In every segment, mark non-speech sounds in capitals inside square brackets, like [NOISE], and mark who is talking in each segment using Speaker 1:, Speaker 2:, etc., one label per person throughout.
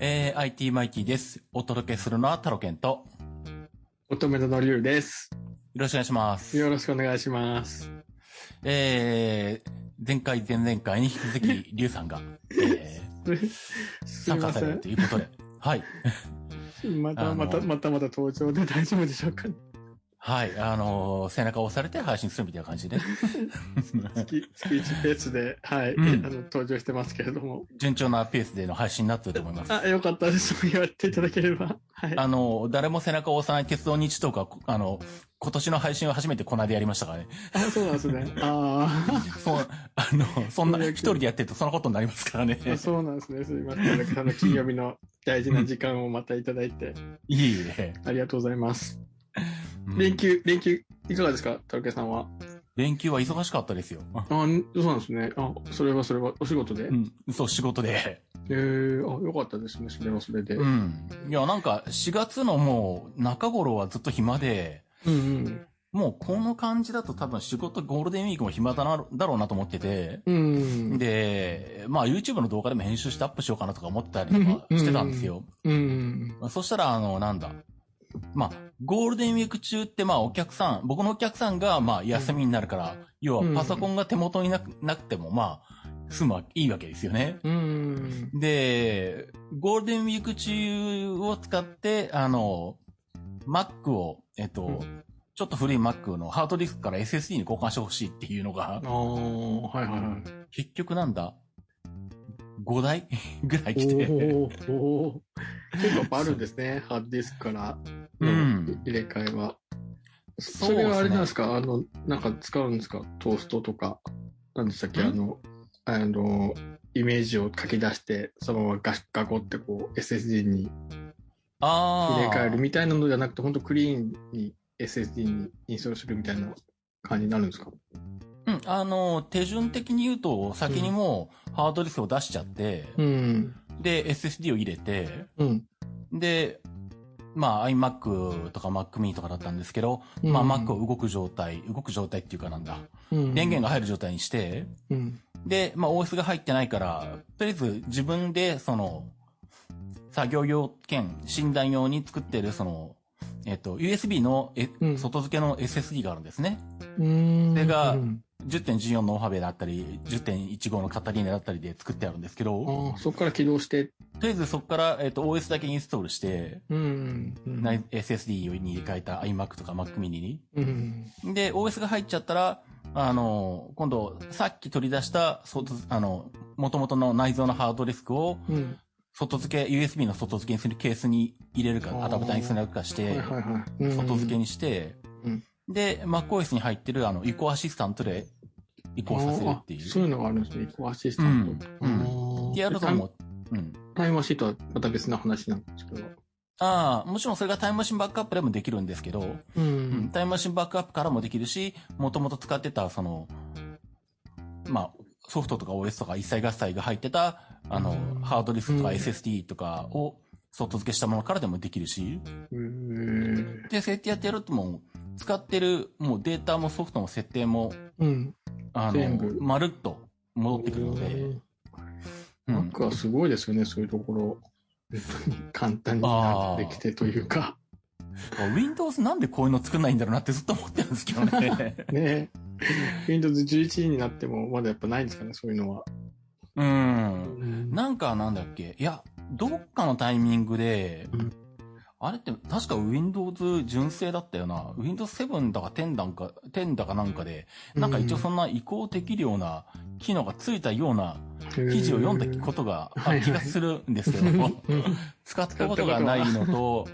Speaker 1: えー、IT マイティです。お届けするのはタロケンと、
Speaker 2: 乙女座の龍です。
Speaker 1: よろしくお願いします。
Speaker 2: よろしくお願いします。
Speaker 1: えー、前回、前々回に引き続き、リュウ
Speaker 2: [LAUGHS]
Speaker 1: さんが、えー、
Speaker 2: す
Speaker 1: [LAUGHS]
Speaker 2: い
Speaker 1: 参
Speaker 2: ま
Speaker 1: 加
Speaker 2: せ
Speaker 1: されるということで、はい。
Speaker 2: ん。ま
Speaker 1: あの
Speaker 2: たまたまたまた登場で大丈夫でしょうか
Speaker 1: はい、あのー背中を押されて配信するみたいな感じ
Speaker 2: [LAUGHS]
Speaker 1: でね、
Speaker 2: 月、月1ペースで、はい、
Speaker 1: うん
Speaker 2: あの、登場してますけれども。
Speaker 1: 順調なペースでの配信になってると思います。
Speaker 2: あ、よかったです。そうやっていただければ。はい。
Speaker 1: あのー誰も背中を押さない鉄道日トークは、こあの今年の配信を初めてこないでやりましたからね。
Speaker 2: あ、そうなんで
Speaker 1: [LAUGHS]
Speaker 2: すね。あ
Speaker 1: そう、あの、そんな、
Speaker 2: ようやく
Speaker 1: 一人でやってるとそんなことになりますからね。
Speaker 2: あ、そうなんですね。すいません。なんかあの、金曜日の大事な時間をまたいただいて、
Speaker 1: いえいえ。
Speaker 2: ありがとうございます。
Speaker 1: うん
Speaker 2: 連休、連休、いかがですかたるけさんは。
Speaker 1: 連休は忙しかったですよ。
Speaker 2: あ、んそうなんですね。あ、それはそれは、お仕事で。
Speaker 1: うん、そう、仕事で。
Speaker 2: えー、あ、よかったですね。それはそれ
Speaker 1: [LAUGHS]
Speaker 2: で。
Speaker 1: うん。いや、なんか、4月のもう、中頃はずっと暇で、
Speaker 2: うんうん。
Speaker 1: もうこの感じだと多分仕事、ゴールデンウィークも暇だな、だろうなと思ってて、
Speaker 2: うん。
Speaker 1: で、まあ YouTube の動画でも編集してアップしようかなとか思ったりとかしてたんですよ。
Speaker 2: うん。
Speaker 1: まあそしたら、あの、なんだ。まあ、ゴールデンウィーク中って、まあ、お客さん、僕のお客さんが、まあ、休みになるから、要は、パソコンが手元になくなくても、まあ、済むわいいわけですよね。
Speaker 2: うん。
Speaker 1: で、ゴールデンウィーク中を使って、あの、Mac を、えっと、
Speaker 2: う
Speaker 1: ちょっと古い Mac のハードディスクから SSD に交換してほしいっていうのが
Speaker 2: あ、あ、はいはいはい。
Speaker 1: 結局なんだ、5台 [LAUGHS] ぐらい来
Speaker 2: お
Speaker 1: て、
Speaker 2: ーおー結構やっぱあるんですね。ハードディスクから
Speaker 1: う
Speaker 2: の
Speaker 1: ん
Speaker 2: 入れ替えは。
Speaker 1: そう
Speaker 2: そ
Speaker 1: ですね
Speaker 2: れはあれなんですかあの、なんか使うんですかトーストとか。なんでしたっけ
Speaker 1: ん
Speaker 2: あの、あの、イメージを書き出して、そのままガシガコってこう SSD に
Speaker 1: ああ。
Speaker 2: 入れ替えるみたいなのじゃなくて、本当クリーンに SSD にインストールするみたいな感じになるんですか
Speaker 1: うん、あの、手順的に言うと、先にもうハードディスクを出しちゃって、
Speaker 2: うん。
Speaker 1: で、SSD を入れて、
Speaker 2: うん。
Speaker 1: で、まあ iMac とか Mac mini とかだったんですけど、まあ Mac を動く状態、動く状態っていうかなんだ、
Speaker 2: うん
Speaker 1: 電源が入る状態にして、
Speaker 2: うん。
Speaker 1: で、まあ OS が入ってないから、とりあえず自分でその、作業用兼診断用に作ってるその、えっと、USB の、え
Speaker 2: うん
Speaker 1: 外付けの SSD があるんですね。
Speaker 2: そ
Speaker 1: れが
Speaker 2: うん、
Speaker 1: 10.14のオファベだったり、10.15のカタリーナだったりで作ってあるんですけど、
Speaker 2: ああ、そこから起動して、
Speaker 1: とりあえずそこから、えっと OS だけインストールして、
Speaker 2: うん。うん
Speaker 1: な SSD に入れ替えた iMac とか Mac mini に。
Speaker 2: うん。
Speaker 1: で、OS が入っちゃったら、あの、今度、さっき取り出した、外あの、元々の内蔵のハードディスクを、
Speaker 2: うん。
Speaker 1: 外付け、USB の外付けにするケースに入れる
Speaker 2: あー
Speaker 1: か、アダプターにつなぐかし
Speaker 2: はい
Speaker 1: て、
Speaker 2: はいはい。うん
Speaker 1: 外付けにして
Speaker 2: うん、
Speaker 1: で、MacOS に入ってる、あの、移行アシスタントで移行させるってい
Speaker 2: あ
Speaker 1: う。
Speaker 2: あそういうのがあるんですね。こうアシスタント。
Speaker 1: うんうん
Speaker 2: うん
Speaker 1: やると思う。うん。
Speaker 2: タイムマシートはまた別の話なんですけど。
Speaker 1: ああ、もちろんそれがタイムマシンバックアップでもできるんですけど、
Speaker 2: う
Speaker 1: うん。タイムマシンバックアップからもできるし、もともと使ってた、その、まあ、ソフトとか OS とか一切合切が入ってた、あの、
Speaker 2: うん
Speaker 1: ハードディスクとか
Speaker 2: うん
Speaker 1: SSD とかを外付けしたものからでもできるし、
Speaker 2: へー
Speaker 1: で、設定やってやるともう、使ってる、もうデータもソフトも設定も、
Speaker 2: うん。
Speaker 1: あ
Speaker 2: 全
Speaker 1: の
Speaker 2: 部、
Speaker 1: まるっと戻ってくるので、う
Speaker 2: マ
Speaker 1: ん
Speaker 2: ッ。クはすごいですよね、そういうところ。 [LAUGHS] 簡単になってきてというか。
Speaker 1: Windows なんでこういうの作んないんだろうなってずっと思ってるんですけどね。
Speaker 2: ね Windows 11になってもまだやっぱないんですかね、そういうのは。
Speaker 1: うん。
Speaker 2: な
Speaker 1: なんかなんだっけいや、どっかのタイミングで、
Speaker 2: うん
Speaker 1: あれって確か Windows 純正だったよな。Windows 7だか10だか、10だかなんかで、なんか一応そんな移行できるような機能がついたような記事を読んだことが、
Speaker 2: は
Speaker 1: あ
Speaker 2: いはい
Speaker 1: 気がするんですけど、使ったことがないのと、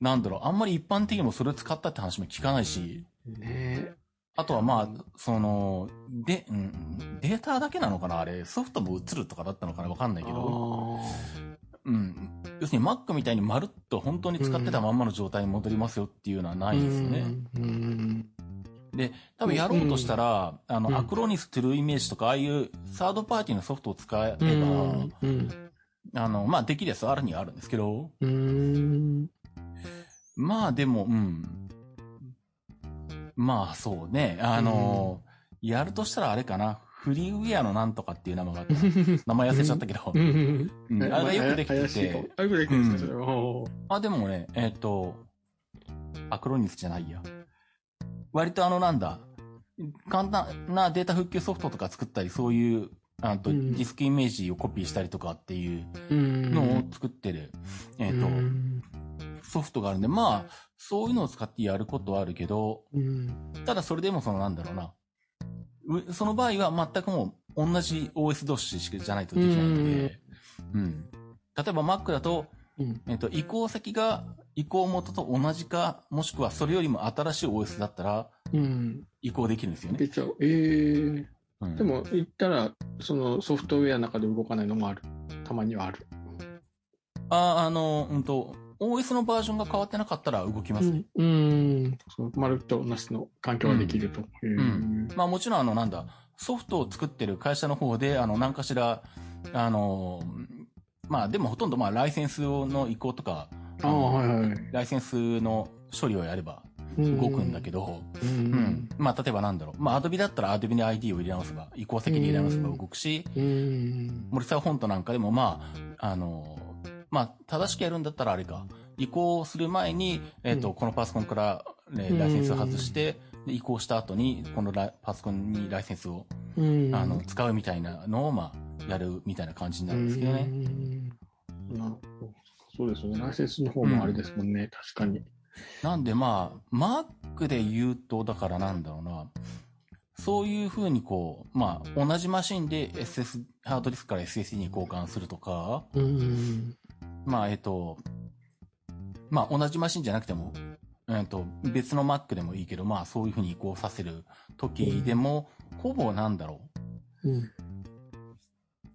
Speaker 1: なんだろう、あんまり一般的にもそれを使ったって話も聞かないし、
Speaker 2: ね
Speaker 1: あとはまあ、その、で、うん、データだけなのかなあれ、ソフトも映るとかだったのかなわかんな
Speaker 2: え
Speaker 1: い
Speaker 2: あ
Speaker 1: けど。
Speaker 2: ー
Speaker 1: うん。要するに Mac みたいにまるっと本当に使ってたまんまの状態に戻りますよっていうのはないですよね。
Speaker 2: うん
Speaker 1: 多分やろうとしたら、あ
Speaker 2: うん
Speaker 1: の、アクロニストゥルーイメージとか、ああいうサードパーティーのソフトを使え
Speaker 2: うん
Speaker 1: ば、
Speaker 2: うん
Speaker 1: あの、まあ、できるやつはあるにはあるんですけど、
Speaker 2: うん
Speaker 1: まあでも、うん。まあそうね、あの、やるとしたらあれかな、フリーウェアのなんとかっていう名前があって、名前忘れちゃったけど、
Speaker 2: うんうん
Speaker 1: うん
Speaker 2: うん。
Speaker 1: あれがよくできて
Speaker 2: 怪しいかも
Speaker 1: て、
Speaker 2: あよくできてるんですか、それは。おー
Speaker 1: あ、でもね、えっ、と、アクロニスじゃないや。割とあのなんだ、簡単なデータ復旧ソフトとか作ったり、そういう、あと
Speaker 2: う
Speaker 1: デ
Speaker 2: ん
Speaker 1: ィスクイメージをコピーしたりとかっていう
Speaker 2: うん
Speaker 1: のを作ってる、えっ、と、
Speaker 2: うん
Speaker 1: ソフトがあるんで、まあ、そういうのを使ってやることはあるけど、
Speaker 2: うん
Speaker 1: ただそれでもそのなんだろうな。うその場合は全くもう同じ OS 同士しかじゃないとできないので、うん。例えば Mac だと、
Speaker 2: うん
Speaker 1: えっと、移行先が移行元と同じか、もしくはそれよりも新しい OS だったら
Speaker 2: うん。
Speaker 1: 移行できるんですよ
Speaker 2: 出
Speaker 1: ね。
Speaker 2: ちゃう。えー。
Speaker 1: うん
Speaker 2: で、も言ったらそのソフトウェアの中で動かないのもあるたまにはある、
Speaker 1: あ、あの、うんと、OS のバージョンが変わってなかったら動きますね。
Speaker 2: うんそのまるっとなしの環境ができるという、
Speaker 1: んまあもちろんあの、なんだ、ソフトを作ってる会社の方で、あの、何かしら、あの、まあでもほとんどまあライセンスの移行とか、
Speaker 2: ああはいはい
Speaker 1: ライセンスの処理をやれば動くんだけど、
Speaker 2: ど、うん
Speaker 1: うんまあ、例えばなんだろう。まあ、Adobe だったら Adobe に ID を入れ直せば、移行先に入れ直せば動くし、
Speaker 2: うん
Speaker 1: 森沢フォントなんかでも、まあ、あの、まあ、正しくやるんだったらあれか。移行する前に、えっ、と、
Speaker 2: うん
Speaker 1: このパソコンから、ね
Speaker 2: うん
Speaker 1: ライセンスを外して、で移行した後に、このラパソコンにライセンスを、
Speaker 2: うん
Speaker 1: あの、使うみたいなのを、まあ、やるみたいな感じになるんですけどね。
Speaker 2: うんなるほどそうですよねライセンスの方もあれですもんね、確かに
Speaker 1: なんでまあ、Mac で言うと、だからなんだろうな。そういう風にこう、まあ、同じマシンで SS、ハードディスクから SSD に交換するとか、
Speaker 2: うん
Speaker 1: まあ、えっと、まあ、同じマシンじゃなくても、えっと、別の Mac でもいいけど、まあ、そういう風に移行させる時でも、ほぼなんだろ
Speaker 2: うん
Speaker 1: う。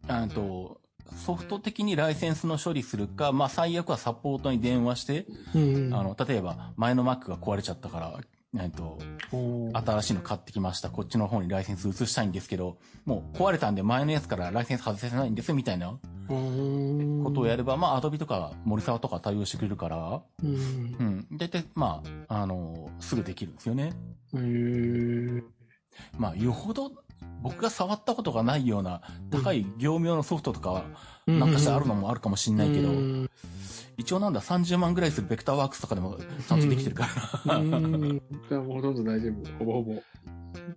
Speaker 1: えっと、ソフト的にライセンスの処理するか、まあ、最悪はサポートに電話して、
Speaker 2: うん
Speaker 1: あの、例えば、前の Mac が壊れちゃったから、えっと、
Speaker 2: おー
Speaker 1: 新しいの買ってきました。こっちの方にライセンス移したいんですけど、もう壊れたんで前のやつからライセンス外せないんですみたいな
Speaker 2: うん
Speaker 1: ことをやれば、まあ、Adobe とか森沢とか対応してくれるから、
Speaker 2: うん
Speaker 1: うん。大体、まあ、あの、すぐできるんですよね。
Speaker 2: へー
Speaker 1: まあ、よほど僕が触ったことがないような高い業務用のソフトとかは、なんかしてあるのもあるかもしんないけど
Speaker 2: う、ん
Speaker 1: 一応なんだ30万ぐらいするベクターワークスとかでもちゃんとできてるから。
Speaker 2: うん。じゃあもうほとんど大丈夫。ほぼほぼ。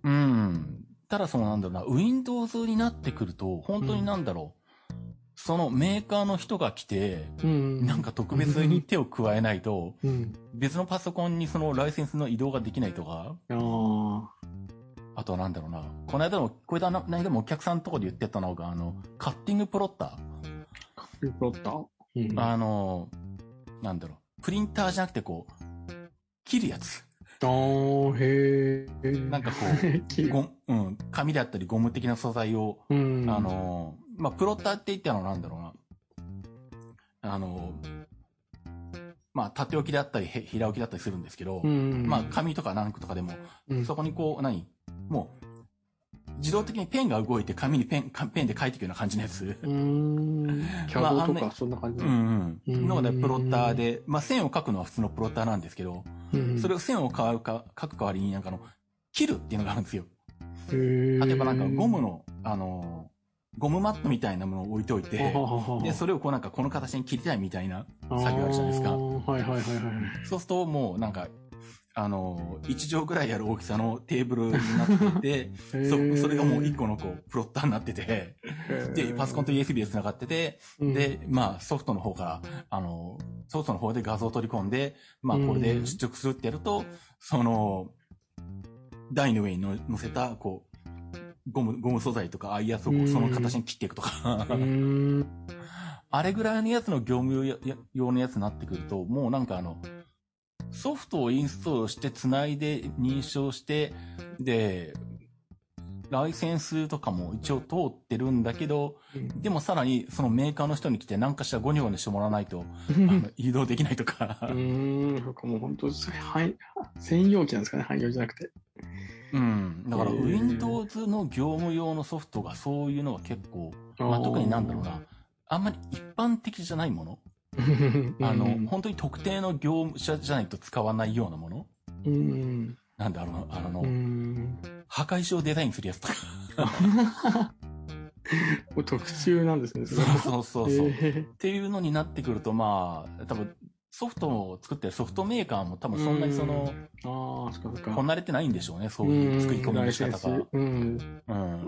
Speaker 1: うん。ただそのなんだろうな、Windows になってくると、本当になんだろう、そのメーカーの人が来て、
Speaker 2: うん
Speaker 1: なんか特別に手を加えないと、
Speaker 2: うん。
Speaker 1: 別のパソコンにそのライセンスの移動ができないとか、
Speaker 2: ああ。
Speaker 1: あとはなんだろうな、この間も、これだな、何でもお客さんのとこで言ってたのが、あの、カッティングプロッタ
Speaker 2: プロッターうん
Speaker 1: ー。あの、なんだろう、プリンターじゃなくてこう、切るやつ。
Speaker 2: あーへえ。
Speaker 1: なんかこ
Speaker 2: [LAUGHS] う
Speaker 1: ゴムうん、紙であったりゴム的な素材を、
Speaker 2: うん。
Speaker 1: あ、のー、まあ、プロッターって言ったのはなんだろうな。あのー、まあ、縦置きだったり、へ平置きだったりするんですけど、
Speaker 2: うん。
Speaker 1: まあ、紙とか何個とかでも、
Speaker 2: うん、
Speaker 1: そこにこう、何もう、自動的にペンが動いて紙にペン、かペンで書いていくような感じのやつ。
Speaker 2: うーん。キャ
Speaker 1: まああ
Speaker 2: ド
Speaker 1: ん
Speaker 2: と
Speaker 1: な
Speaker 2: か、そんな感じ
Speaker 1: う。んう。
Speaker 2: うんん
Speaker 1: なので、プロッターで、まあ、線を書くのは普通のプロッターなんですけど、
Speaker 2: うん
Speaker 1: それを線を変わるか、書く代わりになんかあの、切るっていうのがあるんですよ。
Speaker 2: 例
Speaker 1: 例えばなんかゴムの、あのー、ゴムマットみたいなものを置いておいて、で、それをこうなんかこの形に切りたいみたいな作業あるじゃないですか。
Speaker 2: はいはいはいはい。
Speaker 1: そうするともうなんか、あのー、1畳ぐらいある大きさのテーブルになって
Speaker 2: そ
Speaker 1: いて、そ、それがもう1個のこう、プロッターになってて、で、パソコンと USB で繋がってて、
Speaker 2: ン、
Speaker 1: で、まあソフトの方から、あのー、ソフトの方で画像を取り込んで、まあこれで出力するってやると、その、台の上にの乗せた、こう、ゴム、ゴム素材とか、ああいうやつをこうその形に切っていくとか。
Speaker 2: うん。
Speaker 1: [LAUGHS] あれぐらいのやつの業務用やや用のやつになってくると、もうなんかあの、ソフトをインストールして、つないで認証して、で、ライセンスとかも一応通ってるんだけど、でもさらにそのメーカーの人に来て何かしたらゴニョゴニョしてもらわないと、あの移動できないと
Speaker 2: う
Speaker 1: か。
Speaker 2: ーん、そっかもう本当それ、はい、専用機なんですかね、汎用じゃなくて。
Speaker 1: うん。だから
Speaker 2: へー
Speaker 1: Windows の業務用のソフトがそういうのが結構、まあ特になんだろうな。あんまり一般的じゃないもの
Speaker 2: うん。
Speaker 1: あの、
Speaker 2: うん
Speaker 1: 本当に特定の業務者じゃないと使わないようなもの
Speaker 2: うん。
Speaker 1: なんであの、あの、
Speaker 2: ん。
Speaker 1: 破壊症デザインするやつ
Speaker 2: [LAUGHS]
Speaker 1: とか。
Speaker 2: これ特集なんですね、そ
Speaker 1: そ
Speaker 2: れ
Speaker 1: う
Speaker 2: は
Speaker 1: そうそうそう。っ
Speaker 2: え
Speaker 1: ていうのになってくると、まあ、多分、ソフトを作ってるソフトメーカーも多分そんなにその、
Speaker 2: ーああ、そっかそっか。
Speaker 1: こなれてないんでしょうね、そういう作り込みの仕
Speaker 2: うんライセ
Speaker 1: 方
Speaker 2: ン
Speaker 1: が
Speaker 2: ス。うん。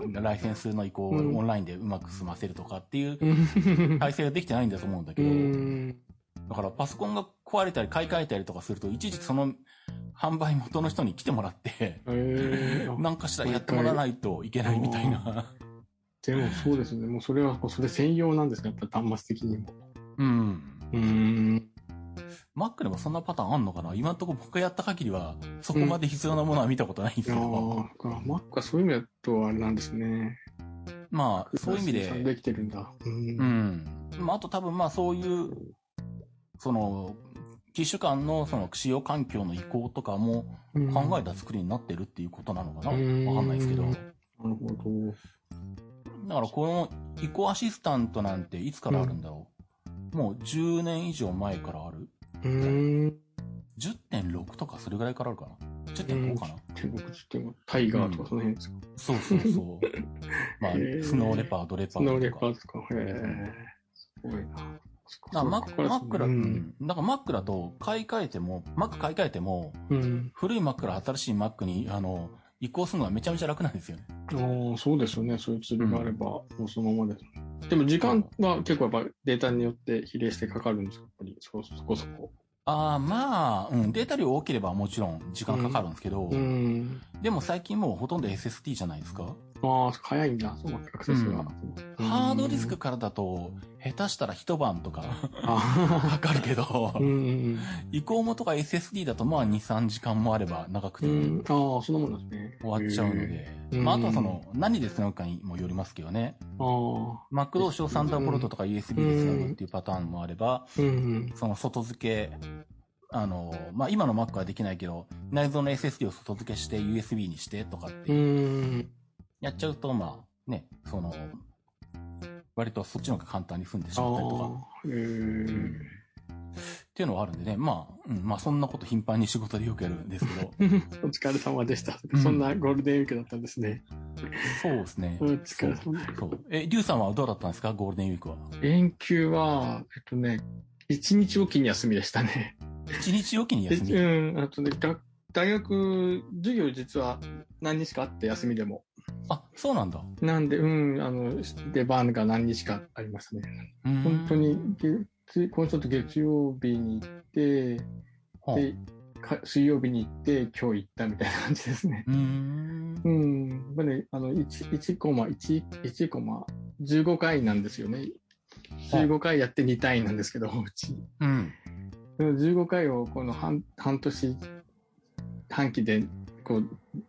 Speaker 1: うん。ライセンスの移行を
Speaker 2: うん
Speaker 1: オンラインでうまく済ませるとかっていう
Speaker 2: うん
Speaker 1: 体制ができてないんだと思うんだけ
Speaker 2: う
Speaker 1: ど、
Speaker 2: ん。
Speaker 1: だからパソコンが壊れたり買い替えたりとかすると、いちいちその販売元の人に来てもらって、
Speaker 2: ええ
Speaker 1: なんかしたらやってもらわないといけないみたいな。
Speaker 2: でもそうですね。もうそれは、それ専用なんですね。やっぱ端末的にも。
Speaker 1: うん。
Speaker 2: うーん。
Speaker 1: Mac でもそんなパターンあんのかな今んとこ僕がやった限りは、そこまで必要なものは見たことないんです
Speaker 2: あ
Speaker 1: けど、
Speaker 2: あ、そっか。Mac はそういう意味だとあれなんですね。
Speaker 1: まあ、そういう意味
Speaker 2: 生
Speaker 1: で、
Speaker 2: 産できてるんだ。う。
Speaker 1: うんん。まあ、あと多分まあそういう、その、機種間のその使用環境の移行とかも考えた作りになってるっていうことなのかなわか
Speaker 2: うん
Speaker 1: んないですけど。
Speaker 2: うん
Speaker 1: だ
Speaker 2: なるほど。
Speaker 1: からこの移行アシスタントなんていつからあるんだろうもう10年以上前からある
Speaker 2: うーん。
Speaker 1: ?10.6 とかそれぐらいからあるかな ?10.5 かな
Speaker 2: 中国地点もタイガーとかその辺ですか。
Speaker 1: そうそうそう。まあ
Speaker 2: へ、ー
Speaker 1: スノーレパード、レパ
Speaker 2: スノーレ
Speaker 1: ード
Speaker 2: パ
Speaker 1: とか。
Speaker 2: ーとか。へえ。すごいな。
Speaker 1: だからマ
Speaker 2: そ
Speaker 1: ッ
Speaker 2: っ
Speaker 1: ク、
Speaker 2: そ
Speaker 1: マ
Speaker 2: っ
Speaker 1: ックだ、う
Speaker 2: うん。
Speaker 1: んだからマックだと、買い替えても、マック買い替えても、
Speaker 2: うん。
Speaker 1: 古いマックから新しいマックに、あの、移行するのがめちゃめちゃ楽なんですよね。
Speaker 2: ああ、そうですよね。そういうツールがあれば、もうそのままです。でも時間は結構やっぱデータによって比例してかかるんですかやっぱりそうそこそこ。
Speaker 1: ああ、まあ、うん、データ量多ければもちろん時間かかるんですけど、
Speaker 2: うん。
Speaker 1: でも最近もうほとんど SSD じゃないですか。
Speaker 2: ああ、早いんだ。そうなんだアクセスが。うん
Speaker 1: ハードディスク。からだと、下手したら一晩
Speaker 2: [LAUGHS]
Speaker 1: とか
Speaker 2: あ
Speaker 1: かかるけど
Speaker 2: あ、う、ん。
Speaker 1: 移行もとか SSD だとまあ2、3時間もあれば長く
Speaker 2: う
Speaker 1: て
Speaker 2: ん。ああ、そんなもんなんですね。
Speaker 1: 終わっちゃうの
Speaker 2: へえ。
Speaker 1: で、
Speaker 2: うん
Speaker 1: まあ、あとはその、何で繋ぐかにもよりますけどね。
Speaker 2: ああ。
Speaker 1: Mac 同士をサンダーボルトとか USB で繋ぐっていうパターンもあれば、
Speaker 2: うん。
Speaker 1: その外付け、あの、まあ、今の Mac はできないけど、内蔵の SSD を外付けして USB にしてとかっ
Speaker 2: う
Speaker 1: て
Speaker 2: ん。
Speaker 1: やっちゃうと、まあ、ね、その、割とそっちの方が簡単に済んでし
Speaker 2: あ
Speaker 1: まったりとか、
Speaker 2: あ、へえ。
Speaker 1: [LAUGHS] っていうのはあるんでね、まあ、うん、まあそんなこと頻繁に仕事でよくやるんです
Speaker 2: [LAUGHS]
Speaker 1: けど、
Speaker 2: お疲れ様でした
Speaker 1: う。ん
Speaker 2: そんなゴールデンウィークだったんですね。
Speaker 1: そうですね
Speaker 2: お。疲れ様。
Speaker 1: そう。え、リュウさんはどうだったんですかゴールデンウィークは。
Speaker 2: 連休は、えっとね、一日おきに休みでしたね。
Speaker 1: 一日おきに
Speaker 2: で
Speaker 1: 休み。
Speaker 2: うん、あとね、学大学、授業実は何日かあって、休みでも。
Speaker 1: あ、そうなんだ。
Speaker 2: なんで、うん、あの、出番が何日かありましたね。
Speaker 1: うん
Speaker 2: 本当に、月、今ちょっと月曜日に行って、
Speaker 1: はあ
Speaker 2: で、か水曜日に行って、今日行ったみたいな感じですね。
Speaker 1: うーん。
Speaker 2: うん、やっぱり、あの、1、1コマ、1、1コマ、15回なんですよね。15回やって2単位なんですけど、うち。
Speaker 1: うん。
Speaker 2: でも15回をこの半半年半期でこう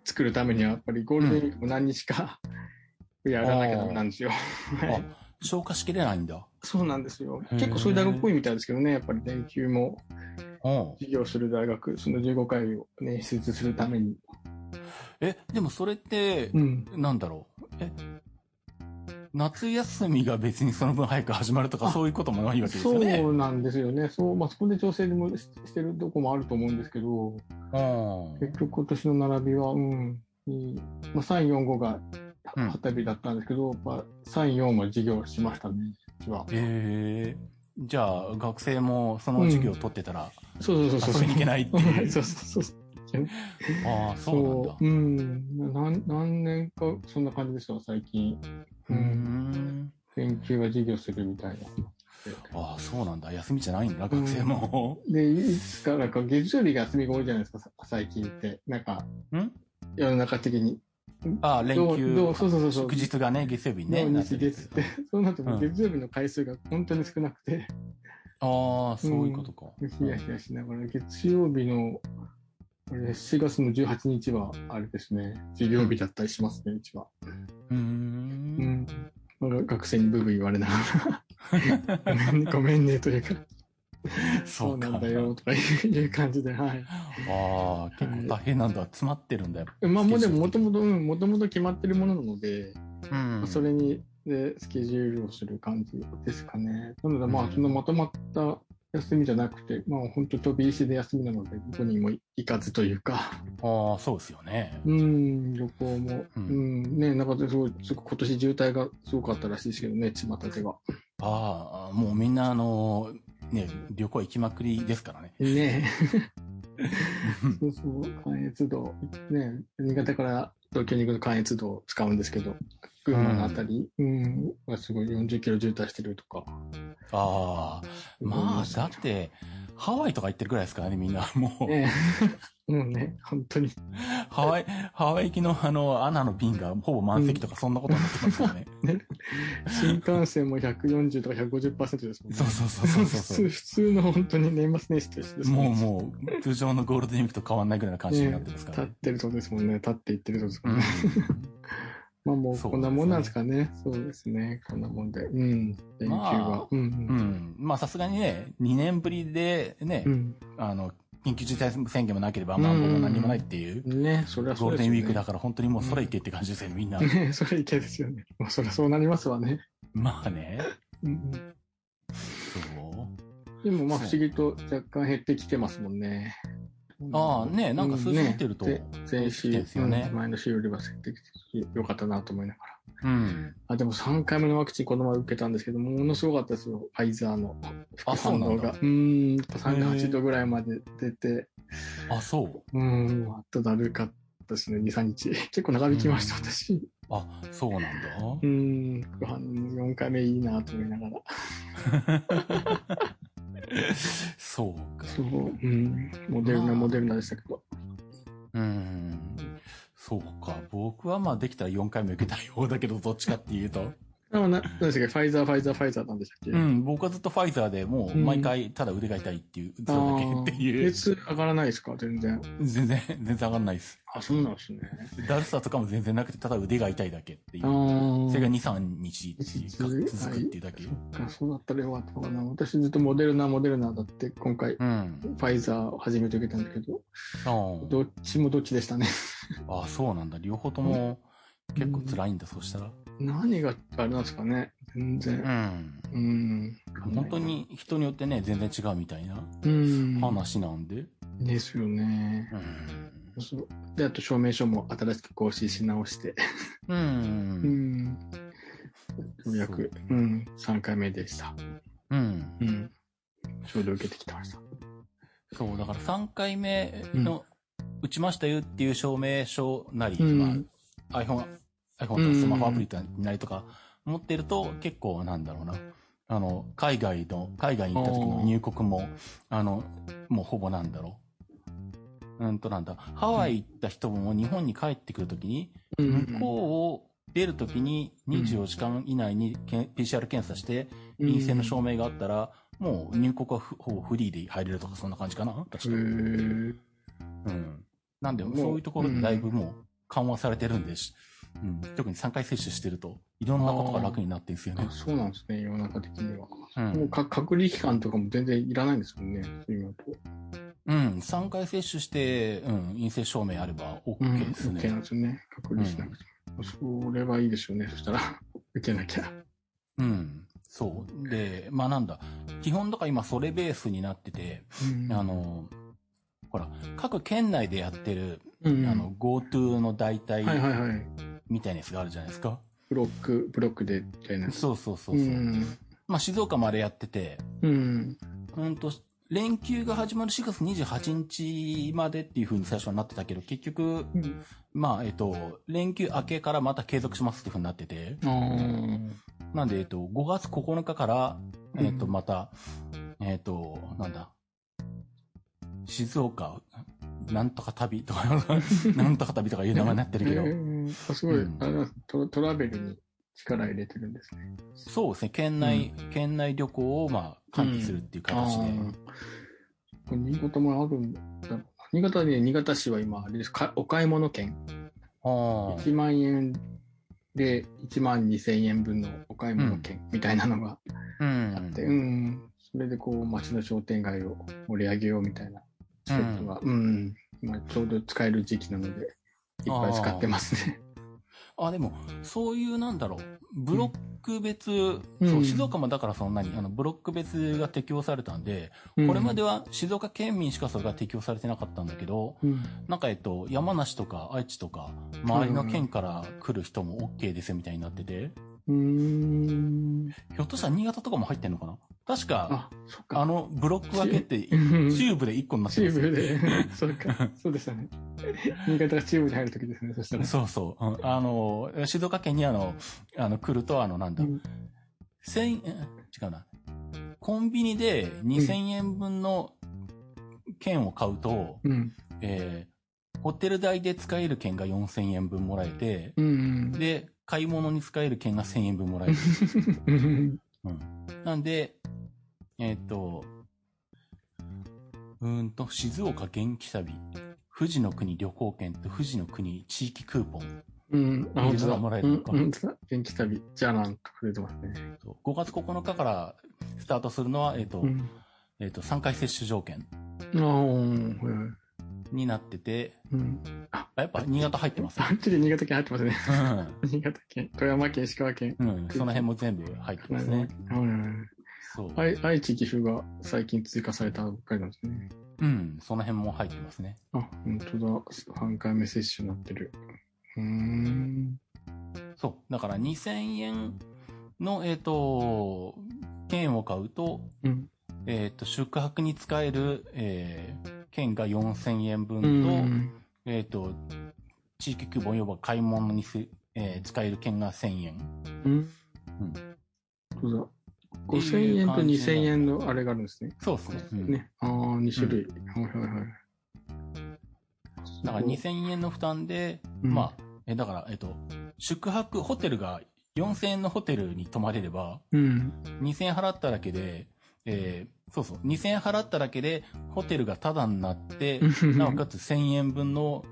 Speaker 2: 作るためにはやっぱりゴールデンウィークも何日かやらなきゃダメなんですよ。はい
Speaker 1: 消化しきれないんだ。
Speaker 2: そうなんですよ。
Speaker 1: へー
Speaker 2: 結構そういう大学っぽいみたいですけどね、やっぱり連休も
Speaker 1: うん。
Speaker 2: 授業する大学、その15回を捻出するために。
Speaker 1: え、でもそれって
Speaker 2: う、ん。
Speaker 1: なんだろう。え、夏休みが別にその分早く始まるとか
Speaker 2: あ
Speaker 1: そういうこともないわけです
Speaker 2: そ
Speaker 1: よね。
Speaker 2: うなんですよね。そう、まあそこで調整もししてるとこもあると思うんですけど、
Speaker 1: うん。
Speaker 2: 結局今年の並びは、うん、いいまあ、3、4、5が
Speaker 1: うん
Speaker 2: 旗日だったんですけど、まあ、3、4も授業しましたね、うちは。
Speaker 1: えー、じゃあ学生もその授業を取ってたら
Speaker 2: そうそうそうそ
Speaker 1: 遊
Speaker 2: う。
Speaker 1: びに行けないっていう。
Speaker 2: [LAUGHS] そうそうそう。
Speaker 1: ああ、そうなんだ。
Speaker 2: うん。なん何年か、そんな感じでしたわ、最近。
Speaker 1: うーん。
Speaker 2: 研究は授業するみたいな。
Speaker 1: ああ、そうなんだ。休みじゃないんだ、学生も。
Speaker 2: で、いつからか月曜日が休みが多いじゃないですか、さ最近って。なんか、
Speaker 1: ん
Speaker 2: 世の中的に。
Speaker 1: ああ、連
Speaker 2: どうどう
Speaker 1: 休。
Speaker 2: そうそうそうそう。
Speaker 1: 祝日がね、月曜日にね。
Speaker 2: 土
Speaker 1: なって
Speaker 2: 日
Speaker 1: る
Speaker 2: 月って、 [LAUGHS] そうなっても
Speaker 1: うん
Speaker 2: 月曜日の回数が本当に少なくて、
Speaker 1: ああ、そういうことか。
Speaker 2: [LAUGHS] ヒヤヒヤしながら、月曜日の、あれ、7月の18日は、あれですね、授業日だったりしますね、うちは。
Speaker 1: うー。
Speaker 2: うんん。まあ学生にブーブー言われながら、ごめんね、ごめんね、というか、
Speaker 1: [LAUGHS] そ
Speaker 2: そうう
Speaker 1: か
Speaker 2: なんだよ、とかいう感じで、はい。
Speaker 1: ああ、結構大変なんだ。詰まってるんだよ。
Speaker 2: まあ、もうでも、も
Speaker 1: スケ
Speaker 2: と
Speaker 1: ジュー
Speaker 2: もと、うん、もともと決まってるものなの
Speaker 1: ル
Speaker 2: で、
Speaker 1: 的にうん。
Speaker 2: それに、で、スケジュールをする感じですかね。なので、まあ、そのまとまった休みじゃなくて、まあ本当飛び石で休みなので、どこにも行かずというか、
Speaker 1: ああ、そうですよね。
Speaker 2: うん、旅行も、
Speaker 1: う
Speaker 2: うんん、ね、なんかすごい、すごい今年渋滞がすごかったらしいですけどね、巷では。
Speaker 1: ああ、もうみんなあの、ね、旅行行きまくりですからね。
Speaker 2: ねえ、そうそう、関越道、ねえ、新潟から東京に行くと関越道を使うんですけど、群馬のあたり、うん、はすごい40キロ渋滞してるとか。
Speaker 1: ああ、まあ、だって、ハワイとか行ってるくらいですからね、みんな。もう、
Speaker 2: ねえ、 [LAUGHS] もうね、本当に、
Speaker 1: ハワイ、ハワイ行きのあの、アナの便がほぼ満席とか、そんなことになってます
Speaker 2: [LAUGHS]
Speaker 1: からね。
Speaker 2: 新幹線も140とか150%ですもんね
Speaker 1: そうそうそうそうそう
Speaker 2: [LAUGHS] 普通普通の本当に年末年始としてです
Speaker 1: もう
Speaker 2: ね
Speaker 1: もう、通常のゴールデンウィークと変わんないぐらいの感じになってますか
Speaker 2: 立
Speaker 1: ら
Speaker 2: っ
Speaker 1: ね。
Speaker 2: てるとこですもんね。立っていってるとこです
Speaker 1: う
Speaker 2: もん
Speaker 1: ん
Speaker 2: ね。まあもう
Speaker 1: そう
Speaker 2: こんなもんなんですかね。そうですね。こんなもんで。うん。連休
Speaker 1: まあ
Speaker 2: は。う
Speaker 1: うんん。まあさすがにね、2年ぶりでね、
Speaker 2: うん。
Speaker 1: あの、緊急事態宣言もなければ、まあもう何もないっていう、
Speaker 2: うん。ね、それは
Speaker 1: ゴ
Speaker 2: そ
Speaker 1: ー
Speaker 2: う
Speaker 1: ル
Speaker 2: です
Speaker 1: デン
Speaker 2: よ
Speaker 1: ウ
Speaker 2: ね
Speaker 1: ィークだから本当にもうそれ行けって感じですよね、みんな。
Speaker 2: ね、 [LAUGHS] それいけですよね。まあそりゃそうなりますわね。
Speaker 1: まあね、
Speaker 2: うんうん。
Speaker 1: そう。
Speaker 2: でもまあ不思議と若干減ってきてますもんね。
Speaker 1: ああ、ね、なんか数字
Speaker 2: うん
Speaker 1: 見てると、
Speaker 2: ね前
Speaker 1: 減って
Speaker 2: 週
Speaker 1: きてですよね
Speaker 2: うん前の週よりは減ってきてよかったなと思いながら。
Speaker 1: うん。
Speaker 2: あ、でも3回目のワクチンこの前受けたんですけど、ものすごかったですよ。ファイザーの
Speaker 1: あ
Speaker 2: 副
Speaker 1: そう
Speaker 2: 反
Speaker 1: なん
Speaker 2: 応
Speaker 1: だ
Speaker 2: が。うん、やっぱ
Speaker 1: へー
Speaker 2: 38度ぐらいまで出て、
Speaker 1: あ、そう。
Speaker 2: うん、あとだるかったですね、2、3日。 [LAUGHS] 結構長引きました、私。
Speaker 1: あ、そうなんだ。
Speaker 2: うん、副反応4回目いいなと思いながら。
Speaker 1: [LAUGHS] そうか。
Speaker 2: そう、うん、モデル
Speaker 1: まあ
Speaker 2: ナ、モデルナでしたけど。
Speaker 1: うん。そうか。僕はまあできたら4回目受けたい方だけど、どっちかっていうと。
Speaker 2: あ、な、なんでしたっけ、ファイザー、ファイザー、ファイザーなんでしたっけ。
Speaker 1: うん、僕はずっとファイザーでもう
Speaker 2: うん
Speaker 1: 毎回ただ腕が痛いっていう、
Speaker 2: あ
Speaker 1: それだけって
Speaker 2: ー
Speaker 1: いう。
Speaker 2: 熱上がらないですか、全然。
Speaker 1: 全然、全然上がんないです。
Speaker 2: あ、そうなんですね。
Speaker 1: だるさとかも全然なくて、ただ腕が痛いだけってい
Speaker 2: あ
Speaker 1: う。
Speaker 2: ー
Speaker 1: それが2、3日っていう
Speaker 2: うん
Speaker 1: か続くっていうだけ。
Speaker 2: あそうだったらよかったのかな。私ずっとモデルナ、モデルナだって、今回、フ
Speaker 1: うん。
Speaker 2: ァイザーを初めて受けたんだけど、
Speaker 1: あー
Speaker 2: どっちもどっちでしたね。 [LAUGHS]
Speaker 1: あ、そうなんだ。両方とも結構辛いんだ、そうしたら。
Speaker 2: 何があれなんですかね、全
Speaker 1: う
Speaker 2: 然。
Speaker 1: ん。
Speaker 2: うん。
Speaker 1: 本当に人によってね、全然違うみたいな
Speaker 2: うん。
Speaker 1: 話なんで。
Speaker 2: ですよね。
Speaker 1: うん。
Speaker 2: そうで、あと証明書も新しく更新し直して、
Speaker 1: う。
Speaker 2: うんん。ようやく、うん、3回目でした。
Speaker 1: うん。
Speaker 2: うん。ちょうど受けてきてました。
Speaker 1: そう、だから3回目の、打ちましたよっていう証明書なり、
Speaker 2: うん
Speaker 1: まあ、iPhone、iPhone とスマホアプリなりとか持ってると結構なんだろうな。あの、海外の、海外に行った時の入国も、あの、もうほぼなんだろう。うんとなんだ。ハワイ行った人も日本に帰ってくるときに、
Speaker 2: う
Speaker 1: 向こうを出るときに24時間以内にけん PCR 検査して陰性の証明があったら、もう入国はふほぼフリーで入れるとか、そんな感じかな確か。
Speaker 2: へ
Speaker 1: うん。なんで、
Speaker 2: もう
Speaker 1: そういうところでだいぶもう緩和されてるんでし、うん、特に3回接種してると、いろんなことが楽になってるんですよ
Speaker 2: ー
Speaker 1: ね
Speaker 2: あ、。そうなんですね、世の中的には。
Speaker 1: う。
Speaker 2: もうんか隔離期間とかも全然いらないんですもんね、そういうのと。
Speaker 1: うん。3回接種して、うん、陰性証明あれば OK です
Speaker 2: OK な
Speaker 1: ね
Speaker 2: ん。ですよね。隔離しなくても。それはいいですよね、そしたら。受けなきゃ。
Speaker 1: うん。そう。で、まあなんだ。基本とか今それベースになってて、
Speaker 2: うん
Speaker 1: あ、の、ほら、各県内でやってる、
Speaker 2: うん
Speaker 1: あの、GoTo の代
Speaker 2: はい
Speaker 1: 替
Speaker 2: はいはい。
Speaker 1: みたいなやつがあるじゃないですか。
Speaker 2: ブロック、ブロックで、みたいな。
Speaker 1: そうそうそうそう。
Speaker 2: ん。
Speaker 1: まあ、静岡までやってて、
Speaker 2: うん。
Speaker 1: うんと、連休が始まる4月28日までっていう風に最初はなってたけど、結局、
Speaker 2: うん
Speaker 1: まあ、えっと、連休明けからまた継続しますっていう風になってて、
Speaker 2: あー
Speaker 1: なんで、えっと、5月9日から、えっと、
Speaker 2: うん
Speaker 1: また、えっと、なんだ、静岡、なんとか旅とか、 [LAUGHS] なんとか旅とかいう名前になってるけど
Speaker 2: え、ーあすごい、
Speaker 1: うん
Speaker 2: あれなんですトトラベルに力入れてるんですね。
Speaker 1: そうですね、県内、県内旅行を、まあ、管理するっていう形で。
Speaker 2: ーこれ新潟もあるんだろうな。新潟に、新潟市は今、あれですか、お買い物券。
Speaker 1: ああ
Speaker 2: 1万円で1万2千円分のお買い物券みたいなのが
Speaker 1: う
Speaker 2: あっ
Speaker 1: ん
Speaker 2: て、。うん、それでこう、街の商店街を盛り上げようみたいなセットが、うん、今ちょうど使える時期なので、いっぱい使ってますね。
Speaker 1: あ、でも、そういうなんだろう、ブロック別、
Speaker 2: う
Speaker 1: そ
Speaker 2: ん
Speaker 1: うう、
Speaker 2: ん
Speaker 1: 静岡もだからそんなに、あの、ブロック別が適用されたんで、これまでは静岡県民しかそれが適用されてなかったんだけど、
Speaker 2: うん、
Speaker 1: なんかえっと、山梨とか愛知とか、周りの県から来る人も OK ですみたいになってて、
Speaker 2: うーん。
Speaker 1: ひょっとしたら新潟とかも入ってんのかな確か、
Speaker 2: あ、そっ
Speaker 1: あ
Speaker 2: か。
Speaker 1: の、ブロック分けって、チューブで1個になって
Speaker 2: チ
Speaker 1: るん
Speaker 2: ー
Speaker 1: ですよ
Speaker 2: ムで、そうか、そうでしたね。新潟がチームに入るときですね、そしたら。
Speaker 1: そうそううん。あの、静岡県にあの、あの、来ると、あの、なんだ
Speaker 2: うん、
Speaker 1: 千、ん違うな。コンビニで2000円分の券を買うと、
Speaker 2: うん。
Speaker 1: えーホテル代で使える券が4000円分もらえて、
Speaker 2: うん。
Speaker 1: で、買い物に使える券が1000円分もらえる。
Speaker 2: うん
Speaker 1: なんで、えーっ、と、うーんと、静岡元気旅、富士の国旅行券と富士の国地域クーポン。
Speaker 2: うん。あ、
Speaker 1: い
Speaker 2: 本
Speaker 1: いの
Speaker 2: 当だ。
Speaker 1: がもらえるのか
Speaker 2: うん本当だ。元気旅、じゃあなんかくれてますね。
Speaker 1: 5月9日からスタートするのは、えーっ、と、
Speaker 2: うん。
Speaker 1: えーっ、と、3回接種条件
Speaker 2: ああ、うんはいはい。
Speaker 1: になってて、
Speaker 2: うん。
Speaker 1: あやっぱ新潟入ってますね
Speaker 2: あっちで新潟県入ってますね。
Speaker 1: うん
Speaker 2: 新潟県、富山県、石川県。
Speaker 1: うん、その辺も全部入ってますね。
Speaker 2: はいはいはい
Speaker 1: そう。
Speaker 2: 愛愛知、岐阜が最近追加されたばっかりなんですね。
Speaker 1: うん、その辺も入ってますね。
Speaker 2: あ、本当だ。3回目接種になってる。うーん。
Speaker 1: そう。だから2000円の、えーっ、と、券を買うと、
Speaker 2: うん。
Speaker 1: えーっ、と、宿泊に使える、えー券が4000円分
Speaker 2: う
Speaker 1: と、
Speaker 2: ん。
Speaker 1: えーっ、と、地域クーポン、要は買い物にす、えー使える券が1000円。
Speaker 2: うん。
Speaker 1: うん
Speaker 2: 本当だ。
Speaker 1: て
Speaker 2: 5000
Speaker 1: いう
Speaker 2: 円と
Speaker 1: 感じ
Speaker 2: 2000
Speaker 1: な
Speaker 2: 円のあれがあるんですね。
Speaker 1: そうですね。うん
Speaker 2: ね。ああ、2種類。はいはいはい。
Speaker 1: だから2000円の負担で、
Speaker 2: うん
Speaker 1: まあ、え、だから、えっと、宿泊、ホテルが4000円のホテルに泊まれれば、
Speaker 2: うん。
Speaker 1: 2000円払っただけで、えーそうそう、2000円払っただけで、ホテルがタダになって、な
Speaker 2: [LAUGHS]
Speaker 1: おかつ1000円分の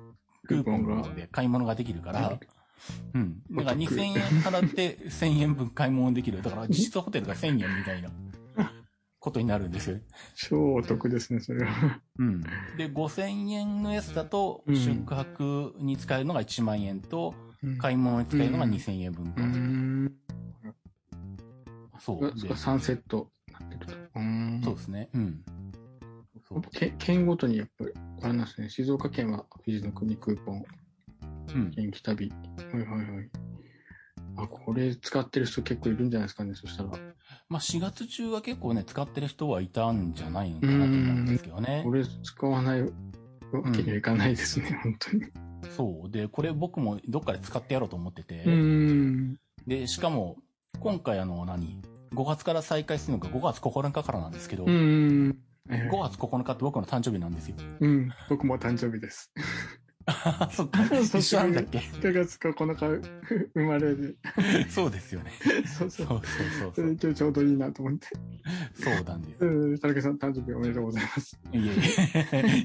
Speaker 1: クーポンで買い物ができるから、うん。だから
Speaker 2: お得
Speaker 1: 2000円払って1000円分買い物できる。だから実質ホテルが1000円みたいなことになるんですよ。
Speaker 2: 超お得ですね、それは。
Speaker 1: うん。で、5000円のやつだと、
Speaker 2: うん
Speaker 1: 宿泊に使えるのが1万円と、
Speaker 2: うん
Speaker 1: 買い物に使えるのが2000円分
Speaker 2: う
Speaker 1: か。
Speaker 2: ん。
Speaker 1: そう。で
Speaker 2: 3セットなってると。うん
Speaker 1: そうですね。うん。そう。
Speaker 2: け県ごとにやっぱり、あれなんですね、静岡県は富士の国クーポン、
Speaker 1: うん。
Speaker 2: 元気旅。はいはいはい。あ、これ使ってる人結構いるんじゃないですかね、そしたら。
Speaker 1: まあ4月中は結構ね、使ってる人はいたんじゃないのかなと思うんですけどね
Speaker 2: こ。れ使わないわけにはいかないですね、本当に。
Speaker 1: そう。で、これ僕もどっかで使ってやろうと思ってて。
Speaker 2: うん。
Speaker 1: で、しかも、今回あの何、5月から再開するのが5月9日からなんですけど、
Speaker 2: う
Speaker 1: 5
Speaker 2: ん。はいはい
Speaker 1: 月9日って僕の誕生日なん
Speaker 2: [LAUGHS]
Speaker 1: ですよ。 [LAUGHS]
Speaker 2: うん。僕も誕生日です。
Speaker 1: あそっか。
Speaker 2: そう
Speaker 1: 一緒なんだっけ
Speaker 2: 9月9日生まれる。
Speaker 1: そうですよね。
Speaker 2: [LAUGHS] そう
Speaker 1: そ
Speaker 2: そうう。
Speaker 1: そう
Speaker 2: そ
Speaker 1: そ
Speaker 2: れ
Speaker 1: う
Speaker 2: 今日ちょうどいいなと思って。
Speaker 1: そう。そうなんです。
Speaker 2: うん。田中さん、誕生日おめでとうございます。
Speaker 1: いえいえ。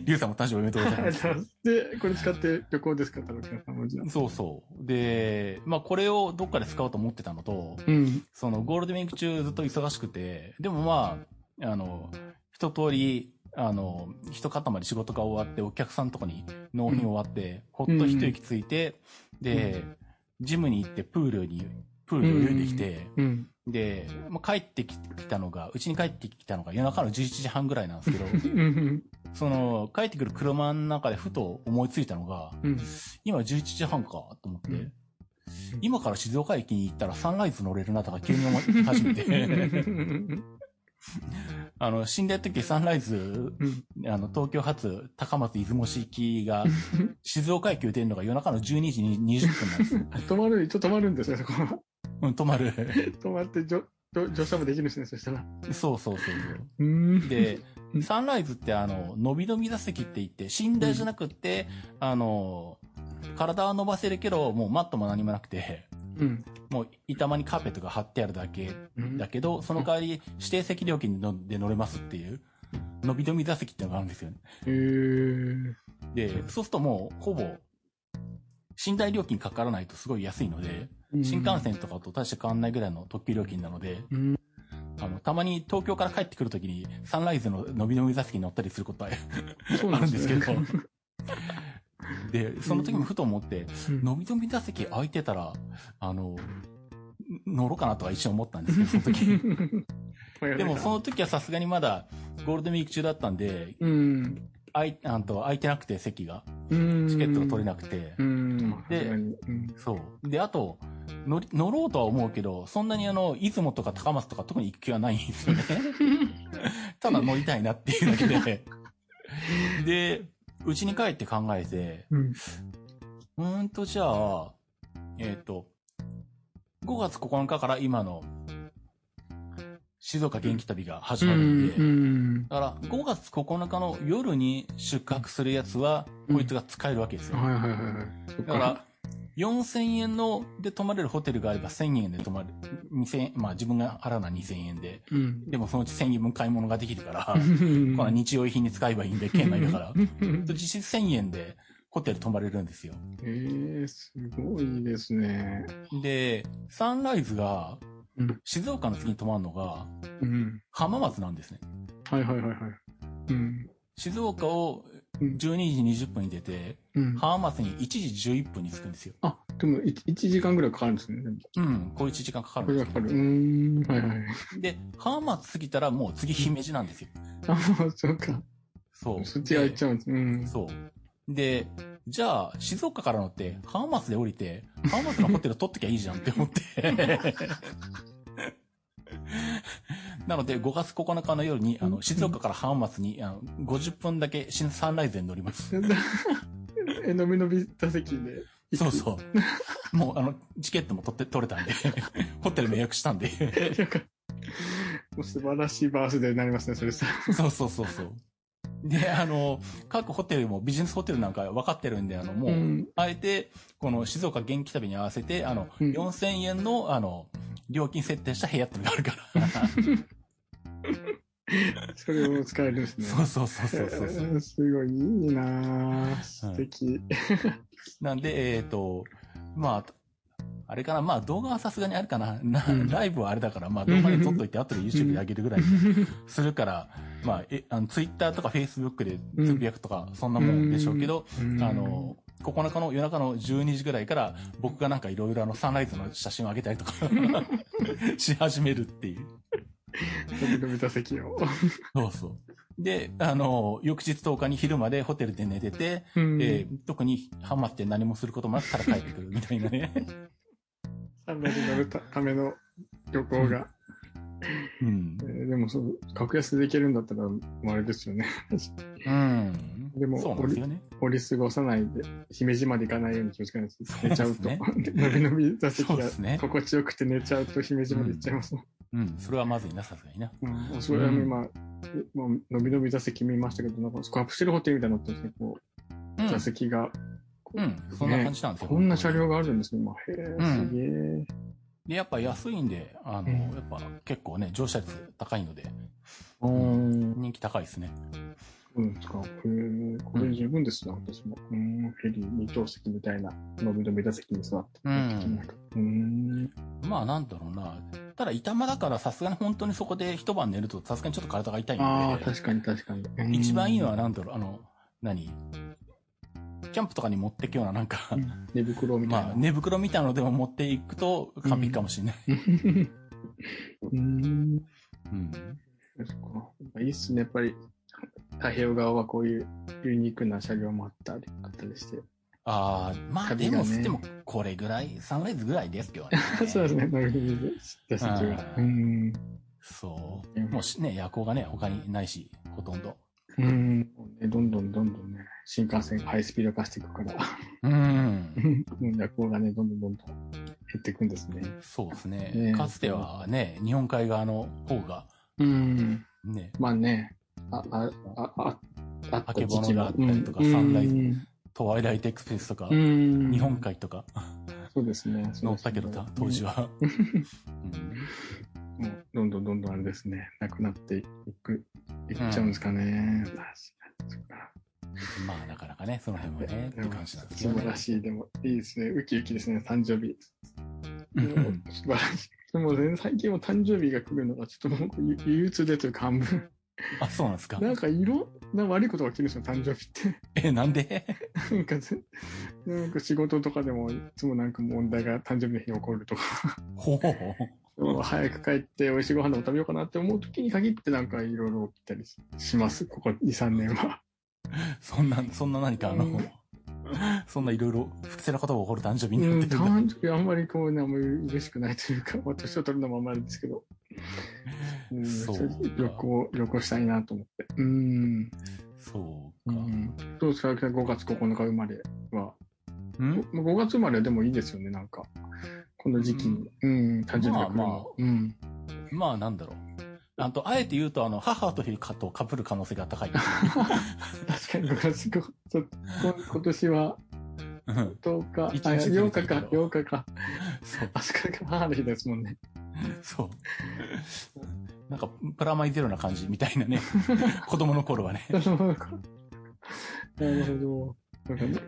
Speaker 1: リュウさんも誕生日おめでとうござい
Speaker 2: ありがと
Speaker 1: ま
Speaker 2: うございます。で、これ使って旅行ですか、田中さんもじゃあ
Speaker 1: す。そうそう。で、まあこれをどっかで使おうと思ってたのと、
Speaker 2: うん。
Speaker 1: そのゴールデンウィーク中ずっと忙しくて、でもまあ、あの、一通り、あの、一塊仕事が終わって、お客さんとかに納品終わって、ほっと一息ついて、で、ジムに行ってプールに、プールで泳いできて、
Speaker 2: うん。
Speaker 1: で、まあ、帰ってきたのが、うちに帰ってきたのが夜中の11時半ぐらいなんですけど、
Speaker 2: うん。
Speaker 1: その、帰ってくる車の中でふと思いついたのが、
Speaker 2: うん。
Speaker 1: 今11時半か、と思って、
Speaker 2: うん
Speaker 1: 今から静岡駅に行ったらサンライズ乗れるなとか急に思い始め
Speaker 2: [LAUGHS]
Speaker 1: て、あの、死んだ時サンライズ、あの、東京発高松出雲市行きが、静岡駅を出るのが夜中の12時に20分なんです。
Speaker 2: [LAUGHS] 止まる、一応止まるんですよ、そこは。
Speaker 1: うん、止まる。
Speaker 2: 止まって、じょ、乗乗車もできるしね、そしたら。
Speaker 1: そうそうそうそう。
Speaker 2: ん
Speaker 1: で、サンライズってあの、伸び伸び座席って言って、寝台じゃなくって、あの、体は伸ばせるけど、もうマットも何もなくて、
Speaker 2: うん。
Speaker 1: もう板間にカーペットが張ってあるだけ
Speaker 2: うん
Speaker 1: だけど、その代わり指定席料金で乗れますっていう、伸び伸び座席っていうのがあるんですよね。
Speaker 2: えー
Speaker 1: で、そうするともう、ほぼ、寝台料金かからないとすごい安いので、新幹。線とかと大して変わんないぐらいの特急料金なので、
Speaker 2: うん。
Speaker 1: あの、たまに東京から帰ってくるときに、サンライズの伸び伸び座席に乗ったりすることは
Speaker 2: そう [LAUGHS]
Speaker 1: あ
Speaker 2: な
Speaker 1: る
Speaker 2: ん
Speaker 1: ん
Speaker 2: で
Speaker 1: ですす
Speaker 2: け
Speaker 1: け
Speaker 2: ど
Speaker 1: ど。で、その時もふと思って、
Speaker 2: うん
Speaker 1: のびのび座席空いてたら、あの、乗ろうかなとは一瞬思ったんですけど、その時。でもその時はさすがにまだゴールデンウィーク中だったんで、
Speaker 2: うん。
Speaker 1: あい、あんと空いてなくて席が、
Speaker 2: うん。
Speaker 1: チケットが取れ
Speaker 2: い。
Speaker 1: なくて
Speaker 2: う、ん。
Speaker 1: で
Speaker 2: さすがにうん
Speaker 1: そう。で、あと、乗り、乗ろうとは思うけど、そんなにあの、出雲とか高松とか特に行く気はないんですよ
Speaker 2: [LAUGHS]
Speaker 1: ね。ただ乗りたいなっていうだけで。で、うちに帰って考えて、
Speaker 2: うん。
Speaker 1: うーんと、じゃあ、えっ、と、5月9日から今の、静岡元気旅が始まるんで、
Speaker 2: うん。
Speaker 1: だから、5月9日の夜に宿泊するやつは、こいつが使えるわけですよ。
Speaker 2: はいはいはいはい。そっ
Speaker 1: だから、4000円の、で泊まれるホテルがあれば1000円で泊まる。2000円、まあ自分が払うのは2000円で。
Speaker 2: うん。
Speaker 1: でもそのうち1000円分買い物ができるから、
Speaker 2: う
Speaker 1: [LAUGHS]
Speaker 2: ん、
Speaker 1: この日用品に使えばいいんで、県内だから。
Speaker 2: うん
Speaker 1: 実質1000円でホテル泊まれるんですよ。
Speaker 2: [LAUGHS] えー、すごいですね。
Speaker 1: で、サンライズが
Speaker 2: うん、
Speaker 1: 静岡の次に泊まるのが、
Speaker 2: うん。
Speaker 1: 浜松なんですね。
Speaker 2: はいはいはいはい。うん。
Speaker 1: 静岡を
Speaker 2: うん
Speaker 1: 12時20分に出て、
Speaker 2: うん。
Speaker 1: 浜松に1時11分に着くんですよ。
Speaker 2: あ、でも1、一時間ぐらいかかるんですね。でも
Speaker 1: うん、こういう1時間かか
Speaker 2: こ
Speaker 1: るんで
Speaker 2: れが
Speaker 1: す
Speaker 2: か
Speaker 1: けど
Speaker 2: かる。うーん。はいはい。
Speaker 1: で、浜松過ぎたらもう次姫路なんですよ。
Speaker 2: あ、もうそうか。
Speaker 1: そう。
Speaker 2: そっちが行っちゃうんです。うん
Speaker 1: [LAUGHS] で。そう。で、じゃあ、静岡から乗って、浜松で降りて、浜松のホテル取っときゃいいじゃんって思 [LAUGHS] って。なので、5月9日の夜に、あの、静岡から浜松に、あの、50分だけ新サンライズに乗ります。
Speaker 2: え、のびのび座席で。
Speaker 1: そうそう。もう、あの、チケットも取って、取れたんで、 [LAUGHS] ホテルも予約したんで。
Speaker 2: [LAUGHS] う。もう素晴らしいバースデーになりますね、それさ。 [LAUGHS]
Speaker 1: そうそうそうそう。で、あの、各ホテルもビジネスホテルなんか分かってるんで、あの、もう、
Speaker 2: ん。
Speaker 1: あえて、この静岡元気旅に合わせて、あの、
Speaker 2: うん
Speaker 1: 4000円の、あの、料金設定した部屋っていうのがあるから。
Speaker 2: [LAUGHS] それを使えるんですね。
Speaker 1: そうそうそうそうそうそう。
Speaker 2: えーすごい、いいなぁ素 [LAUGHS] 敵。
Speaker 1: なんで、えっ、と、まあ、あれかな、まあ動画はさすがにあるかな。な
Speaker 2: うん
Speaker 1: ライブはあれだから、まあ動画で撮っといて、後で YouTube で上げるぐらいするから、まあ、え、あの、Twitter とか Facebook でつぶやくとか、そんなもんでしょうけど、
Speaker 2: うん
Speaker 1: あの、9日の夜中の12時ぐらいから、僕がなんかいろいろあの、サンライズの写真を上げたり
Speaker 2: [LAUGHS]
Speaker 1: とか、し始めるっていう。
Speaker 2: のびのび座
Speaker 1: [LAUGHS]
Speaker 2: 席を。
Speaker 1: そうそう。で、あの、翌日10日に昼までホテルで寝てて、えー特にハマって何もすることもなくたら帰ってくるみたいなね。
Speaker 2: サンライズに乗るたための旅行が。
Speaker 1: うん
Speaker 2: え。ーでもそう、格安で行けるんだったら、もうあれですよね。
Speaker 1: うん。
Speaker 2: でも
Speaker 1: そうなんですよね。
Speaker 2: 折り過ごさないで、姫路まで行かないように気をつけないと。寝ちゃうと。
Speaker 1: そう
Speaker 2: のびのび座席
Speaker 1: そうで
Speaker 2: が
Speaker 1: すね
Speaker 2: 心地よくて寝ちゃうと姫路まで行っちゃいますもん。
Speaker 1: うん。それはまずいな、さすがにな。
Speaker 2: うん、それは今、もうのびのび座席見ましたけど、なんか、スカップしてるホテルみたいになってるんですね、こ
Speaker 1: う
Speaker 2: う、座
Speaker 1: ん。
Speaker 2: 席が。
Speaker 1: うん。そんな感じなんですよ。
Speaker 2: こんな車両があるんですね、今。へ
Speaker 1: う
Speaker 2: え、
Speaker 1: ん
Speaker 2: すげえ。
Speaker 1: で、やっぱ安いんで、あの、
Speaker 2: うん
Speaker 1: やっぱ結構ね、乗車率高いので、
Speaker 2: うん。
Speaker 1: 人気高いですね。
Speaker 2: うん、ですか。へえ、これ十分ですな、私も。うん、ヘリ二等席みたいな、のびのび座席に座って。
Speaker 1: うん。
Speaker 2: うん。
Speaker 1: まあ、なんだろうな。ただ、板間だからさすがに本当にそこで一晩寝ると、さすがにちょっと体が痛いんで。
Speaker 2: ああ、確かに確かに。うん
Speaker 1: 一番いいのはなんだろう、あの、何キャンプとかに持ってくようななんか、
Speaker 2: うん寝袋みたい
Speaker 1: まあ
Speaker 2: な。
Speaker 1: 寝袋みたいなのでも持っていくと完璧かもしれない。
Speaker 2: [LAUGHS] う
Speaker 1: う
Speaker 2: ん。
Speaker 1: ん。
Speaker 2: そっかいいっすね、やっぱり。太平洋側はこういうユニークな車両もあったり、あったりして。
Speaker 1: ああ、まあで
Speaker 2: 旅がね。
Speaker 1: も、でもこれぐらい、サンライズぐらいですけどね
Speaker 2: [LAUGHS] そうですね、乗り継ぎで出した席が。
Speaker 1: う
Speaker 2: うん。
Speaker 1: そう。もうしね、夜行がね、他にないし、ほとんど。
Speaker 2: うん。ねどんどんどんどんね、新幹線がハイスピード化していくから、
Speaker 1: うん。
Speaker 2: うん夜行がね、どんどんどんどん減っていくんですね。
Speaker 1: そうです
Speaker 2: ね
Speaker 1: ね。かつてはね、日本海側の方が、
Speaker 2: うん。
Speaker 1: ね、
Speaker 2: まあね、あ、あ、あ、あ、あった
Speaker 1: あけ
Speaker 2: 時期は
Speaker 1: ぼのがあったりとか
Speaker 2: うん
Speaker 1: サンライズ
Speaker 2: うん
Speaker 1: トワイライトエクスプレスとか、
Speaker 2: うん。
Speaker 1: 日本海とか
Speaker 2: そうですね。
Speaker 1: 乗ったけどた、当時
Speaker 2: は。 [LAUGHS]
Speaker 1: は。うん
Speaker 2: もうどんどんどんどんあれですね、なくなっていく、いっちゃうんですかね。確かにそっか
Speaker 1: まあ、なかなかね、その辺もね、って感じなんです
Speaker 2: 素
Speaker 1: よね。
Speaker 2: 晴らしい、でもいいですね。ウキウキですね、誕生日。
Speaker 1: うん
Speaker 2: 素晴らしい。でも全然最近は誕生日が来るのがちょっともう憂憂鬱でというか半分、
Speaker 1: あ、そうなんですか。
Speaker 2: なんか色、なんか悪いことが起きるんですよ、誕生日って。
Speaker 1: え、なんで [LAUGHS]
Speaker 2: なんかぜ、なんか仕事とかでも、いつもなんか問題が誕生日の日に起こるとか、
Speaker 1: ほう。
Speaker 2: 早く帰って美味しいご飯でも食べようかなって思う時に限ってなんかいろいろ起きたりしします、ここ2、3年は。
Speaker 1: そんな、そんな何かあの
Speaker 2: うん、
Speaker 1: [LAUGHS] そんないろいろ不正なことが起こる誕生日に
Speaker 2: う
Speaker 1: なんってるんだ。
Speaker 2: 誕生日あんまりこうね、あんまり嬉しくないというか、まあ、年を取るのもあんまりですけど、うん、
Speaker 1: そう
Speaker 2: ちょっと旅行、旅行したいなと思って。うん。
Speaker 1: そう
Speaker 2: う
Speaker 1: か。
Speaker 2: ん、どうですか、青木さん5月9日生まれは。
Speaker 1: うん
Speaker 2: まあ5月生まれはでもいいですよね、なんか。この時期に。うん、誕生日が来る
Speaker 1: まあまあ
Speaker 2: の。うん。
Speaker 1: まあ、なんだろう。あと、あえて言うと、あの、母というかと被る可能性が高い。
Speaker 2: 確かに5月5ちょっとこ今年は
Speaker 1: うん
Speaker 2: 10日、あ
Speaker 1: 一日ずれてるけ
Speaker 2: 8日
Speaker 1: ど
Speaker 2: か、8日か。
Speaker 1: [LAUGHS] そう、
Speaker 2: あそこが母の日ですもんね。
Speaker 1: そう。なんか、プラマイゼロな感じみたいな
Speaker 2: [LAUGHS]
Speaker 1: ね。子供の頃はね。
Speaker 2: なるほど。なるほど。なんかね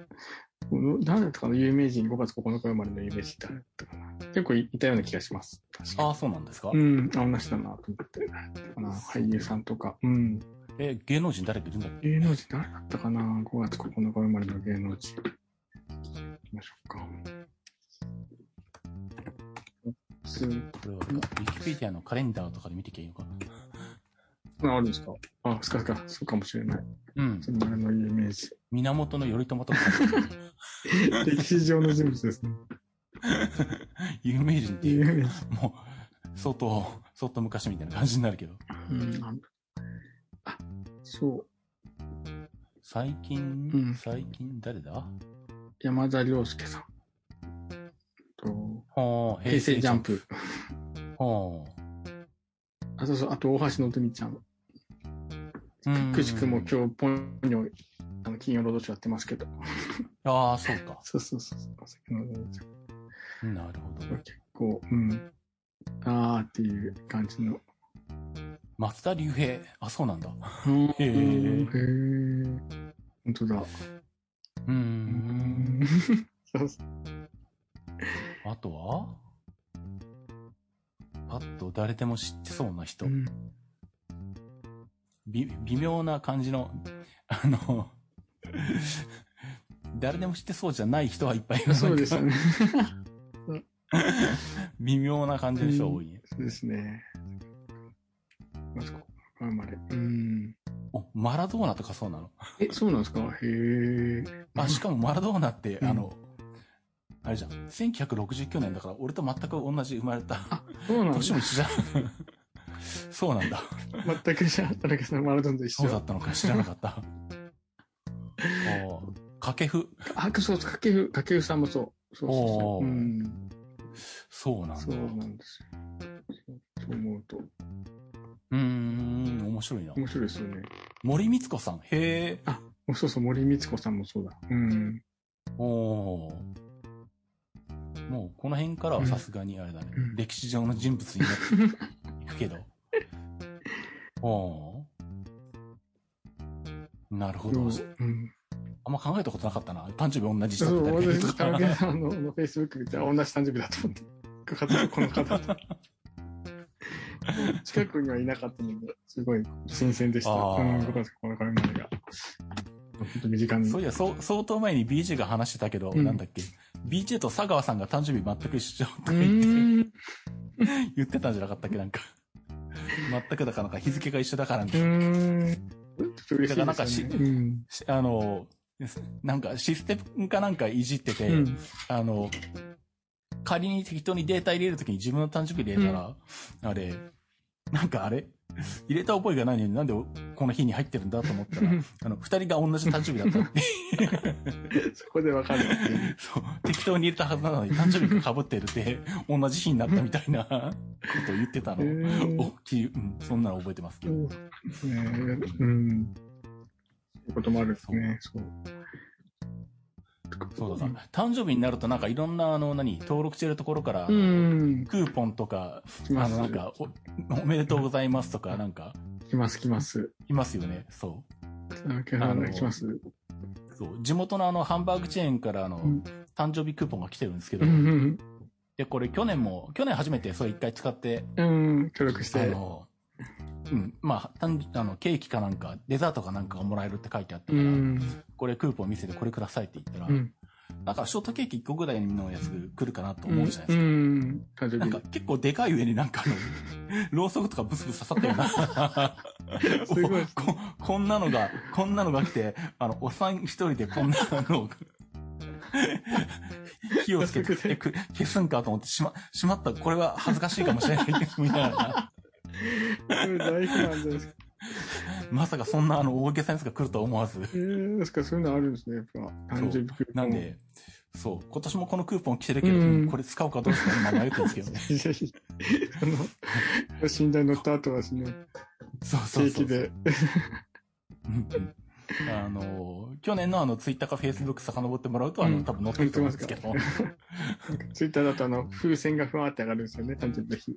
Speaker 2: この誰だったかな有名人、5月9日生まれの有名人誰だったかな結構いいたような気がします。確か
Speaker 1: ああ、そうなんですか
Speaker 2: に。うん、あ、同じだなと思って。誰だったかな俳優さんとか。うん。
Speaker 1: え、芸能人誰かいるんだっけ
Speaker 2: 芸能人誰だったかな ?5 月9日生まれの芸能人。行きましょうか。
Speaker 1: こ
Speaker 2: す
Speaker 1: れは、ウィキペディアのカレンダーとかで見てきゃいいのか。
Speaker 2: ああるんですかあ、すかすか、そうかもしれない。
Speaker 1: うん。
Speaker 2: そのあれの有名人。 [LAUGHS]
Speaker 1: 源頼朝とか、
Speaker 2: 歴史上の人物ですね。
Speaker 1: 有名人ってい
Speaker 2: 有
Speaker 1: う
Speaker 2: 名人。
Speaker 1: か、もう、相当、相当昔みたいな感じになるけど。
Speaker 2: うん、あのあ、そう、
Speaker 1: 最近、
Speaker 2: うん
Speaker 1: 最近誰だは
Speaker 2: 山田涼介さん。と
Speaker 1: あ、
Speaker 2: 平成ジャンプ。
Speaker 1: は
Speaker 2: あ、そうそう、あと大橋のぞみちゃん。
Speaker 1: あ。うん
Speaker 2: くしくも今日、ポニョ、あの、金曜ロードショーやってますけど。
Speaker 1: ああ、そうか。
Speaker 2: そうそうそうそう。大橋のぞみちゃん
Speaker 1: なるほど。
Speaker 2: 結構、うん。あーっていう感じの。
Speaker 1: 松田龍平。あ、そうなんだ。
Speaker 2: へ
Speaker 1: へー
Speaker 2: へー。本当だ。
Speaker 1: う。
Speaker 2: うんん。そうそう。
Speaker 1: あとはパッと誰でも知ってそうな人
Speaker 2: う。ん
Speaker 1: び微妙な感じの、あの、誰でも知ってそうじゃない人はいっぱいいる
Speaker 2: そうですよね。
Speaker 1: [LAUGHS] 微妙な感じの人が多いね。
Speaker 2: そうですね。まずここ生まれ。うん。
Speaker 1: お、マラドーナとかそうな
Speaker 2: [LAUGHS]
Speaker 1: の
Speaker 2: え、そうなんですかへえ。
Speaker 1: あ、しかもマラドーナって、
Speaker 2: うん
Speaker 1: あの、あれじゃん。1969年だから、俺と全く同じ生まれた。
Speaker 2: そうなんで
Speaker 1: 年
Speaker 2: す
Speaker 1: も一
Speaker 2: [LAUGHS]
Speaker 1: 緒じゃん。そうなんだ。
Speaker 2: 全くじゃあ、田中さん、マラドンと一
Speaker 1: そうだ
Speaker 2: 緒。
Speaker 1: ったのか知らなか
Speaker 2: [LAUGHS]
Speaker 1: った。ああ、掛布。
Speaker 2: あ、そうです。掛布、掛布さんもそう。そうそうそ
Speaker 1: お
Speaker 2: う。
Speaker 1: ー
Speaker 2: うん。
Speaker 1: そうなん
Speaker 2: そ
Speaker 1: だ。
Speaker 2: う
Speaker 1: う
Speaker 2: なんですよ。そう思うと、
Speaker 1: ーん、面白いな。
Speaker 2: 面白いですよね。
Speaker 1: 森光子さん。へえ。
Speaker 2: おそうそう、森光子さんもそうだ。うん。
Speaker 1: おおー。もう、この辺からはさすがにあれだね。
Speaker 2: うん
Speaker 1: 歴史上の人物に
Speaker 2: [LAUGHS]
Speaker 1: なっていくけど。おおー。なるほ
Speaker 2: そ
Speaker 1: ど。
Speaker 2: ううん。
Speaker 1: あんま考えたことなかったな。誕生日同じ人
Speaker 2: そ
Speaker 1: って
Speaker 2: う、
Speaker 1: 誰かいると
Speaker 2: 私、田
Speaker 1: か。
Speaker 2: 中さんのフェイスブック見たら同じ誕生日だと思って。この方この方
Speaker 1: [LAUGHS]
Speaker 2: と。近くにはいなかったので、すごい新鮮でした。
Speaker 1: あー
Speaker 2: うん、5月9日生まれが。本当短め。
Speaker 1: [LAUGHS] そういや、そう、相当前に BJ が話してたけど、
Speaker 2: うん
Speaker 1: なんだっけ。BJ と佐川さんが誕生日全く一緒と
Speaker 2: う
Speaker 1: か言って
Speaker 2: ーん。
Speaker 1: 言ってたんじゃなかったっけなんか。全くだからなんか日付が一緒だからなん
Speaker 2: う
Speaker 1: か、
Speaker 2: ーん。ちょっと嬉
Speaker 1: だ
Speaker 2: しい
Speaker 1: からなんか
Speaker 2: です
Speaker 1: し
Speaker 2: よね。うん。
Speaker 1: しあの、なんかシステムかなんかいじってて、
Speaker 2: うん。
Speaker 1: あの、仮に適当にデータ入れるときに自分の誕生日入れたら、あれ、なんかあれ入れた覚えがないのになんでこの日に入ってるんだと思ったら、あの、二人が同じ誕生日だったって
Speaker 2: そこでわかるって [LAUGHS] いう。
Speaker 1: そう、適当に入れたはずなのに誕生日が被ってるって、同じ日になったみたいなことを言ってたの。
Speaker 2: へ
Speaker 1: [LAUGHS]
Speaker 2: ー
Speaker 1: おきうん、そんなの覚えてますけ
Speaker 2: う
Speaker 1: ど。
Speaker 2: んうん。そういうこともあるんですね。そう。
Speaker 1: そうだから、誕生日になるとなんかいろんな、あの、何、登録してるところから、
Speaker 2: うん。
Speaker 1: クーポンとか、
Speaker 2: 来
Speaker 1: あ
Speaker 2: ま
Speaker 1: の、なん
Speaker 2: す。
Speaker 1: かお、おめでとうございますとか、なんか、
Speaker 2: 来ます、来ます。
Speaker 1: いますよね。そ
Speaker 2: 田中さんが来ます。
Speaker 1: う。そう。地元のあの、ハンバーグチェーンから、あの、
Speaker 2: うん
Speaker 1: 誕生日クーポンが来てるんですけ
Speaker 2: う
Speaker 1: ど、
Speaker 2: ん。
Speaker 1: で、これ去年も、去年初めてそれ一回使って、
Speaker 2: うん。協力し
Speaker 1: あ
Speaker 2: て。
Speaker 1: の、うん。まあ、単あの、ケーキかなんか、デザートかなんかがもらえるって書いてあった
Speaker 2: う
Speaker 1: から、
Speaker 2: ん。
Speaker 1: これクーポン見せてこれくださいって言ったら、
Speaker 2: うん。
Speaker 1: なんかショートケーキ1個ぐらいのやつ来るかなと思うじゃないです
Speaker 2: う
Speaker 1: か。
Speaker 2: ん。誕生
Speaker 1: なん
Speaker 2: 日
Speaker 1: か結構でかい上になんかあの、
Speaker 2: [LAUGHS]
Speaker 1: ろうそくとかブスブス刺さったような。
Speaker 2: すごいっす
Speaker 1: こ。こんなのが、こんなのが来て、あの、おっさん一人でこんなのを、 [LAUGHS] 火をつけてえく消すんかと思ってしま、しまった、これは恥ずかしいかもしれないって思いながら、 [LAUGHS]
Speaker 2: それ大事なんじゃないですか。
Speaker 1: まさかそんなあの大げさなやつが来るとは思わず。
Speaker 2: えー、ですからそういうのあるんですね、やっぱ。誕生日クーポン
Speaker 1: なん。で、そう、今年もこのクーポン来てるけど、
Speaker 2: うん
Speaker 1: これ使うかどうか [LAUGHS] 今迷ってるんですけどね。
Speaker 2: ぜひあの、診断乗った後はですね、
Speaker 1: そうそう
Speaker 2: 定
Speaker 1: そうそ
Speaker 2: 期
Speaker 1: う。
Speaker 2: で。
Speaker 1: うんうんあの、去年のあの、ツイッターかフェイスブック遡ってもらうと、あ
Speaker 2: う
Speaker 1: の、
Speaker 2: ん
Speaker 1: 多分載ってると思うんですけど。
Speaker 2: ツイッターだとあの、風船がふわーって上がるんですよね、誕生日の日。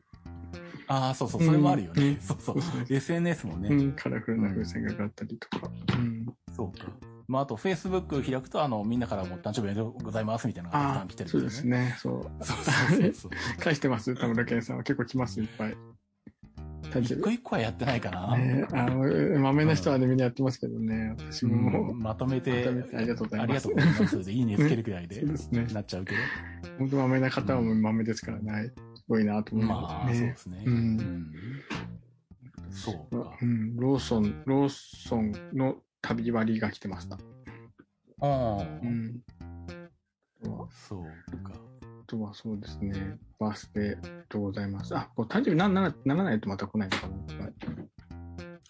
Speaker 1: ああ、そうそう、それもあるよね。
Speaker 2: うん
Speaker 1: そうそ
Speaker 2: そうそう
Speaker 1: う。SNS もね。
Speaker 2: うん、カラフルな風船が上がったりとか。うん。
Speaker 1: そうか。まあ、あと、Facebook 開くと、あの、みんなからも誕生日おめでとうございますみたいなのがたくさん来てる
Speaker 2: そうんで
Speaker 1: です
Speaker 2: す
Speaker 1: よね。
Speaker 2: ね、そう。
Speaker 1: そうそうそうそう。
Speaker 2: 返してます田村健さんは結構来ます、いっぱい。誕
Speaker 1: 一
Speaker 2: [LAUGHS] 生
Speaker 1: 個
Speaker 2: 日。
Speaker 1: 一個はやってないかな。
Speaker 2: ね、あの、まめな人はね、みんなやってますけどね、私
Speaker 1: う
Speaker 2: もも
Speaker 1: んまとめて、
Speaker 2: まとめてありがとうございます、
Speaker 1: ありがとうございますで、いいねつけるくらいうで
Speaker 2: [LAUGHS] そう、ですね。
Speaker 1: なっちゃうけど。
Speaker 2: 本当まめな方はもうまめですからね、すごいなと思い
Speaker 1: ま
Speaker 2: ま
Speaker 1: あ、
Speaker 2: す
Speaker 1: そう
Speaker 2: ね
Speaker 1: で。すね。
Speaker 2: うん
Speaker 1: うんそうか。
Speaker 2: うん、ローソン、ローソンの旅割が来てました。
Speaker 1: ああ、
Speaker 2: うん。あとは
Speaker 1: そうか。
Speaker 2: あとはそうですね。バースデーとございます。あ、こう誕生日なならならないとまた来ないのかな。はい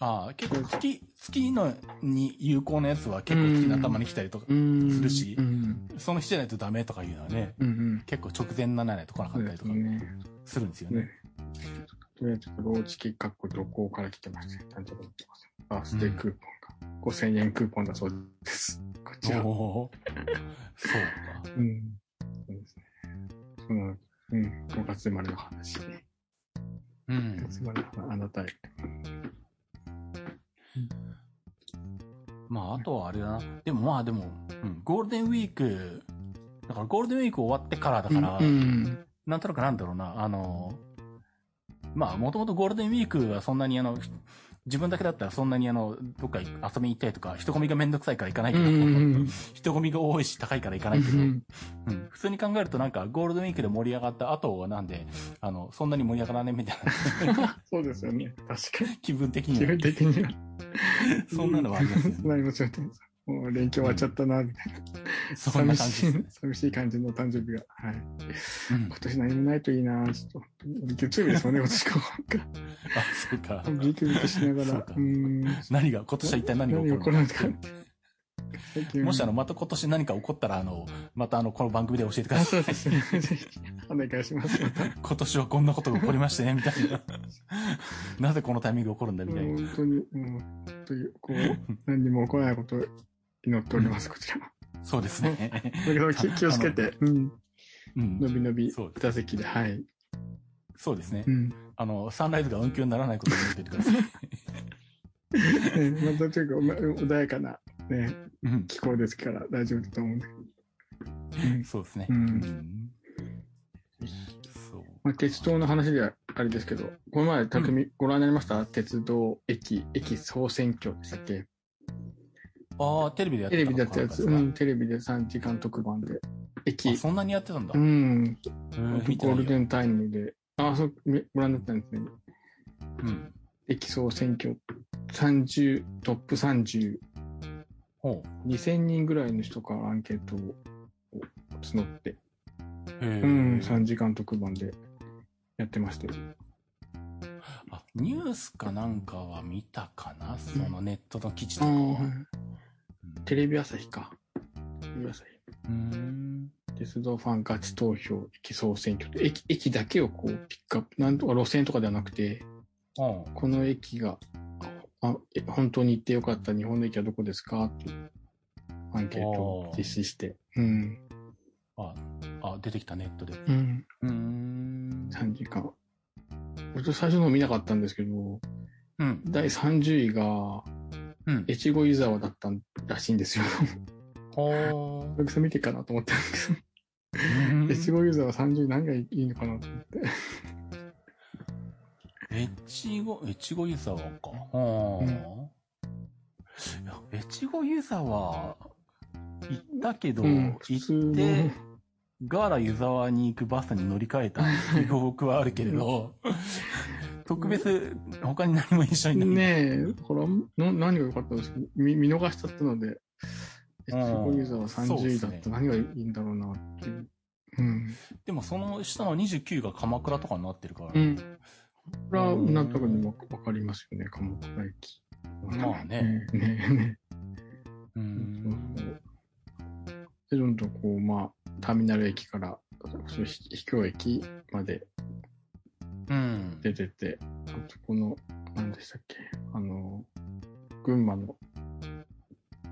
Speaker 1: ああ、結構月、月のに有効なやつは結構月の頭に来たりとか、
Speaker 2: うん
Speaker 1: するし
Speaker 2: うん。
Speaker 1: その日じゃないとダメとかいうのはね、
Speaker 2: うんうん。
Speaker 1: 結構直前にならないと来なか
Speaker 2: そう
Speaker 1: った
Speaker 2: で
Speaker 1: り
Speaker 2: す
Speaker 1: とか
Speaker 2: ね。
Speaker 1: するんですよね。
Speaker 2: ね。とりあえず、ローチキかっこ旅行から来てました。誕生日に来てました。バースデークーポンが、5000円クーポンだそうです。こちら。
Speaker 1: おお。そうか。
Speaker 2: うん。そうですね。その、うん、5月生まれの話。
Speaker 1: う
Speaker 2: 5
Speaker 1: ん
Speaker 2: 月。生まれのあなたへ。
Speaker 1: まあ、あとはあれだな。でもまあでも、うん、ゴールデンウィーク、だからゴールデンウィーク終わってからだから、
Speaker 2: うん。
Speaker 1: なんとなくなんだろうな、あの、まあ、もともとゴールデンウィークはそんなにあの、自分だけだったらそんなにあの、どっか遊びに行ったりとか、人混みがめんどくさいから行かないけど、
Speaker 2: うん
Speaker 1: [LAUGHS] 人混みが多いし高いから行か
Speaker 2: う
Speaker 1: ないけど、
Speaker 2: ん。
Speaker 1: うん普通に考えるとなんかゴールデンウィークで盛り上がった後はなんで、あの、そんなに盛り上がらねえみたいな [LAUGHS]
Speaker 2: そうですよね。確かに。
Speaker 1: 気分的
Speaker 2: 基
Speaker 1: には
Speaker 2: 本、的には。
Speaker 1: そんなのはありますよね。
Speaker 2: なりますよね。もう連休終わっちゃったな、みたい
Speaker 1: そん
Speaker 2: な。
Speaker 1: な
Speaker 2: 寂
Speaker 1: 感じ
Speaker 2: し
Speaker 1: で
Speaker 2: い
Speaker 1: すね、
Speaker 2: 寂しい感じの誕生日が。はい。
Speaker 1: うん
Speaker 2: 今年何もないといいな、ちょっと。月曜日ですもんね、今年か。
Speaker 1: あ、そうか。
Speaker 2: ビクビクしなが
Speaker 1: そう
Speaker 2: ら
Speaker 1: か。
Speaker 2: うん。
Speaker 1: 何が、今年は一体何が起こる
Speaker 2: 何が起こるのか最近
Speaker 1: もしあの、また今年何か起こったら、あの、またあの、この番組で教えてくだ
Speaker 2: [LAUGHS] あ、
Speaker 1: さ
Speaker 2: そ
Speaker 1: い。
Speaker 2: うですね。ぜひ、お願いしま
Speaker 1: [LAUGHS]
Speaker 2: す。また。
Speaker 1: 今年はこんなことが起こりましてね、みたいな。 [LAUGHS] なぜこのタイミング起こるんだ、みたいな。
Speaker 2: 本当に、うん、本当に、こう、何にも起こらないことを祈っており
Speaker 1: [LAUGHS]
Speaker 2: ます、こちら。だ
Speaker 1: そうですね。
Speaker 2: [LAUGHS] けど、気気をつけて、うん、
Speaker 1: うん
Speaker 2: のびのび
Speaker 1: そう、
Speaker 2: 打席で、はい。
Speaker 1: そうですね
Speaker 2: う。ん。 [LAUGHS]
Speaker 1: あの、サンライズが運休にならないことにっていてください。
Speaker 2: ねまたというか、お穏やかな、ね、
Speaker 1: うん。
Speaker 2: 気候ですから大丈夫だと思うんで。うん
Speaker 1: そうですね。
Speaker 2: う
Speaker 1: うんん。そう。
Speaker 2: まあ、鉄道の話ではあれですけど、この前、匠、ご覧になりました鉄道駅、駅総選挙でしたっけ
Speaker 1: ああ、テレビでやっ
Speaker 2: テ
Speaker 1: てた
Speaker 2: レビ
Speaker 1: の
Speaker 2: で
Speaker 1: か
Speaker 2: やったやつ、
Speaker 1: な
Speaker 2: うん
Speaker 1: か
Speaker 2: ん、テレビで3時間特番で。
Speaker 1: あ、
Speaker 2: 駅、
Speaker 1: そんなにやってたんだ。
Speaker 2: う
Speaker 1: え
Speaker 2: ん、
Speaker 1: ー見て
Speaker 2: ゴ
Speaker 1: ないよ
Speaker 2: ールデンタイムで、あ、そう、みご覧になったんですね。
Speaker 1: うん。
Speaker 2: 駅総選挙、30、トップ30、
Speaker 1: ほ
Speaker 2: 2000人ぐらいの人からアンケートを募って、
Speaker 1: う。へ
Speaker 2: うん、
Speaker 1: ー
Speaker 2: 3時間特番でやってましたよ。
Speaker 1: あ、ニュースかなんかは見たかなそのネットの記事と
Speaker 2: あ
Speaker 1: かは。
Speaker 2: ーテレビ朝日か。テレビ朝日。
Speaker 1: うん。
Speaker 2: 鉄道ファンガチ投票、駅総選挙で駅、駅だけをこうピックアップ、なんとか路線とかではなくて、
Speaker 1: ああ
Speaker 2: この駅が、あえ本当に行ってよかった日本の駅はどこですかっていうアンケートを実施して、うん、
Speaker 1: あ、あ、出てきたネットで。
Speaker 2: うん、
Speaker 1: うん
Speaker 2: 3時間。俺最初の見なかったんですけど、
Speaker 1: うん。
Speaker 2: 第30位が、
Speaker 1: うん。
Speaker 2: 越後湯沢だったらしいんですよ。 [LAUGHS]
Speaker 1: ほー
Speaker 2: 僕それ見てっかなと思ったんですけ
Speaker 1: うん
Speaker 2: ど、越後湯沢30位何がいいのかなと思って。
Speaker 1: え越後、越後湯沢か。はあ、
Speaker 2: うん
Speaker 1: いや、越後湯沢、行ったけど、
Speaker 2: うん普通
Speaker 1: 行っ
Speaker 2: の
Speaker 1: て、ガーラ湯沢に行くバスに乗り換えた記憶はあるけれど、特別、他に何も一緒にない。
Speaker 2: ねえ、ほら、な何が良かったんですか見見逃しちゃったので、エ
Speaker 1: うん
Speaker 2: ッチゴユーザーは30位だっ
Speaker 1: そ
Speaker 2: た。何がいいんだろうなっていう。うん。
Speaker 1: でもその下の29が鎌倉とかになってるから、
Speaker 2: うん。これは、なんとかにもわかりますよね、鴨倉駅。
Speaker 1: まあね。
Speaker 2: ねえね
Speaker 1: う
Speaker 2: え。
Speaker 1: ん
Speaker 2: そうそうで、どんどんこう、まあ、ターミナル駅から、そうひ秘境駅まで
Speaker 1: うん。
Speaker 2: 出てて、あそこの、何でしたっけ、あの、群馬の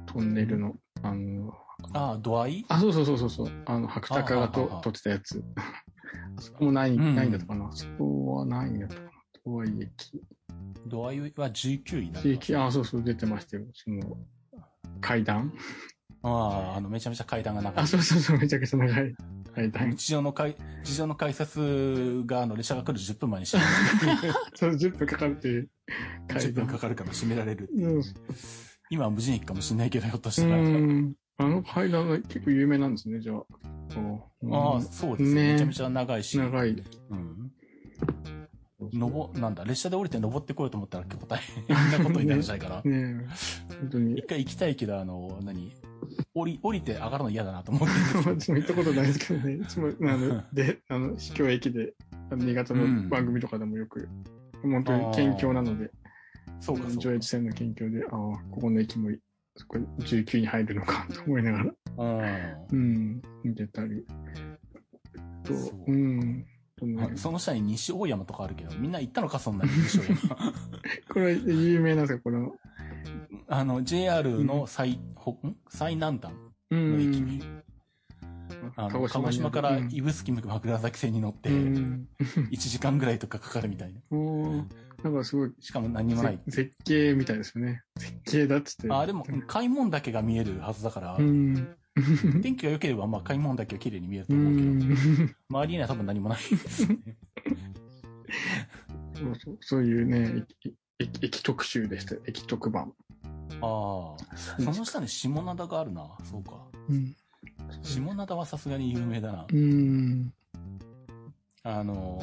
Speaker 2: トンネルの、あの、
Speaker 1: ああ、度合い
Speaker 2: あ、そうそうそうそうそう、あの、白鷹が
Speaker 1: あああ
Speaker 2: と
Speaker 1: あ
Speaker 2: 撮ってたやつ。 [LAUGHS] あそこもない、
Speaker 1: ん
Speaker 2: ないんだったかな。あそこはないんだったかな。とはいえ、き
Speaker 1: 度合いは19位にな
Speaker 2: 地
Speaker 1: りま
Speaker 2: 域、あ、そうそう、出てましたよ。その、階段
Speaker 1: ああ、あの、めちゃめちゃ階段が長い
Speaker 2: あ、。そうそうそう、めちゃくちゃ長い
Speaker 1: [LAUGHS]
Speaker 2: 階段。
Speaker 1: 地上の改、地上の改札が、あの、列車が来る10分前に閉められる。
Speaker 2: そう、10分かかるっていう
Speaker 1: 10
Speaker 2: 階
Speaker 1: 分
Speaker 2: 段。
Speaker 1: かかるから閉められる。
Speaker 2: うん
Speaker 1: 今は無人駅かもしれないけど、ひょっとし
Speaker 2: う
Speaker 1: たら。
Speaker 2: ん。あの階段が結構有名なんですね、じゃあ。
Speaker 1: ああ、
Speaker 2: あ
Speaker 1: そうですね
Speaker 2: ね
Speaker 1: めちゃめちゃ長いし。
Speaker 2: 長い。
Speaker 1: うん。のぼ、なんだ、列車で降りて登ってこようと思ったら結構大変なことになるじゃないかな。
Speaker 2: ねえ、本当に
Speaker 1: 一。回行きたいけど、あの、何降り、降りて上がるの嫌だなと思
Speaker 2: [LAUGHS]
Speaker 1: って。
Speaker 2: 私も行ったことないですけどね、いつも、あ
Speaker 1: [LAUGHS]
Speaker 2: の、で、あの、秘境駅で、あの新潟
Speaker 1: うん
Speaker 2: の番組とかでもよく、本当
Speaker 1: あー
Speaker 2: に県境なので、
Speaker 1: [LAUGHS] そうか、そうか
Speaker 2: 上越線の県境で、ああ、ここの駅も、そこ19に入るのかと思いながら、
Speaker 1: うん
Speaker 2: うん、見てたり。と
Speaker 1: そう、
Speaker 2: うん。とね
Speaker 1: あ。その下に西大山とかあるけど、みんな行ったのか、そんなに西大 [LAUGHS] 山。
Speaker 2: これ、有名なんですよ、この、
Speaker 1: あの、JR の最、ほん最南端
Speaker 2: う
Speaker 1: の駅
Speaker 2: ん
Speaker 1: に、。あの鹿児島から
Speaker 2: 行っ
Speaker 1: 指宿枕崎線に乗って、
Speaker 2: て、うん
Speaker 1: 1時間ぐらいとかかかるみたいな。
Speaker 2: おーなんかすごい、
Speaker 1: しかも何にもない
Speaker 2: ぜ。絶景みたいですよね。絶景だっつって。
Speaker 1: ああ、でも、開門だけが見えるはずだから
Speaker 2: う、ん。
Speaker 1: 天気が良ければ、まあ、開門だけは綺麗に見えると
Speaker 2: う
Speaker 1: 思うけど、
Speaker 2: ん
Speaker 1: 周りには多分何もないです [LAUGHS] ね。
Speaker 2: [LAUGHS] そうそうそういうね、駅駅駅特集でした。駅特番。
Speaker 1: ああ、その下に下灘があるな。そうか。
Speaker 2: うん。
Speaker 1: 下灘はさすがに有名だな。
Speaker 2: うん。
Speaker 1: あの、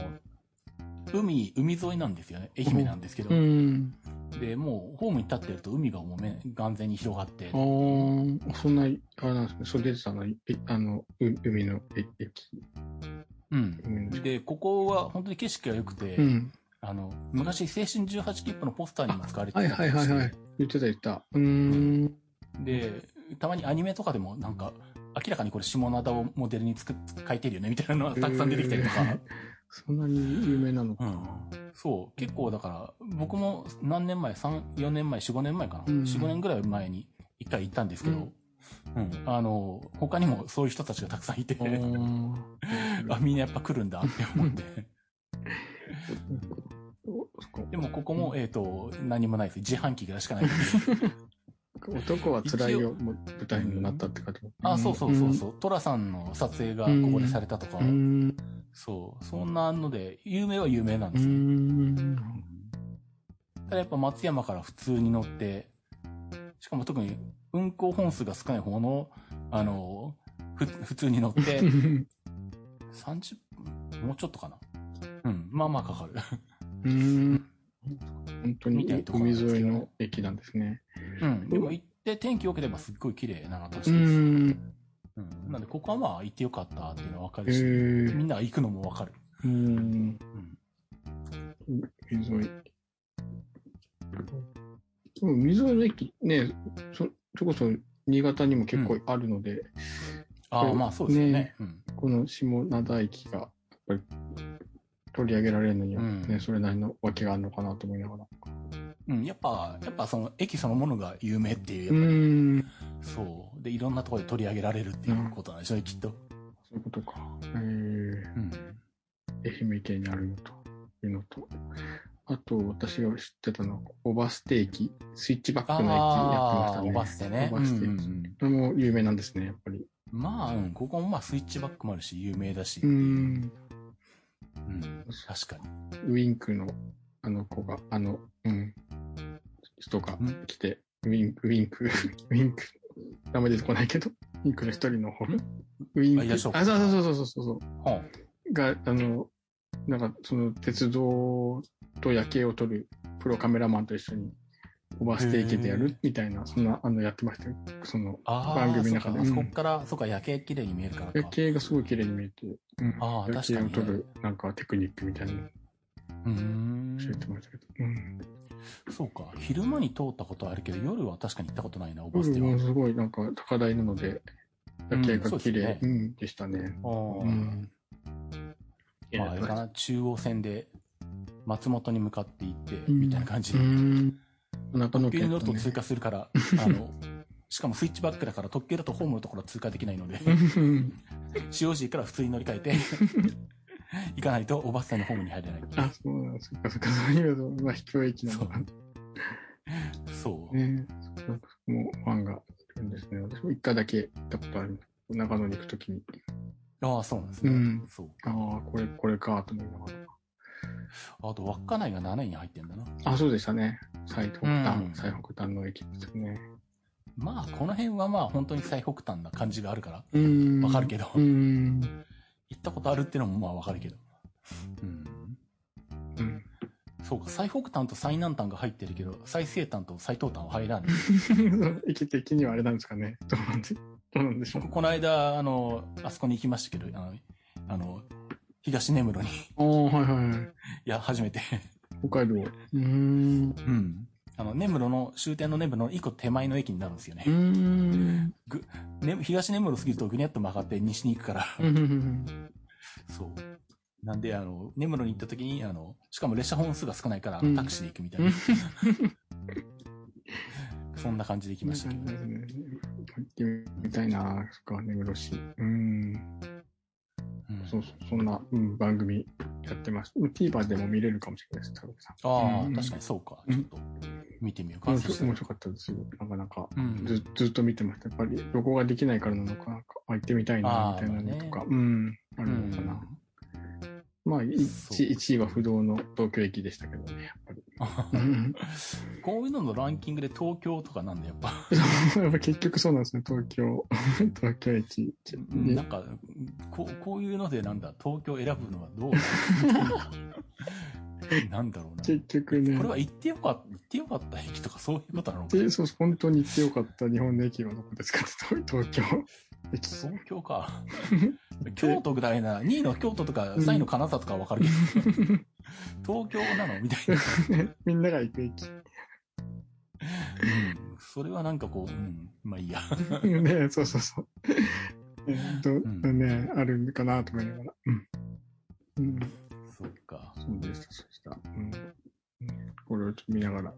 Speaker 1: 海、海沿いなんですよね。愛媛なんですけど
Speaker 2: う。ん。
Speaker 1: で、もう、ホームに立ってると海がもうめ、眼前に広がって
Speaker 2: あ、あ、そんな、あれなんですね。そう出てたの、えあの、う海の駅。駅
Speaker 1: うん。
Speaker 2: 海の
Speaker 1: で、ここは本当に景色が良くて、
Speaker 2: うん。
Speaker 1: あの、昔、青春18切符のポスターにも使われて
Speaker 2: はいはいはいはい。言ってた言ってた。うん。
Speaker 1: で、たまにアニメとかでもなんか、明らかにこれ下灘をモデルに作っ書いてるよねみたいなのがたくさん出てきたりと
Speaker 2: へ
Speaker 1: か
Speaker 2: ー。そんなに有名なの [LAUGHS] か
Speaker 1: う。ん。そう。結構だから、僕も何年前、3、4年前、4、5年前かな。
Speaker 2: うん
Speaker 1: 4、5年ぐらい前に一回行ったんですけど、うん。あの、他にもそういう人たちがたくさんいて、
Speaker 2: あー
Speaker 1: [LAUGHS] あ、みんなやっぱ来るんだって思って。
Speaker 2: おそっか
Speaker 1: でもここも、えっ、と、何もないです。自販機ぐらいしかない。
Speaker 2: 男は辛いよ、もう舞台になったって感じ。
Speaker 1: あ、そうそうそうそう。トラさんの撮影がここでされたとか、
Speaker 2: うん。
Speaker 1: そう。そんなので、有名は有名なん
Speaker 2: う
Speaker 1: ですよ。
Speaker 2: ん。
Speaker 1: ただやっぱ松山から普通に乗って、しかも特に運行本数が少ない方の、あの、ふ普通に乗って、30分もうちょっとかな。うん。まあまあかかる。
Speaker 2: うん。本当に
Speaker 1: みたいなとこなん
Speaker 2: 海
Speaker 1: ですけど
Speaker 2: 沿いの駅なんですね。
Speaker 1: うん。でも行って天気良ければすっごい綺麗な形です。うん。
Speaker 2: ん。
Speaker 1: なんでここはまあ行ってよかったっていうのはわか
Speaker 2: へ
Speaker 1: るし、
Speaker 2: え。
Speaker 1: みんなが行くのもわかる。
Speaker 2: うん。
Speaker 1: うん。
Speaker 2: 海沿い。でも海沿いの駅ね、そ、それこそ新潟にも結構あるので、
Speaker 1: ああ、
Speaker 2: うん
Speaker 1: まあそうですよね。
Speaker 2: ね
Speaker 1: うん。
Speaker 2: この下灘駅が、やっぱり取り上げられるのには
Speaker 1: う
Speaker 2: ね、
Speaker 1: ん
Speaker 2: それなりの訳があるのかなと思いながら。
Speaker 1: うん。やっぱ、やっぱその駅そのものが有名っていうう、やっ
Speaker 2: ん。
Speaker 1: ぱりそう。で、いろんなところで取り上げられるっていうことなんでしょうね、きっと。
Speaker 2: そういうことか。え
Speaker 1: う
Speaker 2: ー
Speaker 1: ん。
Speaker 2: 愛媛県にあるのというのと、あと私が知ってたのは、オバステーキ、スイッチバックの駅やってまし
Speaker 1: あ
Speaker 2: た
Speaker 1: あ、
Speaker 2: ね。
Speaker 1: オバステね。
Speaker 2: オバステ
Speaker 1: う
Speaker 2: ー
Speaker 1: んうんう
Speaker 2: キ。
Speaker 1: ん
Speaker 2: これも有名なんですね、やっぱり。
Speaker 1: まあ、うん、ここもまあスイッチバックもあるし、有名だし。
Speaker 2: うーん。
Speaker 1: うん確かに。
Speaker 2: ウインクのあの子が、あの、うん、人が来て、ウィンク、ウィンク、 [LAUGHS] ウィンク、名前出てこないけど、ウィンクの一人のほら、ウィン
Speaker 1: あい
Speaker 2: ク、
Speaker 1: や
Speaker 2: あ、
Speaker 1: そ
Speaker 2: そうう
Speaker 1: か
Speaker 2: そうそうそうそうそう、
Speaker 1: はあ
Speaker 2: が、あの、なんか、その、鉄道と夜景を撮るプロカメラマンと一緒に、オバステーキでや
Speaker 1: へ
Speaker 2: る
Speaker 1: ー
Speaker 2: みたいな、そんな、あの、やってましたよ。その、
Speaker 1: あー
Speaker 2: 番組の中で
Speaker 1: そうかあそうこ
Speaker 2: ん
Speaker 1: から、そうか、夜景綺麗に見えるからか。
Speaker 2: 夜景がすごい綺麗に見えて、うん
Speaker 1: ああ
Speaker 2: 夜景を
Speaker 1: 確か
Speaker 2: 撮
Speaker 1: にね
Speaker 2: る、なんか、テクニックみたいなの
Speaker 1: うーん。
Speaker 2: 教えてもらったけど、うん。
Speaker 1: そうか。昼間に通ったことはあるけど、夜は確かに行ったことないな、オバス
Speaker 2: 夜
Speaker 1: テは。
Speaker 2: もすごいなんか高台なので、
Speaker 1: うん
Speaker 2: 夜景が綺
Speaker 1: そうで
Speaker 2: 麗、
Speaker 1: す
Speaker 2: うんでしたね。
Speaker 1: あー
Speaker 2: うん。
Speaker 1: まあ、あれかな、中央線で松本に向かって行って、
Speaker 2: うん
Speaker 1: みたいな感じ
Speaker 2: う。ん。中野
Speaker 1: 特急に
Speaker 2: 県
Speaker 1: 乗る
Speaker 2: だと
Speaker 1: と
Speaker 2: ね
Speaker 1: 通過するから、あの、しかもスイッチバックだから特急だとホームのところは通過できないので、
Speaker 2: うん
Speaker 1: 使用時から普通に乗り換えて、
Speaker 2: [LAUGHS]
Speaker 1: 行かないとおばっさんのホームに入れない。
Speaker 2: [LAUGHS] あ、そうなんそっかそっか、そういうの、まあ、秘境駅なのか
Speaker 1: そう。
Speaker 2: ね。そこもファンがいるんですね。私も一回だけ行ったことある。中野に行くときに、
Speaker 1: ああ、そうなんですね。
Speaker 2: うん
Speaker 1: そう。
Speaker 2: ああ、これ、これか、と思いなが
Speaker 1: あと、稚内が7位に入ってんだな。
Speaker 2: ら。あ、そうでしたね。最北端、
Speaker 1: うん
Speaker 2: 最北端の駅ですね。
Speaker 1: まあ、この辺はまあ、本当に最北端な感じがあるから、
Speaker 2: うん
Speaker 1: わかるけど、
Speaker 2: う
Speaker 1: 行
Speaker 2: ん。
Speaker 1: ったことあるってのもまあわかるけど。うん。
Speaker 2: うん。
Speaker 1: そうか、最北端と最南端が入ってるけど、最西端と最東端は入
Speaker 2: [LAUGHS]
Speaker 1: らない。
Speaker 2: 駅的にはあれなんですかね。どうなんで、どうなんでしょう
Speaker 1: 僕、。この間、あの、あそこに行きましたけど、あの、あの東根室に、い
Speaker 2: ああ、はいはいはい。
Speaker 1: や、初めて。
Speaker 2: 北海道。うーん。
Speaker 1: うん。あの、根室の、終点の根室の一個手前の駅になるんですよね
Speaker 2: うー。ん。
Speaker 1: ね、東根室過ぎるとぐにゃっと曲がって西に行くから。
Speaker 2: うん。
Speaker 1: そう。なんで、あの、根室に行った時に、あの、しかも列車本数が少ないから、
Speaker 2: うん
Speaker 1: タクシーで行くみたいな。そんな感じで行きましたけど。
Speaker 2: 行ってみたいな、そっか、根室市。うーん。
Speaker 1: うん
Speaker 2: そうそう、そんな、うん、番組やってます。TVer でも見れるかもしれないです、多分さん。
Speaker 1: あ
Speaker 2: う
Speaker 1: あ、
Speaker 2: ん
Speaker 1: 確かにそうか。
Speaker 2: うん
Speaker 1: ちょっと、見てみようか。
Speaker 2: 面
Speaker 1: そした
Speaker 2: 白
Speaker 1: ら
Speaker 2: 面白かったですよ。なかなか。
Speaker 1: うん
Speaker 2: ずずっと見てました。やっぱり、旅行ができないからなのか、なんかあ行ってみたいな、
Speaker 1: あー
Speaker 2: みたいなのとか、うん、あ
Speaker 1: う
Speaker 2: るのかな。
Speaker 1: ん
Speaker 2: まあ、
Speaker 1: そう
Speaker 2: 1, 一位は不動の東京駅でしたけどね、やっぱり。うん [LAUGHS]
Speaker 1: こういうののランキングで東京とかなんだ、やっぱ。
Speaker 2: やっぱ結局そうなんですね、東京、 [LAUGHS] 東京駅。
Speaker 1: うん
Speaker 2: ね
Speaker 1: なんか、こう、こういうのでなんだ、東京選ぶのは
Speaker 2: [LAUGHS]
Speaker 1: どうなのなんだろうな。
Speaker 2: 結局ね、
Speaker 1: これは行ってよかった、行ってよかった駅とかそういうことなのか
Speaker 2: でそう本当に行ってよかった日本の駅はどこですか東東京
Speaker 1: [LAUGHS]
Speaker 2: 駅。
Speaker 1: 東京
Speaker 2: [LAUGHS]
Speaker 1: か。京都ぐらいな、2位の京都とか、
Speaker 2: うん
Speaker 1: 3位の金沢とかはわかるけど、東京なのみたいな。
Speaker 2: [LAUGHS] ねみんなが行く駅。
Speaker 1: うんそれはなんかこう、うん、まあいいや。
Speaker 2: ねそうそうそう。えーど
Speaker 1: ん
Speaker 2: ねあるんかなと思いながら。うん。うん、
Speaker 1: そうか。
Speaker 2: そうでした、そうでした。うん。これをちょっと見ながら、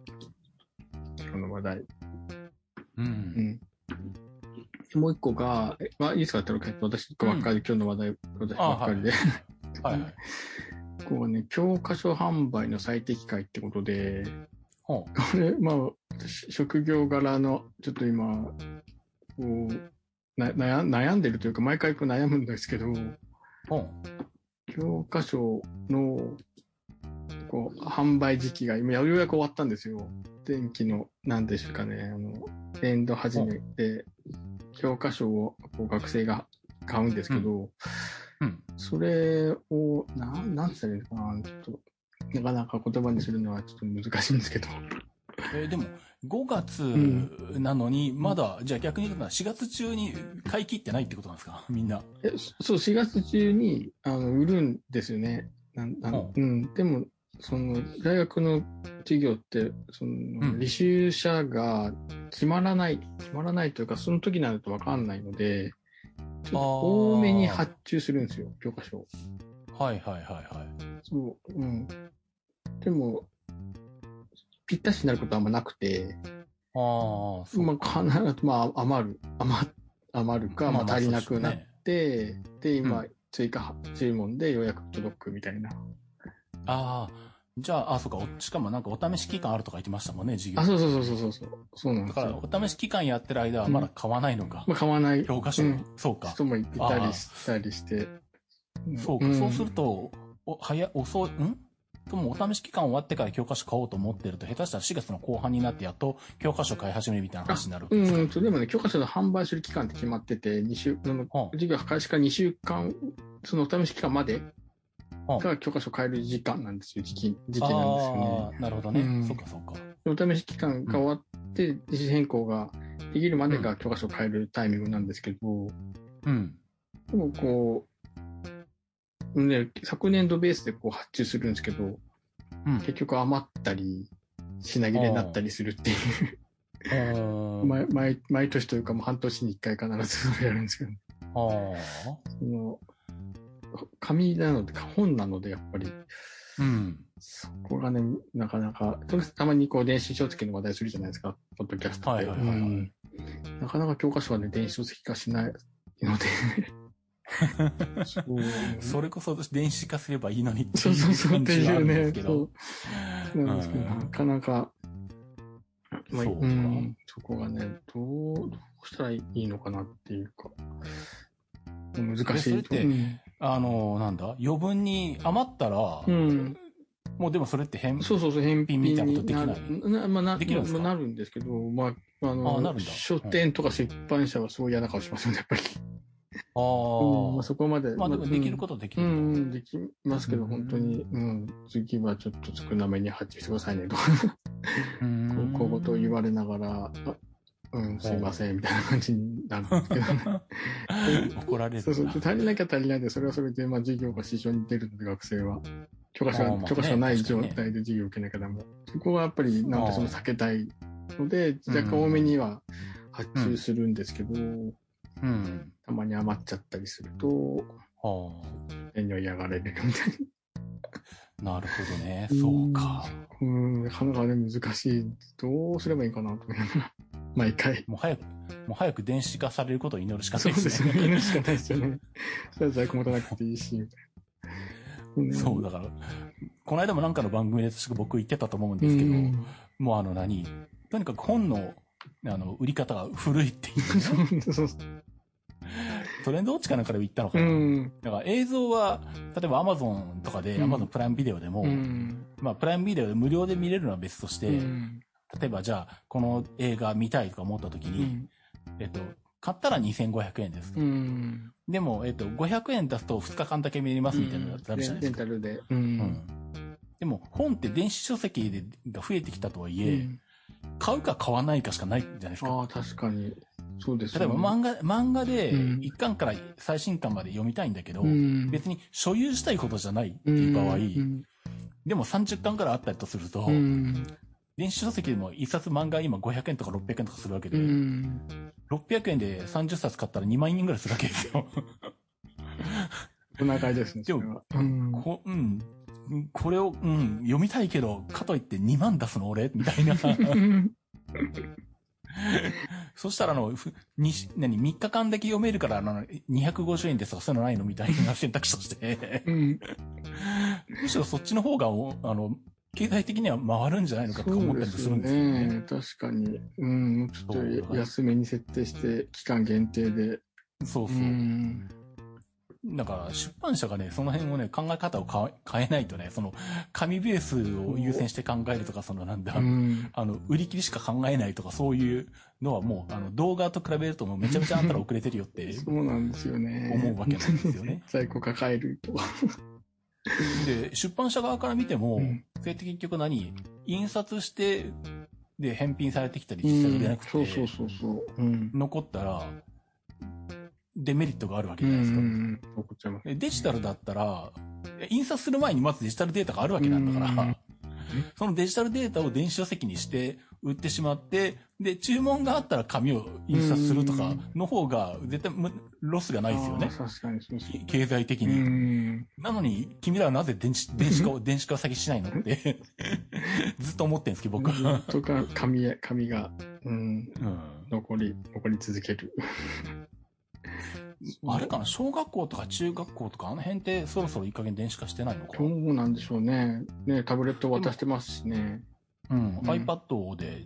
Speaker 2: 今日の話題。
Speaker 1: う。
Speaker 2: うんん。もう一個が、えまあ、いいですかって私一個ばっかりで、今日の話題、私ばっかりで。
Speaker 1: はいはい。
Speaker 2: こうね、教科書販売の最適解ってことで、
Speaker 1: ほ
Speaker 2: これ、 [LAUGHS] まあ、私職業柄の、ちょっと今、こう、な悩悩んでるというか、毎回こう悩むんですけど、
Speaker 1: う。ほう。
Speaker 2: 教科書の、こう、販売時期が今、ようやく終わったんですよ。電気の、なんでしょうかね、あの、年度始めて、教科書をこう学生が買うんですけど、
Speaker 1: うん。
Speaker 2: それを、なん、なんつったらいいのかな、ちょっと、なかなか言葉にするのはちょっと難しいんですけど。
Speaker 1: えーでも、5月
Speaker 2: ん
Speaker 1: なのに、まだ、じゃあ逆に言うと4月中に買い切ってないってことなんですか [LAUGHS] みんな。
Speaker 2: え、そう、4月中に、あの、売るんですよね。なん、なん
Speaker 1: うん
Speaker 2: うん。でも、その、大学の授業って、その、
Speaker 1: うん
Speaker 2: 履修者が決まらない、決まらないというか、その時になるとわかんないので、ちょっと多めに発注するんですよ、教科書を。
Speaker 1: はいはいはいはい。
Speaker 2: そう、うん。でも、ぴったしになることはあんまなくて、
Speaker 1: ああ、そう。
Speaker 2: まあ、必ず、まあ、余る。余、余るか、まあ、足りなくなっ
Speaker 1: まあまあそうですね
Speaker 2: て、で、今、
Speaker 1: う
Speaker 2: 追加注文でようやく届くみたいな。
Speaker 1: ああ、じゃあ、あ、そうか。おしかもなんかお試し期間あるとか言ってましたもんね、授業
Speaker 2: あ、。そうそうそうそうそう。そうなん
Speaker 1: だ
Speaker 2: です
Speaker 1: から、
Speaker 2: よ。
Speaker 1: お試し期間やってる間はまだ買わないのか。
Speaker 2: まあ、買わない
Speaker 1: 教科書、
Speaker 2: うん
Speaker 1: そうか。
Speaker 2: 人もいたりしたりして。
Speaker 1: そうか、
Speaker 2: ん
Speaker 1: そうすると、お、早、遅い、んでもお試し期間終わってから教科書買おうと思ってると、下手したら4月の後半になってやっと教科書買い始めるみたいな話になる。
Speaker 2: うん、それでもね、教科書の販売する期間って決まってて、二週、その
Speaker 1: は
Speaker 2: 授業開始から2週間、そのお試し期間まで
Speaker 1: あ
Speaker 2: が教科書変える時間なんですよ、時期、時期
Speaker 1: あ
Speaker 2: なんですよね。
Speaker 1: ーなるほどね。
Speaker 2: うん
Speaker 1: そっかそっか。
Speaker 2: お試し期間が終わって、自主変更ができるまでが教科書変えるタイミングなんですけど、
Speaker 1: うん。
Speaker 2: でもこう、ね、昨年度ベースでこう発注するんですけど、
Speaker 1: うん。
Speaker 2: 結局余ったり、品切れになったりするっていう。
Speaker 1: うん
Speaker 2: 毎毎毎年というか、もう半年に1回必ずそれやるんですけど、
Speaker 1: ああ。
Speaker 2: その紙なので、本なので、やっぱり、
Speaker 1: うん。
Speaker 2: そこがね、なかなか、それたまにこう電子書籍の話題するじゃないですか、ポッドキャストで。
Speaker 1: はいはいはいはい
Speaker 2: うんなかなか教科書はね、電子書籍化しない
Speaker 1: [LAUGHS]
Speaker 2: ので。そう
Speaker 1: それこそ電子化すればいいのにって
Speaker 2: そう
Speaker 1: い
Speaker 2: [LAUGHS] そう
Speaker 1: う
Speaker 2: そう、
Speaker 1: 感
Speaker 2: って
Speaker 1: じは
Speaker 2: い
Speaker 1: あ
Speaker 2: う
Speaker 1: るんで
Speaker 2: ね
Speaker 1: す、け
Speaker 2: そ
Speaker 1: ど。
Speaker 2: うなんですけど、
Speaker 1: うん
Speaker 2: なかなか、まあ
Speaker 1: そうか
Speaker 2: ん、そこがね、どう、どうしたらいいのかなっていうか、難
Speaker 1: え
Speaker 2: し
Speaker 1: それっ
Speaker 2: いと。
Speaker 1: て
Speaker 2: うん
Speaker 1: あの、なんだ余分に余ったら、
Speaker 2: うん、
Speaker 1: もうでもそれって変、
Speaker 2: そうそうそう、返品
Speaker 1: みたいなこと
Speaker 2: に
Speaker 1: できない
Speaker 2: ななまあ、な
Speaker 1: できるんですか
Speaker 2: まあなるんですけど、まあ、あ
Speaker 1: あな
Speaker 2: の
Speaker 1: るんだ
Speaker 2: 書店とか出版社はそう嫌な顔しますよね、やっぱり。
Speaker 1: あ
Speaker 2: うんまあ、
Speaker 1: あ。
Speaker 2: そこまで。
Speaker 1: まあでもできる
Speaker 2: と
Speaker 1: ことはでき
Speaker 2: う
Speaker 1: る
Speaker 2: ん、
Speaker 1: ん
Speaker 2: う
Speaker 1: だ。
Speaker 2: ん、できますけど、
Speaker 1: うん
Speaker 2: 本当に、うん、次はちょっと少なめに発注してくださいね、とか、
Speaker 1: う
Speaker 2: こ
Speaker 1: ん
Speaker 2: う小言を言われながら、あうん、すいません、みたいな感じになるんです
Speaker 1: [LAUGHS]
Speaker 2: けど、ね、
Speaker 1: 怒られる
Speaker 2: そうそう、
Speaker 1: な
Speaker 2: で足りなきゃ足りないで、それはそれで、まあ、授業が支障に出るので、学生は。教科書
Speaker 1: あーま
Speaker 2: は
Speaker 1: あね
Speaker 2: 教科書がない
Speaker 1: 確かに
Speaker 2: 状
Speaker 1: ね
Speaker 2: 態で授業を受けなきゃダメ。そこはやっぱり、なん
Speaker 1: あー
Speaker 2: でその避けたいので、若干多めには発注するんですけど、
Speaker 1: うん。
Speaker 2: たまに余っちゃったりすると、
Speaker 1: は
Speaker 2: 家には嫌がられるみたい
Speaker 1: あ。なるほどね。
Speaker 2: うん
Speaker 1: そうか。
Speaker 2: な。 [LAUGHS] うん、なかなかね、難しい。どうすればいいかなと思いながら、 [LAUGHS] 毎回。
Speaker 1: もう早く、もう早く電子化されることを祈るしかな
Speaker 2: そ
Speaker 1: いうで
Speaker 2: です
Speaker 1: す
Speaker 2: ね。
Speaker 1: [LAUGHS] ね。
Speaker 2: 犬しかないですよね。それは在庫持たなくていいし、みたいな。ん
Speaker 1: そう、だから、この間もなんかの番組で確か僕言ってたと思うんですけど、
Speaker 2: うん
Speaker 1: もうあの何とにかく本の、あの、売り方が古いっていう、ね、
Speaker 2: そうそうそう。
Speaker 1: トレンドウォッチかなんかでも言ったのか
Speaker 2: う
Speaker 1: な。
Speaker 2: ん。
Speaker 1: だから映像は、例えば Amazon とかで、
Speaker 2: うん
Speaker 1: Amazon プライムビデオでも、
Speaker 2: うん。
Speaker 1: まあプライムビデオで無料で見れるのは別として、
Speaker 2: うん
Speaker 1: 例えばじゃあ、この映画見たいとか思った時
Speaker 2: う
Speaker 1: に、
Speaker 2: ん。
Speaker 1: えっと、買ったら2500円です。
Speaker 2: うん。
Speaker 1: でも、えっと、500円出すと2日間だけ見れますみたいなのダメじゃないで
Speaker 2: レン
Speaker 1: す
Speaker 2: タ
Speaker 1: か。
Speaker 2: ルで。う。
Speaker 1: うんん。でも、本って電子書籍でが増えてきたとはいえ、
Speaker 2: うん
Speaker 1: 買うか買わないかしかないじゃないですか。
Speaker 2: ああ、確かに。そうです
Speaker 1: 例えば漫画、漫画で
Speaker 2: うん
Speaker 1: 1巻から最新巻まで読みたいんだけど、
Speaker 2: うん
Speaker 1: 別に所有したいことじゃないっていう場合、
Speaker 2: うん
Speaker 1: でも30巻からあったりとすると、
Speaker 2: うん。
Speaker 1: 電子書籍でも1冊漫画今500円とか600円とかするわけ
Speaker 2: う
Speaker 1: で、
Speaker 2: ん。
Speaker 1: 600円で30冊買ったら2万円ぐらいするわけですよ。
Speaker 2: お腹ですね。
Speaker 1: でも
Speaker 2: それはうん
Speaker 1: こうんうんこれを、うん、読みたいけど、かといって2万出すの俺みたいな。そしたらあの、ふに何、3日間だけ読めるから、あの、250円ですとかそういうのないのみたいな選択肢と
Speaker 2: [LAUGHS]
Speaker 1: して。
Speaker 2: うん。
Speaker 1: むしろそっちの方がお、あの、経済的には回るんじ [LAUGHS] ゃないのかとか思ったりもするんですよね。
Speaker 2: そうですよね確かに。うん。もうちょ
Speaker 1: そうだ
Speaker 2: っ
Speaker 1: か
Speaker 2: と
Speaker 1: ら
Speaker 2: 安めに設定して、期間限定で。
Speaker 1: そうそう。
Speaker 2: うん。
Speaker 1: だから、出版社がね、その辺をね、考え方を変え変えないとね、その、紙ベースを優先して考えるとか、そのなんだ、
Speaker 2: うん。
Speaker 1: あの、売り切りしか考えないとか、そういうのはもう、あの、動画と比べるともうめちゃめちゃあんたら遅れてるよって
Speaker 2: そうなんですよね。
Speaker 1: 思うわけなんですよね。
Speaker 2: [LAUGHS] 在庫抱えると。
Speaker 1: で、出版社側から見ても、
Speaker 2: うん
Speaker 1: それって結局何印刷して、で、返品されてきたり
Speaker 2: う
Speaker 1: 実際売れなんくて、
Speaker 2: そうそうそうそう。うん。
Speaker 1: 残ったら、デメリットがあるわけ
Speaker 2: う
Speaker 1: じゃないですか。
Speaker 2: ん。残っちゃいます。
Speaker 1: でデジタルだったら、印刷する前にまずデジタルデータがあるわけなんだから、
Speaker 2: うん
Speaker 1: [LAUGHS] そのデジタルデータを電子書籍にして売ってしまって、で、注文があったら紙を印刷するとかの方が絶対むロスがないですよね
Speaker 2: あ。ー確かにそうですね。
Speaker 1: き経済的
Speaker 2: う
Speaker 1: に。
Speaker 2: ん。
Speaker 1: なのに、君らはなぜ電子電子
Speaker 2: [LAUGHS]
Speaker 1: 化を、電子化を先しないのって、ずっと思ってるんですけど、僕は。
Speaker 2: とか、紙へ、紙が、うん、
Speaker 1: うん
Speaker 2: 残り、残り続ける。
Speaker 1: あれかな小学校とか中学校とか、あの辺ってそろそろいい加減電子化してないのか
Speaker 2: どうなんでしょうね。ね、タブレット渡してますしね。
Speaker 1: うん、
Speaker 2: ん
Speaker 1: iPad で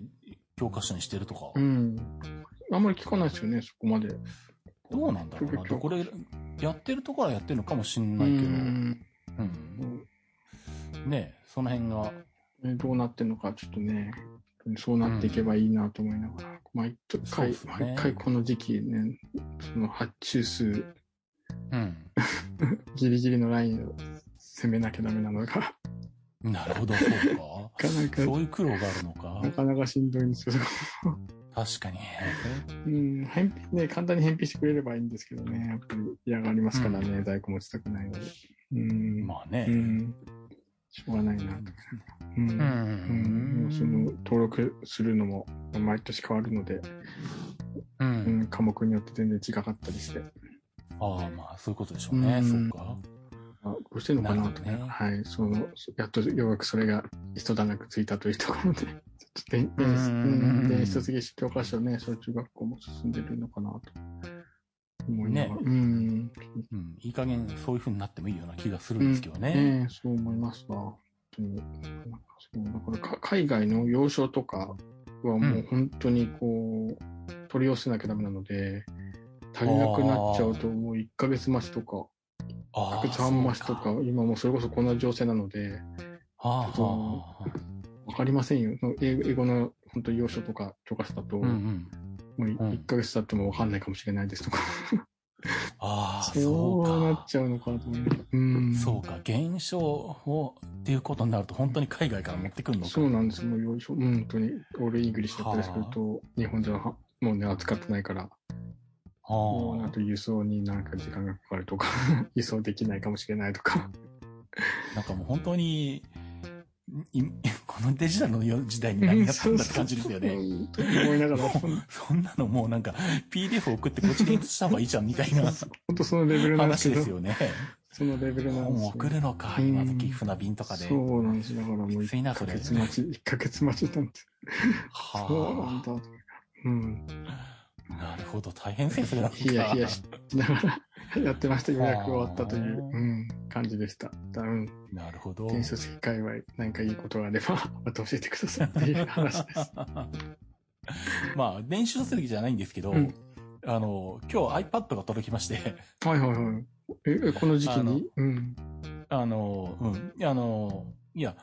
Speaker 1: 教科書にしてるとか、
Speaker 2: うん。あんまり聞かないですよね、そこまで。
Speaker 1: どうなんだろうな。
Speaker 2: 教科書
Speaker 1: これ、やってるところはやってるのかもしんないけど、うん。ねえ、その辺が、
Speaker 2: ねどうなってんのか、ちょっとね、そうなっていけばいいなと思いながら、毎回、
Speaker 1: そうですね
Speaker 2: 毎回この時期ね、その発注数
Speaker 1: うん。
Speaker 2: ギリギリのラインを攻めなきゃダメなのが、 [LAUGHS]
Speaker 1: なるほど、そう
Speaker 2: なかな
Speaker 1: か。
Speaker 2: か、
Speaker 1: そういう苦労があるのか
Speaker 2: な。かなかしんどいんですよ。 [LAUGHS]
Speaker 1: 確かに。
Speaker 2: うん、返品ね、簡単に返品してくれればいいんですけどね、やっぱり嫌がりますからね、在庫持ちたくないので。うん、
Speaker 1: まあ
Speaker 2: う
Speaker 1: ね。
Speaker 2: ん、しょうがないなと。うん、う、
Speaker 1: うん
Speaker 2: もうその
Speaker 1: ん。
Speaker 2: 登録するのも毎年変わるので、
Speaker 1: う。
Speaker 2: うんん、科目によって全然違かったりして、
Speaker 1: ああ、まあ、そういうことでしょうね。
Speaker 2: うん
Speaker 1: そうか。
Speaker 2: あどうしてるのかなと
Speaker 1: なるほどね
Speaker 2: はい、その、やっとようやくそれが一段落ついたというとこ
Speaker 1: [LAUGHS]
Speaker 2: ろで、ちょっと電電子、
Speaker 1: う
Speaker 2: うんん、電子卒業式教科書ね、小中学校も進んでるのかなと思いながら、
Speaker 1: ね
Speaker 2: うん、
Speaker 1: うん。いい加減、そういう風になってもいいような気がするんですけどね。
Speaker 2: ねえ、そう思いますわ。本当になんかそうだからか海外の洋書とかはもう本当にこう、取り寄せなきゃダメなので、足りなくなっちゃうともう1ヶ月増しとか、
Speaker 1: ああ。
Speaker 2: 1ヶ月半増しとか、
Speaker 1: そう
Speaker 2: 今もうそれこそこんな情勢なので、
Speaker 1: ああ、
Speaker 2: ち
Speaker 1: は
Speaker 2: ょわかりませんよ。その英英語の本当に洋書とか教科書だと、
Speaker 1: あ。うんうん。
Speaker 2: もう
Speaker 1: うん
Speaker 2: 1ヶ月経ってもわかんないかもしれないですとか、
Speaker 1: ああ、そ
Speaker 2: そうう
Speaker 1: か。
Speaker 2: なっちゃうのかと思います。うん。
Speaker 1: そうか、現象をっていうことになると、本当に海外から持ってくるのか。
Speaker 2: そうなんですよ。もうよいしょ、うん本当に、オールイングリッシュだったりすると、日本でははもうね、扱ってないから、もうあ
Speaker 1: あ
Speaker 2: と輸送になんか時間がかかるとか、 [LAUGHS] 輸送できないかもしれないとか、
Speaker 1: あ、なんかもう本当に、いこのデジタルの時代に何やったんだって感じですよね。
Speaker 2: 本当に思いながら、
Speaker 1: [LAUGHS]
Speaker 2: ほん
Speaker 1: そんなのもうなんか PDF 送ってこっちで印刷した方がいいじゃんみたいな
Speaker 2: 本当そのレベルなんで
Speaker 1: 話
Speaker 2: すけ
Speaker 1: で
Speaker 2: ど
Speaker 1: す、よね。
Speaker 2: そのレベルなんです
Speaker 1: 本
Speaker 2: よ。
Speaker 1: 送るのか、
Speaker 2: うん
Speaker 1: 今時船便とかで。
Speaker 2: そうなんです。だからもう
Speaker 1: きついな
Speaker 2: 1
Speaker 1: そ
Speaker 2: ヶ
Speaker 1: れ
Speaker 2: 月待ち、1ヶ月待ちなんて。そうなん
Speaker 1: は
Speaker 2: だ。うん。
Speaker 1: あ、なるほど、大変ですね、なんか。
Speaker 2: ヒヤヒヤしながらやってました。予約終わったとい
Speaker 1: あ
Speaker 2: う、
Speaker 1: ー
Speaker 2: うん、感じでした。だうん。
Speaker 1: なるほど。
Speaker 2: 伝説界隈、何かいいことがあれば、また教えてくださいっていう
Speaker 1: [LAUGHS]
Speaker 2: 話です。
Speaker 1: まあ、練習する気じゃないんですけど、
Speaker 2: うん
Speaker 1: あの、今日 iPad が届きまして、
Speaker 2: はいはいはい。え、えこの時期
Speaker 1: あの
Speaker 2: にうん。
Speaker 1: あの、うん、いやあの、いや、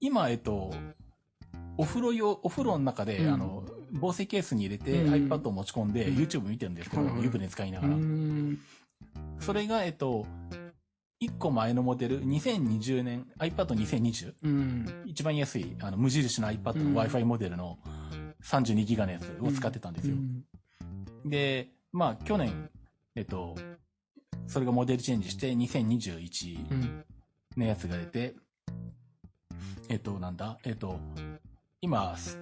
Speaker 1: 今、えっと、お風呂用、お風呂の中で、
Speaker 2: うん
Speaker 1: あの、防水ケースに入れて、
Speaker 2: うん
Speaker 1: iPad を持ち込んで、
Speaker 2: うん
Speaker 1: YouTube 見てるんですけど、
Speaker 2: はいはい
Speaker 1: 湯船使いな
Speaker 2: う
Speaker 1: がら。
Speaker 2: ん。
Speaker 1: それが、えっと、1個前のモデル、2020年、iPad2020、
Speaker 2: うん。
Speaker 1: 一番安い、あの、無印の iPad
Speaker 2: うん
Speaker 1: の Wi-Fi モデルの32ギガのやつを使ってたんですよ。で、まあ、去年、えっと、それがモデルチェンジして、
Speaker 2: う
Speaker 1: 2021
Speaker 2: ん。
Speaker 1: のやつが出て、えっと、なんだ、えっと、今、す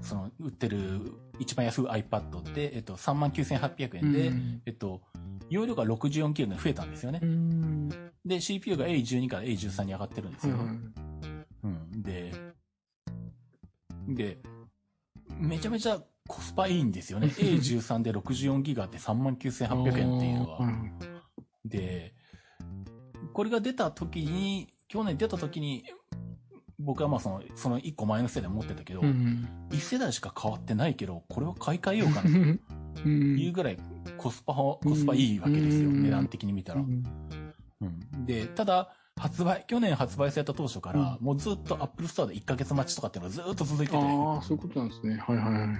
Speaker 1: その、売ってる一番安い iPad で、えっと、39,800円で、
Speaker 2: うん
Speaker 1: えっと、容量が 64GB に増えたんですよね
Speaker 2: う。ん。
Speaker 1: で、CPU が A12 から A13 に上がってるんです
Speaker 2: はい
Speaker 1: よ。
Speaker 2: はい。
Speaker 1: うん、で、で、めちゃめちゃコスパいいんですよ
Speaker 2: [LAUGHS]
Speaker 1: ね。A13 で64ギガって39,800円っていうの
Speaker 2: あー
Speaker 1: は。で、これが出た時に、去年出た時に、僕はまあその、その1個前の世代持ってたけど、
Speaker 2: う
Speaker 1: 一
Speaker 2: ん。
Speaker 1: 1世代しか変わってないけど、これは買い替えようか
Speaker 2: う
Speaker 1: なと
Speaker 2: ん。う。
Speaker 1: いうんぐらいコスパは、コスパいいわけですよ。
Speaker 2: うん
Speaker 1: 値段的に見たら。うんで、ただ、発売、去年発売された当初から、
Speaker 2: う
Speaker 1: もうずっと Apple Store で1ヶ月待ちとかっていうのがずっと続いてて、
Speaker 2: ああ、そういうことなんですね。はいはいは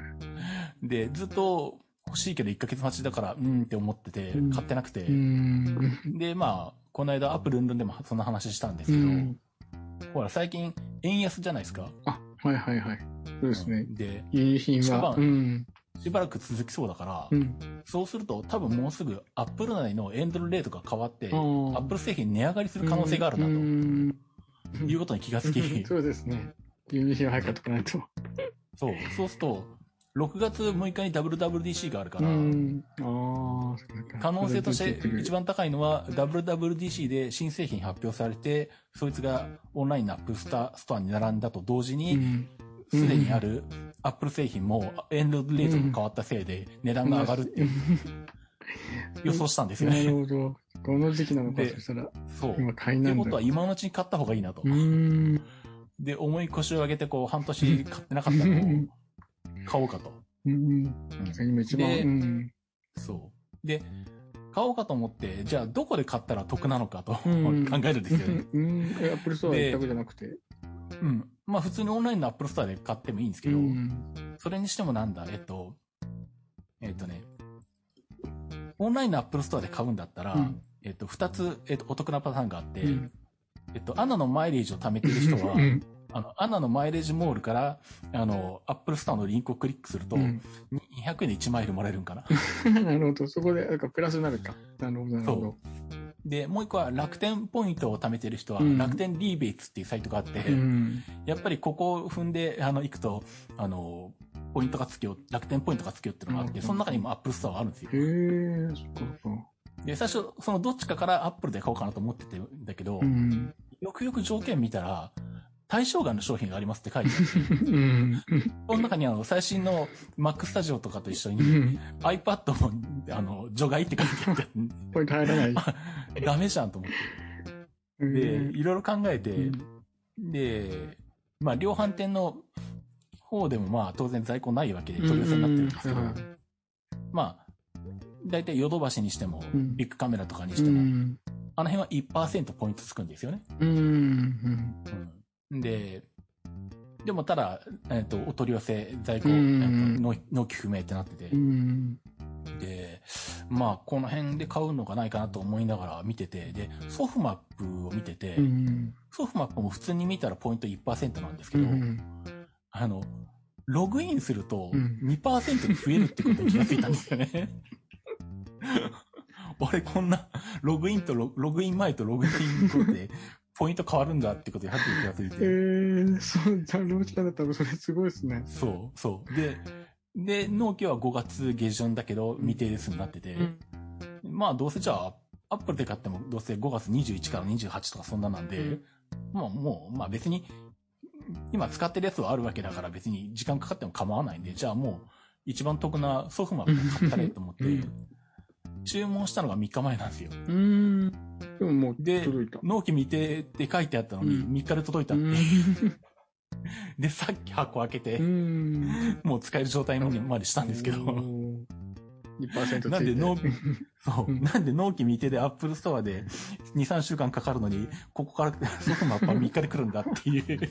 Speaker 2: い。
Speaker 1: で、ずっと欲しいけど1ヶ月待ちだから、うんって思ってて
Speaker 2: う、ん
Speaker 1: 買ってなくて、
Speaker 2: うん。
Speaker 1: で、まあ、この間 Apple ルンルンでもそんな話したんですけど、
Speaker 2: うん
Speaker 1: ほら、最近、円安じゃないですか。
Speaker 2: あ、はいはいはい。そうですね
Speaker 1: う。んで、
Speaker 2: 輸入品は、
Speaker 1: 一番
Speaker 2: うん。
Speaker 1: しばらく続きそうだから、
Speaker 2: うん。
Speaker 1: そうすると多分もうすぐ Apple 内のエンドルレートが変わって、
Speaker 2: ア
Speaker 1: Apple 製品値上がりする可能性があるな
Speaker 2: と
Speaker 1: ということに気がつき、
Speaker 2: そうですね。輸入品は早く買っとかないと。
Speaker 1: そう、そうすると、6月6日に WWDC があるから、
Speaker 2: うん、ああ、
Speaker 1: 可能性として一番
Speaker 2: 番
Speaker 1: 高いのは WWDC で新製品発表されて、そいつがオンラインのアップスタストアに並んだと同時
Speaker 2: いい
Speaker 1: に、
Speaker 2: うん
Speaker 1: すでにある Apple 製品もエンドレートが変わったせいで値段が上がるっていう予想したんですよ
Speaker 2: なる
Speaker 1: ね。
Speaker 2: ほど。この時期なのか、
Speaker 1: で
Speaker 2: そしたら、
Speaker 1: そう。
Speaker 2: 今買い
Speaker 1: って
Speaker 2: なんだ。
Speaker 1: ことは今のうちに買った方がいいなと
Speaker 2: う。ん。
Speaker 1: で、重い腰を上げてこう半年買ってなかったのを買おうかと。
Speaker 2: うん。
Speaker 1: うん
Speaker 2: 今一番、
Speaker 1: で
Speaker 2: うん。
Speaker 1: そう。で、買おうかと思って、じゃあどこで買ったら得なのかと考えるんですよね。
Speaker 2: うん。アップルストア一択じゃなくて。
Speaker 1: うん。まあ普通にオンラインのアップルストアで買ってもいいんですけど、うん、それにしてもなんだ、えっと、えっとね、オンラインのアップルストアで買うんだったら、うん、えっと、二つ、えっと、お得なパターンがあって、うん、えっと、アナのマイレージを貯めてる人は、あの、アナのマイレージモールから、あの、アップルストアのリンクをクリックすると、うん、200円で1マイルもらえるんかな。
Speaker 2: [LAUGHS] なるほど。そこで、なんかプラスになるか。なるほど、なるほど。
Speaker 1: で、もう一個は楽天ポイントを貯めてる人は、うん、楽天リーベイツっていうサイトがあって、うん、やっぱりここを踏んで、あの、行くと、あの、ポイントがつきよ、楽天ポイントがつきよっていうのがあって、その中にもアップルストアがあるんですよ。へ
Speaker 2: え、そっかそっか。
Speaker 1: で、最初、そのどっちかからアップルで買おうかなと思っててんだけど、うん、よくよく条件見たら、対象外の商品がありますって書いて [LAUGHS] ある。うん。この中にあの、最新の Mac Studio とかと一緒に、うん、iPad も、あの、除外って書いてあって。
Speaker 2: これ入らない。
Speaker 1: [LAUGHS] ダメじゃんと思って。で、いろいろ考えて、うん、で、まあ、量販店の方でもまあ、当然在庫ないわけで取り寄せになってるんですけど、うん、まあ、だいたいヨドバシにしても、ビッグカメラとかにしても、あの辺は1%ポイントつくんですよね。
Speaker 2: うん。
Speaker 1: で、でもただ、えっ、ー、と、お取り寄せ在庫、納期不明ってなってて、で、まあ、この辺で買うのがないかなと思いながら見てて、で、ソフマップを見てて、ソフマップも普通に見たらポイント1%なんですけど、あの、ログインすると2%に増えるってことに気がついたんですよ [LAUGHS] ね。俺こんな、ログインとログイン前とログイン後で、ポイント変わるんだってことにはっきり気がついて。
Speaker 2: ええー、そう、じゃあ、ローチだったらそれすごいですね。
Speaker 1: そう、そう。で、で、納期は5月下旬だけど、未定ですになってて、うん、まあ、どうせじゃあ、アップルで買っても、どうせ5月21から28とかそんななんで、うん、まあ、もう、まあ別に、今使ってるやつはあるわけだから別に時間かかっても構わないんで、じゃあもう、一番得なソフマップ買ったれと思って、注文したのが3日前なんですよ。
Speaker 2: うん。でももう
Speaker 1: で、納期未定って書いてあったのに、3日で届いたっていう。 [LAUGHS] で、さっき箱開けて、もう使える状態のまでしたんですけど。
Speaker 2: 2%
Speaker 1: なんで納、 [LAUGHS] そう。なんで納期未定で Apple Store で2、3週間かかるのに、ここから [LAUGHS] ソフマッパ3日で来るんだっていう。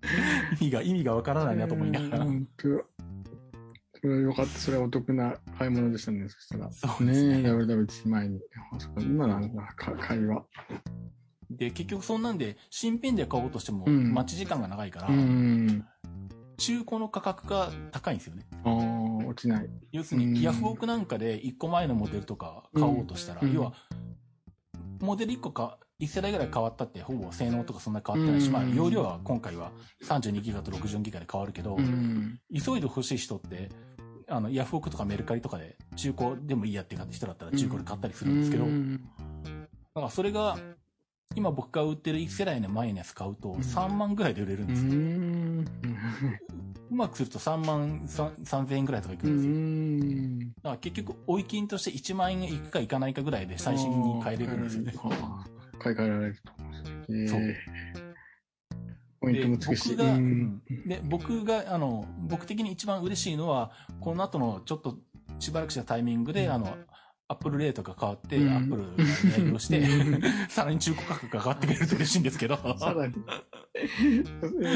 Speaker 1: [LAUGHS] 意味が、意味がわからないなと思いながら。
Speaker 2: それはよかった。それはお得な買い物でしたね。そしたら。
Speaker 1: そうですね。
Speaker 2: ね WWDC 前に。今なんだ、会話。
Speaker 1: で、結局そんなんで、新品で買おうとしても、待ち時間が長いから、うん、中古の価格が高いんですよね。
Speaker 2: ああ、落ちない。
Speaker 1: 要するに、ヤフオクなんかで1個前のモデルとか買おうとしたら、うん、要は、モデル1個か、1世代ぐらい変わったって、ほぼ性能とかそんな変わってないし、まあ、容量は今回は32ギガと64ギガで変わるけど、うん、急いで欲しい人って、あの、ヤフオクとかメルカリとかで中古でもいいやって人だったら中古で買ったりするんですけど、うん、だからそれが、今僕が売ってる1世代のマイナス買うと3万ぐらいで売れるんですよ。うん、うまくすると3万3000円ぐらいとかいくんですよ。だから結局、追い金として1万円いくかいかないかぐらいで最新に変えれるんですよね。
Speaker 2: 買い替えられると。えー、そう。
Speaker 1: ポイントもつくし。僕が、うん、で、僕が、あの、僕的に一番嬉しいのは、この後のちょっとしばらくしたタイミングで、うん、あの、アップルレートが変わって、うん、アップルが値上げをして、
Speaker 2: [LAUGHS]
Speaker 1: さらに中古価格が上がってくれると嬉しいんですけど。
Speaker 2: さらに。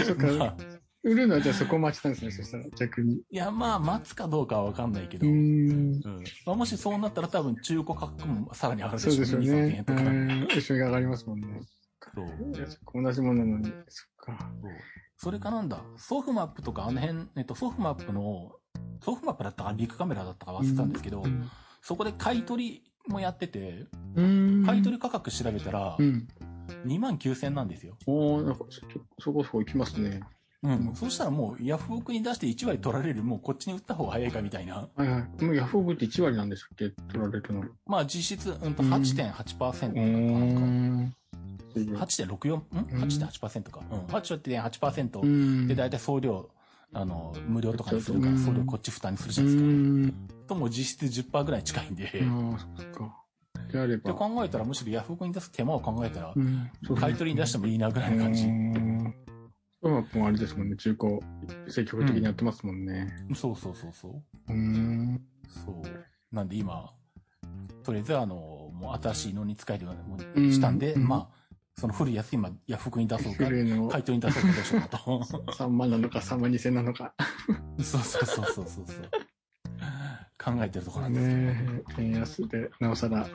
Speaker 2: そっか。まあ、売るのはじゃあそこ待ちたんですね、そしたら逆に。
Speaker 1: [LAUGHS] いや、まあ、待つかどうかはわかんないけど、うんまあ、もしそうなったら多分中古価格もさらに上がる
Speaker 2: でしょうね。そうですよね。一緒に上がりますもんね。そう。同じものなのに、そっか。
Speaker 1: それかなんだ、ソフマップとかあの辺、えっと、ソフマップの、ソフマップだったか、ビッグカメラだったか忘れたんですけど、うん、そこで買い取りもやってて、うん、買い取り価格調べたら、2万9000なんですよ。
Speaker 2: おなんかそこそこ行きますね。
Speaker 1: うん。そしたらもう、ヤフオクに出して1割取られる、もうこっちに打った方が早いかみたいな。
Speaker 2: はいはい。もうヤフオクって1割なんでしたっけ取られるの。
Speaker 1: まあ実質、うんと8.8%なんか。8.64? ん ?8.8% か。うん。8.8%で大体送料、あの、無料とかにするから、送料こっち負担にするじゃないですか。とも実質10%ぐらい近いんで。
Speaker 2: ああ、そっか。
Speaker 1: であれば。って考えたら、むしろヤフオクに出す手間を考えたら、買い取りに出してもいいなぐらいの感じ。
Speaker 2: ソフマップもあれですもんね、中古、積極的にやってますもんね。
Speaker 1: うん、そうそうそうそう。
Speaker 2: うん。
Speaker 1: そう。なんで今、とりあえず、あの、もう新しいのに使えるようにしたんで、
Speaker 2: うん
Speaker 1: まあ、その古いやつ今、ヤフクに出そうか、
Speaker 2: 古いの
Speaker 1: 回答に出そうかどうしようかと。
Speaker 2: 3万なのか3万2千なのか。
Speaker 1: [LAUGHS] そうそうそうそうそうそう。考えてるところなんですけど。
Speaker 2: ねえ円安で、なおさら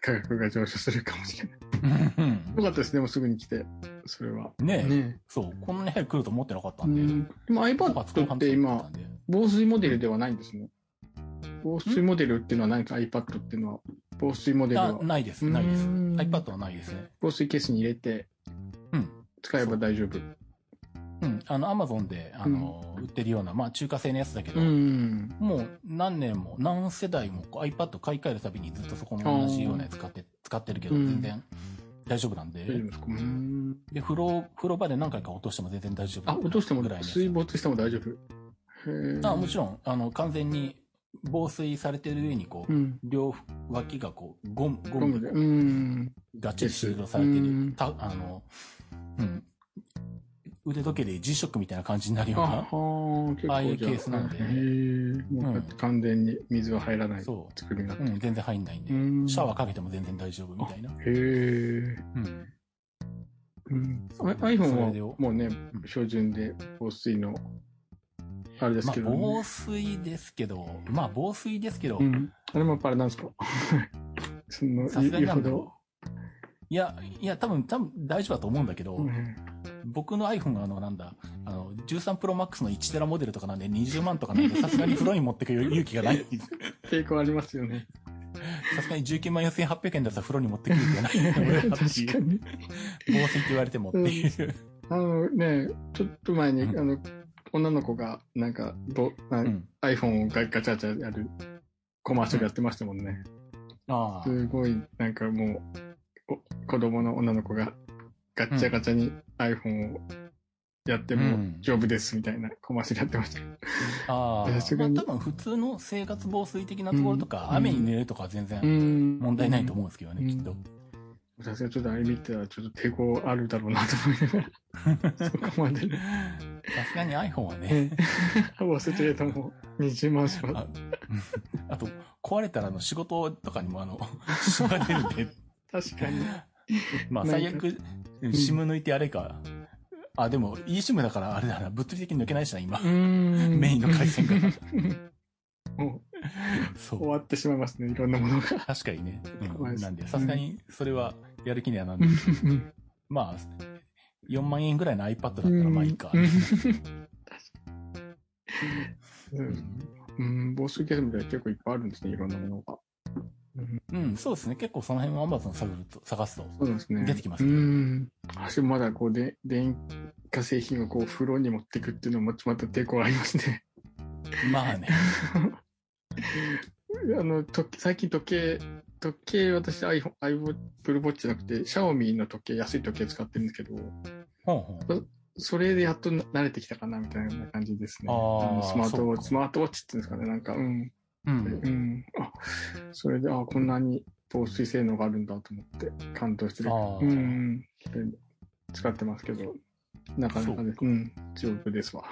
Speaker 2: 価格が上昇するかもしれない。
Speaker 1: うん
Speaker 2: よかったです、でもすぐに来て、それは。
Speaker 1: ねえ、
Speaker 2: ね
Speaker 1: そう、こんなに早く来ると思ってなかった
Speaker 2: え。うん
Speaker 1: で。
Speaker 2: んでも
Speaker 1: なんか使う
Speaker 2: iPad っ
Speaker 1: 話
Speaker 2: て
Speaker 1: だっ
Speaker 2: 今
Speaker 1: たん、で
Speaker 2: 防水モデルではないんですね。防水モデルっていうのは何か iPad っていうのは、防水モデル
Speaker 1: あ
Speaker 2: は
Speaker 1: ないです、ないです。
Speaker 2: うん
Speaker 1: iPad はないですね。
Speaker 2: 防水ケースに入れて
Speaker 1: うん。
Speaker 2: 使えば大丈夫。
Speaker 1: うん。あの、アマゾンで、あの、売ってるような、まあ、中華製のやつだけど、
Speaker 2: ん。
Speaker 1: もう何年も、何世代もこう iPad 買い替えるたびにずっとそこも同じようなやつ買って、使ってるけど、
Speaker 2: うん
Speaker 1: 全然大丈夫なんで、
Speaker 2: 大丈夫ですかうん
Speaker 1: で、風呂、風呂場で何回か落としても全然大丈夫
Speaker 2: あ、落としても
Speaker 1: ぐらい、
Speaker 2: 水
Speaker 1: ね。
Speaker 2: 没しても大丈夫。へえ
Speaker 1: あ、もちろん、あの、完全に防水されてる上に、こう、
Speaker 2: うん。
Speaker 1: 両脇がこう、ゴム、ゴ
Speaker 2: ゴム
Speaker 1: ムで
Speaker 2: で。うん。
Speaker 1: ガチリシールドされて
Speaker 2: う
Speaker 1: る
Speaker 2: ん。
Speaker 1: た、あの、うん。腕時計で G ショックみたいな感じになるよう
Speaker 2: あ
Speaker 1: な。
Speaker 2: は結構じゃ
Speaker 1: ああいうケースなんで
Speaker 2: へえもうだって完全に水は入らない
Speaker 1: そう
Speaker 2: 作りになって
Speaker 1: う
Speaker 2: る。
Speaker 1: ん、全然入んないんで。
Speaker 2: うん
Speaker 1: シャワーかけても全然大丈夫みたいな。
Speaker 2: へえ。
Speaker 1: うん。
Speaker 2: うん。あ
Speaker 1: それ
Speaker 2: iPhone
Speaker 1: を
Speaker 2: はもうね、標準で防水の、あれです
Speaker 1: まあ
Speaker 2: け、ど
Speaker 1: 防
Speaker 2: ね。
Speaker 1: 水ですけど、まあ、防水ですけど
Speaker 2: う、ん。あれもやっぱあれなんですか [LAUGHS] その、
Speaker 1: さすがに
Speaker 2: 言う
Speaker 1: な
Speaker 2: ほ
Speaker 1: んだ
Speaker 2: ど
Speaker 1: ろ。う。いや、いや、多分、多分大丈夫だと思うんだけど、
Speaker 2: うん
Speaker 1: 僕の iPhone があの、なんだ、あの、13 Pro Max の1テラモデルとかなんで20万とかなんで、さすがに風呂に持ってく勇気が
Speaker 2: [LAUGHS]
Speaker 1: ない。
Speaker 2: 抵抗ありますよね。
Speaker 1: さすがに19万4800円だったら風呂に持ってく勇気がない。俺
Speaker 2: [LAUGHS] [LAUGHS] 確
Speaker 1: は
Speaker 2: か
Speaker 1: っていう
Speaker 2: に。
Speaker 1: 防水って言われてもっていう。
Speaker 2: あのね、ちょっと前に、
Speaker 1: うん
Speaker 2: あの、女の子が、なんか、ぼな
Speaker 1: うん。
Speaker 2: iPhone をガガチャガチャやるコマーシャルやってましたもんね。
Speaker 1: ああ。
Speaker 2: すごい、なんかもう、お子供の女の子が、ガッチャガチャに iPhone をやって
Speaker 1: う
Speaker 2: も
Speaker 1: ん
Speaker 2: 丈夫ですみたいなコマーシャルやってました。
Speaker 1: ああ。
Speaker 2: さすがに
Speaker 1: まあ、多分普通の生活防水的なところとか、
Speaker 2: うん
Speaker 1: 雨に濡れるとかは全然
Speaker 2: ん
Speaker 1: 問題ないと
Speaker 2: 思
Speaker 1: 思うんですけどね、
Speaker 2: うん
Speaker 1: きっと。
Speaker 2: う。さすがにちょっとあれ見てたら、ちょっと抵抗あるだろうなと思いな
Speaker 1: [LAUGHS]
Speaker 2: がら、そこまでね。
Speaker 1: さすがに iPhone はね
Speaker 2: ね。忘れてたもう20万しか
Speaker 1: ああと、壊れたらあの仕事とかにもあの、 [LAUGHS] 支障が出るんで、
Speaker 2: 確かに。
Speaker 1: まあ
Speaker 2: なんか
Speaker 1: 最悪、シム抜いてあれか。あ、でも、eSIM だからあれだな、物理的に抜けないしな、今。
Speaker 2: ん
Speaker 1: メインの回線が。
Speaker 2: [LAUGHS] も
Speaker 1: [LAUGHS] そうう
Speaker 2: 終。わってしまいますね、いろんなものが。
Speaker 1: 確かにね。
Speaker 2: かわ
Speaker 1: う
Speaker 2: い
Speaker 1: ん、
Speaker 2: そ
Speaker 1: な
Speaker 2: う
Speaker 1: んで、さすがに、それは、やる気にはなんない。まあ、4万円ぐらいの iPad だったらまあいいか。
Speaker 2: うん
Speaker 1: うん
Speaker 2: うん、防水ゲームでは結構いっぱいあるんですね、いろんなものが。
Speaker 1: うん、そうですね。結構その辺は Amazon 探ると探すと。
Speaker 2: そうですね。
Speaker 1: 出てきます
Speaker 2: う
Speaker 1: ね
Speaker 2: ん。私もまだこうで、電化製品をこう、風呂に持っていくっていうのも、また抵抗ありますね。 [LAUGHS]
Speaker 1: まあね。
Speaker 2: あの、時最近時計、時計、私 iPhone、iPhone、Apple Watch じゃなくて、シャオミの時計、安い時計使ってるんですけど、
Speaker 1: ほんほん。
Speaker 2: それでやっと慣れてきたかな、みたいな感じです
Speaker 1: あ
Speaker 2: ね。
Speaker 1: ー
Speaker 2: のスマートウ
Speaker 1: そう
Speaker 2: ォッ
Speaker 1: か
Speaker 2: チ、スマートウォッチっていうんですかね、なんか、うん。
Speaker 1: うん。
Speaker 2: うん。あ、それで、あ、こんなに防水性能があるんだと思って感動してる。
Speaker 1: あ
Speaker 2: う
Speaker 1: ー
Speaker 2: ん。で使ってますけど、なかな
Speaker 1: そ
Speaker 2: か
Speaker 1: う
Speaker 2: ね、
Speaker 1: か
Speaker 2: うん、丈夫ですわ。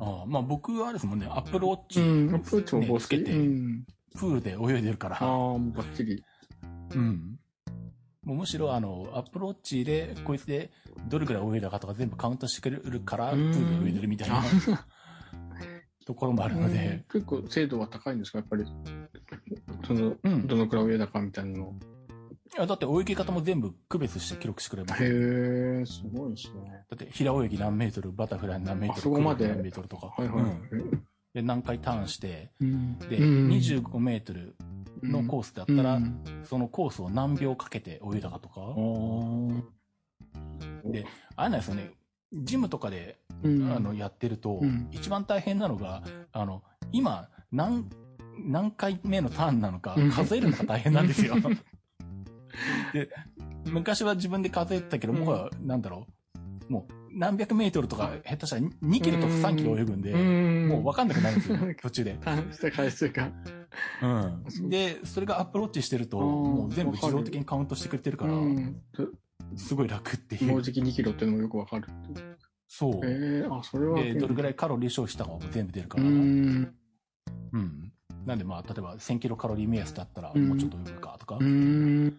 Speaker 1: ああまあ僕はあれですもんね、Apple
Speaker 2: う
Speaker 1: Watch、
Speaker 2: ん、アプローチも防
Speaker 1: つけ
Speaker 2: 水。
Speaker 1: て、
Speaker 2: うん。
Speaker 1: プールで泳いでるか
Speaker 2: ああ、
Speaker 1: ら、
Speaker 2: もうバッチリ。
Speaker 1: うん。もうむしろあの、Apple Watch で、こいつでどれくらい泳いだかとか全部カウントしてくれるから、プ
Speaker 2: うん
Speaker 1: ールで泳いでるみたいなところもあるので、
Speaker 2: 結構精度は高いんですか、やっぱり。その、
Speaker 1: うん
Speaker 2: どのくらい上だかみたいなの。
Speaker 1: いやだって泳ぎ方も全部区別して記録してくれます。だ
Speaker 2: へえ、すごいですね。
Speaker 1: って平泳ぎ何メートル、バタフライ何メートル、
Speaker 2: あそこま
Speaker 1: クロ
Speaker 2: で
Speaker 1: ール何メートルとか。
Speaker 2: はいはい。
Speaker 1: うんで、何回ターンして、
Speaker 2: うん
Speaker 1: で、
Speaker 2: うん
Speaker 1: 25メートルのコースだったら、
Speaker 2: うん
Speaker 1: そのコースを何秒かけて泳いだかとか、であれなんですよね、ジムとかで、
Speaker 2: うん
Speaker 1: あの、やってると、
Speaker 2: うん
Speaker 1: 一番大変なのが、あの、今、何、何回目のターンなのか
Speaker 2: うん、
Speaker 1: 数えるのが大変なん
Speaker 2: [LAUGHS]
Speaker 1: ですよ。で、昔は自分で数えてたけど、
Speaker 2: うん
Speaker 1: もう、なんだろう、もう、何百メートルとか、下手したら2キロとか3キロ泳ぐんで、
Speaker 2: ん
Speaker 1: もう分かんなくなるんです
Speaker 2: [LAUGHS]
Speaker 1: よ、
Speaker 2: うん
Speaker 1: 途中で。
Speaker 2: ターンした回数が。
Speaker 1: うん。で、それがアップローチしてると、
Speaker 2: あー
Speaker 1: もう全部自動的にカウントしてくれてるから、
Speaker 2: うん。
Speaker 1: すごい楽ってい
Speaker 2: もう
Speaker 1: う。
Speaker 2: じき2キロっていうのもよくわかる。
Speaker 1: [LAUGHS] そう。
Speaker 2: ええあ、それは。
Speaker 1: で、どれぐ
Speaker 2: ら
Speaker 1: ら
Speaker 2: い
Speaker 1: いカロリー消費したかも全部出るか
Speaker 2: う
Speaker 1: ら。
Speaker 2: ん。
Speaker 1: うん。なんでまあ、例えば1000キロカロリー目安だったら、
Speaker 2: うん
Speaker 1: もうちょっと上かとか、
Speaker 2: う
Speaker 1: うん
Speaker 2: ん。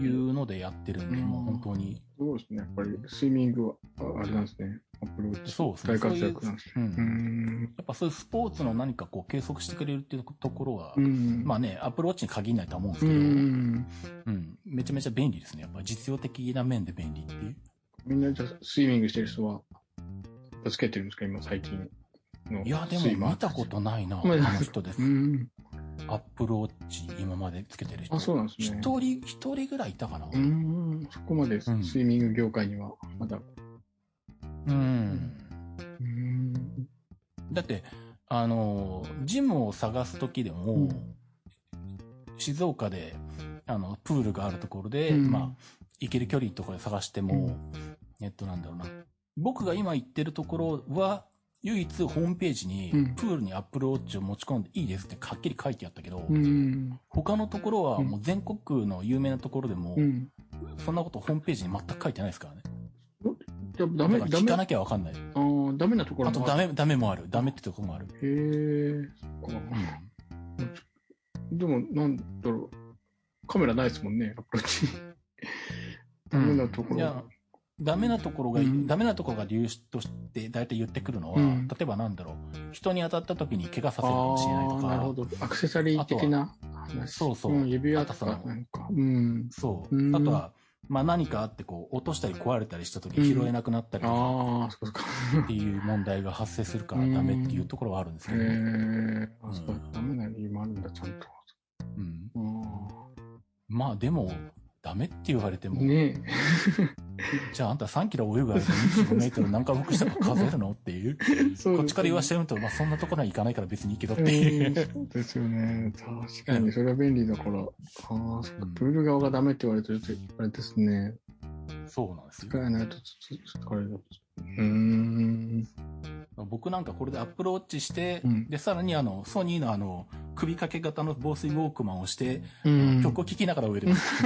Speaker 1: いうのでやってるんで、
Speaker 2: うん
Speaker 1: もう本当に、
Speaker 2: そうですね。やっぱりスイミングは、ああれなんですね。アップローチ。
Speaker 1: そうですね。
Speaker 2: 大活躍なんです
Speaker 1: そういううん
Speaker 2: うーん。
Speaker 1: やっぱそういうスポーツの何かこう計測してくれるっていうところは、
Speaker 2: うん。
Speaker 1: ま
Speaker 2: あ、
Speaker 1: あね、アップルウォッチに限らないとは思うんで
Speaker 2: う
Speaker 1: すけど、うん
Speaker 2: ん。
Speaker 1: めちゃめちゃ便利ですね。やっぱ実用的な面で便利っていう。
Speaker 2: みんなじゃあスイミングしてる人は、つけてるんですか今最近の。
Speaker 1: いや、で
Speaker 2: スイマ
Speaker 1: も
Speaker 2: ー
Speaker 1: 見たことないな、あ
Speaker 2: まあ
Speaker 1: の人です
Speaker 2: う。ん。
Speaker 1: アップルウォッチ今までつけてる人。
Speaker 2: あ、そうなんです
Speaker 1: 一
Speaker 2: ね。
Speaker 1: 人、一人ぐらいいたかな。
Speaker 2: うーん。そこまでス
Speaker 1: うん
Speaker 2: イミング業界には、まだ。
Speaker 1: うん
Speaker 2: うーん。
Speaker 1: だって、あの、ジムを探すときでも、
Speaker 2: うん
Speaker 1: 静岡で、あの、プールがあるところで、
Speaker 2: うん
Speaker 1: まあ、行ける距離とかで探しても、えっと、なんだろうな。僕が今行ってるところは、唯一ホームページに
Speaker 2: うん、
Speaker 1: プールにアップルウォッチを持ち込んでいいですってはっきり書いてあったけど、
Speaker 2: うん。
Speaker 1: 他のところは
Speaker 2: うん
Speaker 1: もう全国の有名なところでも
Speaker 2: う、ん。
Speaker 1: そんなことホームページに全く書いてないですからね。
Speaker 2: じゃあ
Speaker 1: だ
Speaker 2: ダメ、
Speaker 1: から
Speaker 2: ダ
Speaker 1: 聞
Speaker 2: メ、
Speaker 1: か
Speaker 2: あ
Speaker 1: なきゃわかんない。
Speaker 2: ーダメなところ
Speaker 1: あ
Speaker 2: も
Speaker 1: とダメ、ダメもある。ダメってところもある。
Speaker 2: へえ。そっかでも、なんだろう。カメラないですもんね、アップローチ。ダメなとこ
Speaker 1: いや
Speaker 2: ろ。
Speaker 1: ダメなところが、
Speaker 2: うん
Speaker 1: ダメなところが理由として大体言ってくるのは、
Speaker 2: うん
Speaker 1: 例えばなんだろう、人に当たった時に怪我さ
Speaker 2: あ
Speaker 1: せるかもしれないと
Speaker 2: ーなる
Speaker 1: か、
Speaker 2: ほど。アクセサリー的な話。
Speaker 1: そうそう
Speaker 2: うん指輪と
Speaker 1: あ
Speaker 2: か
Speaker 1: と、その
Speaker 2: なんか。うん。
Speaker 1: そう、
Speaker 2: うん
Speaker 1: あとは、まあ何かあってこう、落としたり壊れたりした時に拾えなくなったりとか
Speaker 2: ああ、そ
Speaker 1: [LAUGHS]
Speaker 2: うか。
Speaker 1: っていう問題が発生するからダメっていうところはあるんですけ
Speaker 2: へ
Speaker 1: ど、うん
Speaker 2: え。あ、そううんダメな理由もあるんだ、ちゃんと。
Speaker 1: まあでも、ダメって言われて
Speaker 2: うん
Speaker 1: も、
Speaker 2: ね
Speaker 1: [LAUGHS] じゃああんた3キロ泳ぐ間に25メートル何回往復したか数えるのっていう。
Speaker 2: え。 [LAUGHS] そうですね
Speaker 1: こっちから言わしてると、まあそんなところには行かないから別にいいけどって
Speaker 2: うん
Speaker 1: いう。
Speaker 2: そうですよね。確かに、それは便利だから。ああ、そっか。プール側がダメって言われてると、あれですね。
Speaker 1: [LAUGHS] そうなんですよ
Speaker 2: 使。えないと、ちょっと、あれだ。うーん。
Speaker 1: 僕なんかこれでアップルウォッチして、
Speaker 2: うん
Speaker 1: で、さらにあの、ソニーのあの、首掛け型の防水ウォークマンをして、
Speaker 2: うん
Speaker 1: 曲を聴きながら上で
Speaker 2: [LAUGHS]
Speaker 1: ます。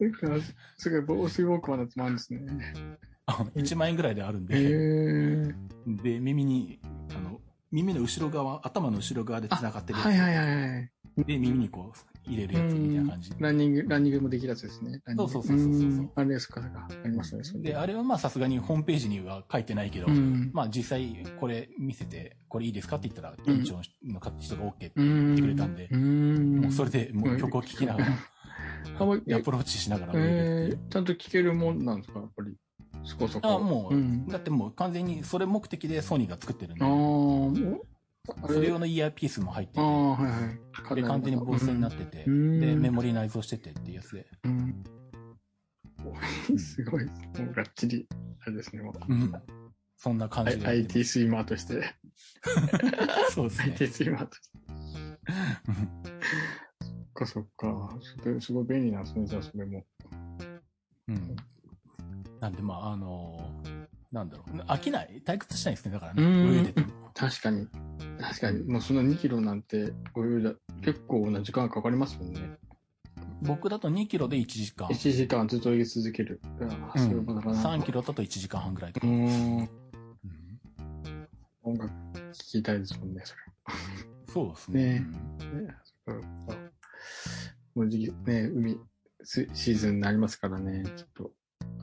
Speaker 2: なんか、すごい、防水ウォークマンだってもあるんですね。
Speaker 1: あの1万円ぐらいであるん
Speaker 2: へえ
Speaker 1: で、で、耳に、あの、耳の後ろ側、頭の後ろ側で繋がってるやつ、
Speaker 2: はいはいはいはい。
Speaker 1: で、耳にこう、入れるやつみたいな感じ。
Speaker 2: ランニング、ランニングもできるやつですね。ランニング
Speaker 1: そうそうそうそうそうん
Speaker 2: あれですか、ありますね。それ
Speaker 1: で、あれはまあさすがにホームページには書いてないけど、
Speaker 2: うん。
Speaker 1: まあ実際これ見せて、これいいですかって言ったら、店長の人が OK って
Speaker 2: う
Speaker 1: 言
Speaker 2: ん
Speaker 1: ってくれたんで
Speaker 2: う、ん。
Speaker 1: もうそれでもう曲を聴きながら、
Speaker 2: あんまり
Speaker 1: アプローチしながら上でっていう
Speaker 2: え。ー、ちゃんと聞けるもんなんですか、やっぱり。そこそこ。
Speaker 1: あもう、
Speaker 2: ん、
Speaker 1: だってもう完全にそれ目的でソニーが作ってるん
Speaker 2: あ
Speaker 1: で
Speaker 2: あ、、もう、あ
Speaker 1: それ用
Speaker 2: れ
Speaker 1: のイヤーピースも入って
Speaker 2: ああ、
Speaker 1: て、
Speaker 2: はいはい。
Speaker 1: で、完全に防水にな
Speaker 2: っ
Speaker 1: ってて、
Speaker 2: うん
Speaker 1: で、メモリ内蔵しててっていうやつで、
Speaker 2: て。うん。おい [LAUGHS] すごい。もうがっちり、あれですね、もう。
Speaker 1: うん。そんな感じでやっ
Speaker 2: I-
Speaker 1: てる。
Speaker 2: IT スイマーとして。
Speaker 1: そうですね。
Speaker 2: IT スイマーとして。そっかそっか。それすごい便利なんですね、じゃあそれも。
Speaker 1: うん。なんで、まあ、あのーなんだろう。飽きない退屈しないですね、だからね。
Speaker 2: うん
Speaker 1: 泳いでても。
Speaker 2: 確かに。確かに。もうそんな2キロなんて泳いだ、結構な時間かかりますもんね。
Speaker 1: 僕だと2キロで1時間。
Speaker 2: 1時間ずっと泳ぎ続ける。
Speaker 1: う
Speaker 2: あそれ
Speaker 1: ん、
Speaker 2: もなかなか
Speaker 1: 3キロだと1時間半ぐらいと
Speaker 2: う
Speaker 1: か。
Speaker 2: ーん。
Speaker 1: うん
Speaker 2: 音楽聴きたいですもんね、そ
Speaker 1: そうですね。
Speaker 2: ねれ。ね、そっかもうじき、ね、海ス、シーズンになりますからね、ちょっと、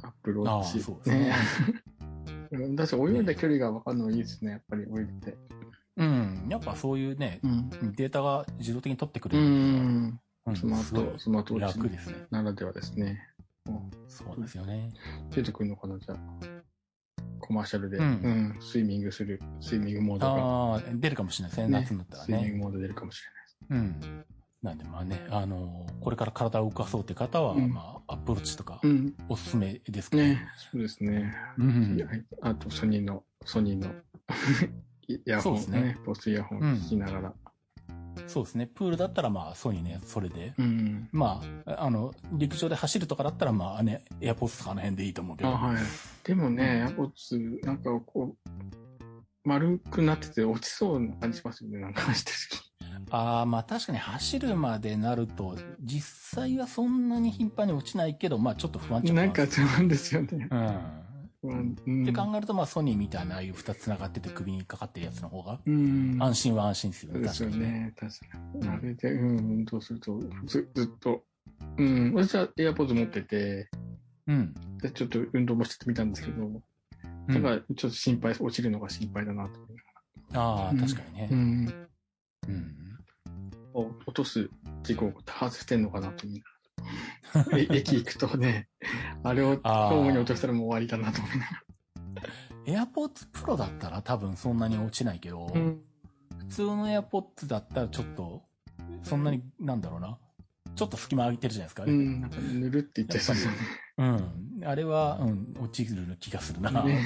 Speaker 2: アップロ
Speaker 1: あ
Speaker 2: ー
Speaker 1: あ、
Speaker 2: チ。
Speaker 1: そうですね。
Speaker 2: うん確かに泳 [LAUGHS] いだ距離が分かるのいいですね、やっぱり泳いでて。
Speaker 1: うん。やっぱそういうね、
Speaker 2: うん。
Speaker 1: データが自動的に取ってく
Speaker 2: う
Speaker 1: れるんで
Speaker 2: ん。
Speaker 1: うん
Speaker 2: スマ
Speaker 1: すご
Speaker 2: ー
Speaker 1: い
Speaker 2: ト、スマートウォッチ
Speaker 1: 楽ですね。
Speaker 2: ならではですね。うん
Speaker 1: そうなんですよね。
Speaker 2: 出てくるのかな、じゃあ。コマーシャルで、
Speaker 1: う
Speaker 2: うんん、スイミングする、スイミングモードが、
Speaker 1: ああ、出るかもしれないですね、
Speaker 2: ね
Speaker 1: 夏になったら
Speaker 2: スイミン
Speaker 1: ね。
Speaker 2: グモード出るかもし
Speaker 1: うん。なんでまあね、あのーこれから体を動かそうって方は、
Speaker 2: うん
Speaker 1: まあ、アプローチとか
Speaker 2: れ、ない。うん。
Speaker 1: おすすめですかね。
Speaker 2: ね、そうですね。
Speaker 1: うん。
Speaker 2: はいあと、ソニーの、ソニーの、イヤホン
Speaker 1: そうですね
Speaker 2: ね、ボスイヤホン聞きながら。
Speaker 1: そうですね。プールだったら、まあ、そうにね、それで。
Speaker 2: うん。
Speaker 1: まあ、あの、陸上で走るとかだったら、まあね、エアポッツとかあの辺でいいと思うけ
Speaker 2: あ、
Speaker 1: ど。
Speaker 2: はい。でもね、やっぱなんかこう、丸くなってて落ちそうな感じしますよね、なんか走って
Speaker 1: ああ、まあ確かに走るまでなると、実際はそんなに頻繁に落ちないけど、まあちょっと不安
Speaker 2: る
Speaker 1: ち
Speaker 2: 時
Speaker 1: ゃ
Speaker 2: なんか違うんですよね。
Speaker 1: うん。
Speaker 2: うんうん
Speaker 1: って考えると、まあソニーみたいな、ああいう二つ繋がってて首にかかってるやつの方が、
Speaker 2: うん。
Speaker 1: 安心は安心ですよ
Speaker 2: そう
Speaker 1: ね、
Speaker 2: で
Speaker 1: 確
Speaker 2: すよ
Speaker 1: かにね。
Speaker 2: ね。確かに。あれで、うん、どうすると、ずずっと。うん、私は AirPods 持ってて、
Speaker 1: うん。
Speaker 2: でちょっと運動もしてみたんですけど、だからちょっと心配、落ちるのが心配だなと思いなが
Speaker 1: ああ、確かにね
Speaker 2: ら。う。ん。
Speaker 1: うん。
Speaker 2: お落とす事故を多発してんのかな [LAUGHS] と思いながら。え駅行くとね、あれを
Speaker 1: あー
Speaker 2: ホームに落としたらもう終わりだなと思いながら。
Speaker 1: AirPods Pro だったら多分そんなに落ちないけど、普通の AirPods だったらちょっと、そんなに、なんだろうな。ちょっと隙間空いてるじゃないですか、あ
Speaker 2: う
Speaker 1: れ。
Speaker 2: ん、なんかぬるって言ったりするよね
Speaker 1: うん。あれは、うん、落ちる気がするな。
Speaker 2: ね。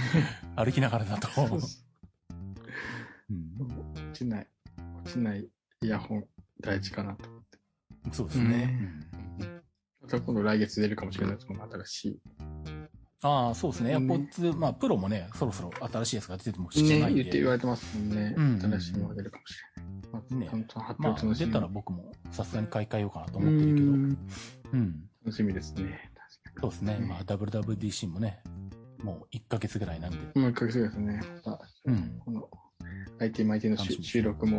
Speaker 1: 歩きながらだと。
Speaker 2: そうそう
Speaker 1: うん
Speaker 2: 落ちない、落ちないイヤホン大事かなと。
Speaker 1: そうですね。
Speaker 2: また今度来月出るかもしれないですもん、新しい。
Speaker 1: ああ、そうですね。
Speaker 2: うん
Speaker 1: AirPods、まあ、プロもね、そろそろ新しいやつが出てても知ら
Speaker 2: ね
Speaker 1: ないん
Speaker 2: 言って
Speaker 1: で。
Speaker 2: 言われてますもんね。
Speaker 1: うん
Speaker 2: 新しいのが出るかもしれない。まあ、
Speaker 1: ね
Speaker 2: 本当発
Speaker 1: ま
Speaker 2: 表
Speaker 1: あ、
Speaker 2: 楽し
Speaker 1: 出
Speaker 2: み。
Speaker 1: たら僕もさすがに買い替えようかなと思ってるけど。
Speaker 2: うん
Speaker 1: うん。
Speaker 2: 楽しみですね。
Speaker 1: そうですね。
Speaker 2: うん
Speaker 1: まあ、WWDC もね、もう1ヶ月ぐらいなんで。
Speaker 2: もう一ヶ月ぐらいですね。また、
Speaker 1: うん。
Speaker 2: この IT マイティの
Speaker 1: 楽しみ
Speaker 2: 収収録も、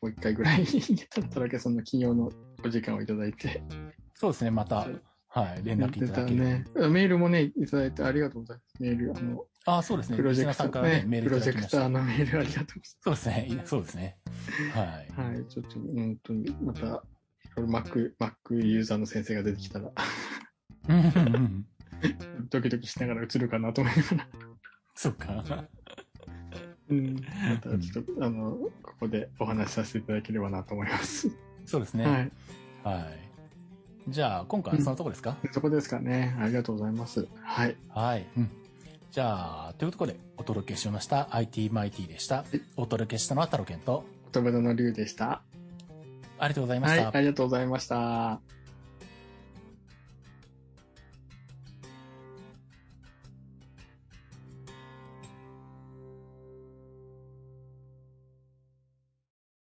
Speaker 2: もう一回ぐらいたっただけその金曜のお時間をいただいて。
Speaker 1: そうですね。また、はい、連絡いただける。
Speaker 2: やってたね。メールもね、いただいてありがとうございます。メール、あの、
Speaker 1: ああ、そうですね。
Speaker 2: プロジェ
Speaker 1: リスナー
Speaker 2: ク
Speaker 1: さ
Speaker 2: タ
Speaker 1: んから
Speaker 2: ー、
Speaker 1: ね、メー
Speaker 2: プ
Speaker 1: ル
Speaker 2: ロ
Speaker 1: いただき
Speaker 2: ジェ
Speaker 1: ま
Speaker 2: ク
Speaker 1: した
Speaker 2: タ。ーのメールありがとうございます。
Speaker 1: そうですね。いやそうですね。
Speaker 2: [LAUGHS]
Speaker 1: はい。
Speaker 2: はい、ちょっと本当に、また、Mac、Mac ユーザーの先生が出てきたら、
Speaker 1: うんうんうん
Speaker 2: ドキドキしながら映るかなと思いながら、
Speaker 1: そうか。
Speaker 2: うん、またちょっと、あの、ここでお話しさせていただければなと思います。
Speaker 1: そうですね。
Speaker 2: は。
Speaker 1: はいい。じゃあ、今回はそのところですか、
Speaker 2: そこですかね。ありがとうございます。はい。
Speaker 1: はい。うん。じゃあ、というところでお届けしました IT マイティでした。お届けしたのは太郎健と、
Speaker 2: 言葉の龍でした。
Speaker 1: ありがとうございま
Speaker 2: は
Speaker 1: し
Speaker 2: い、
Speaker 1: た。
Speaker 2: ありがとうございました。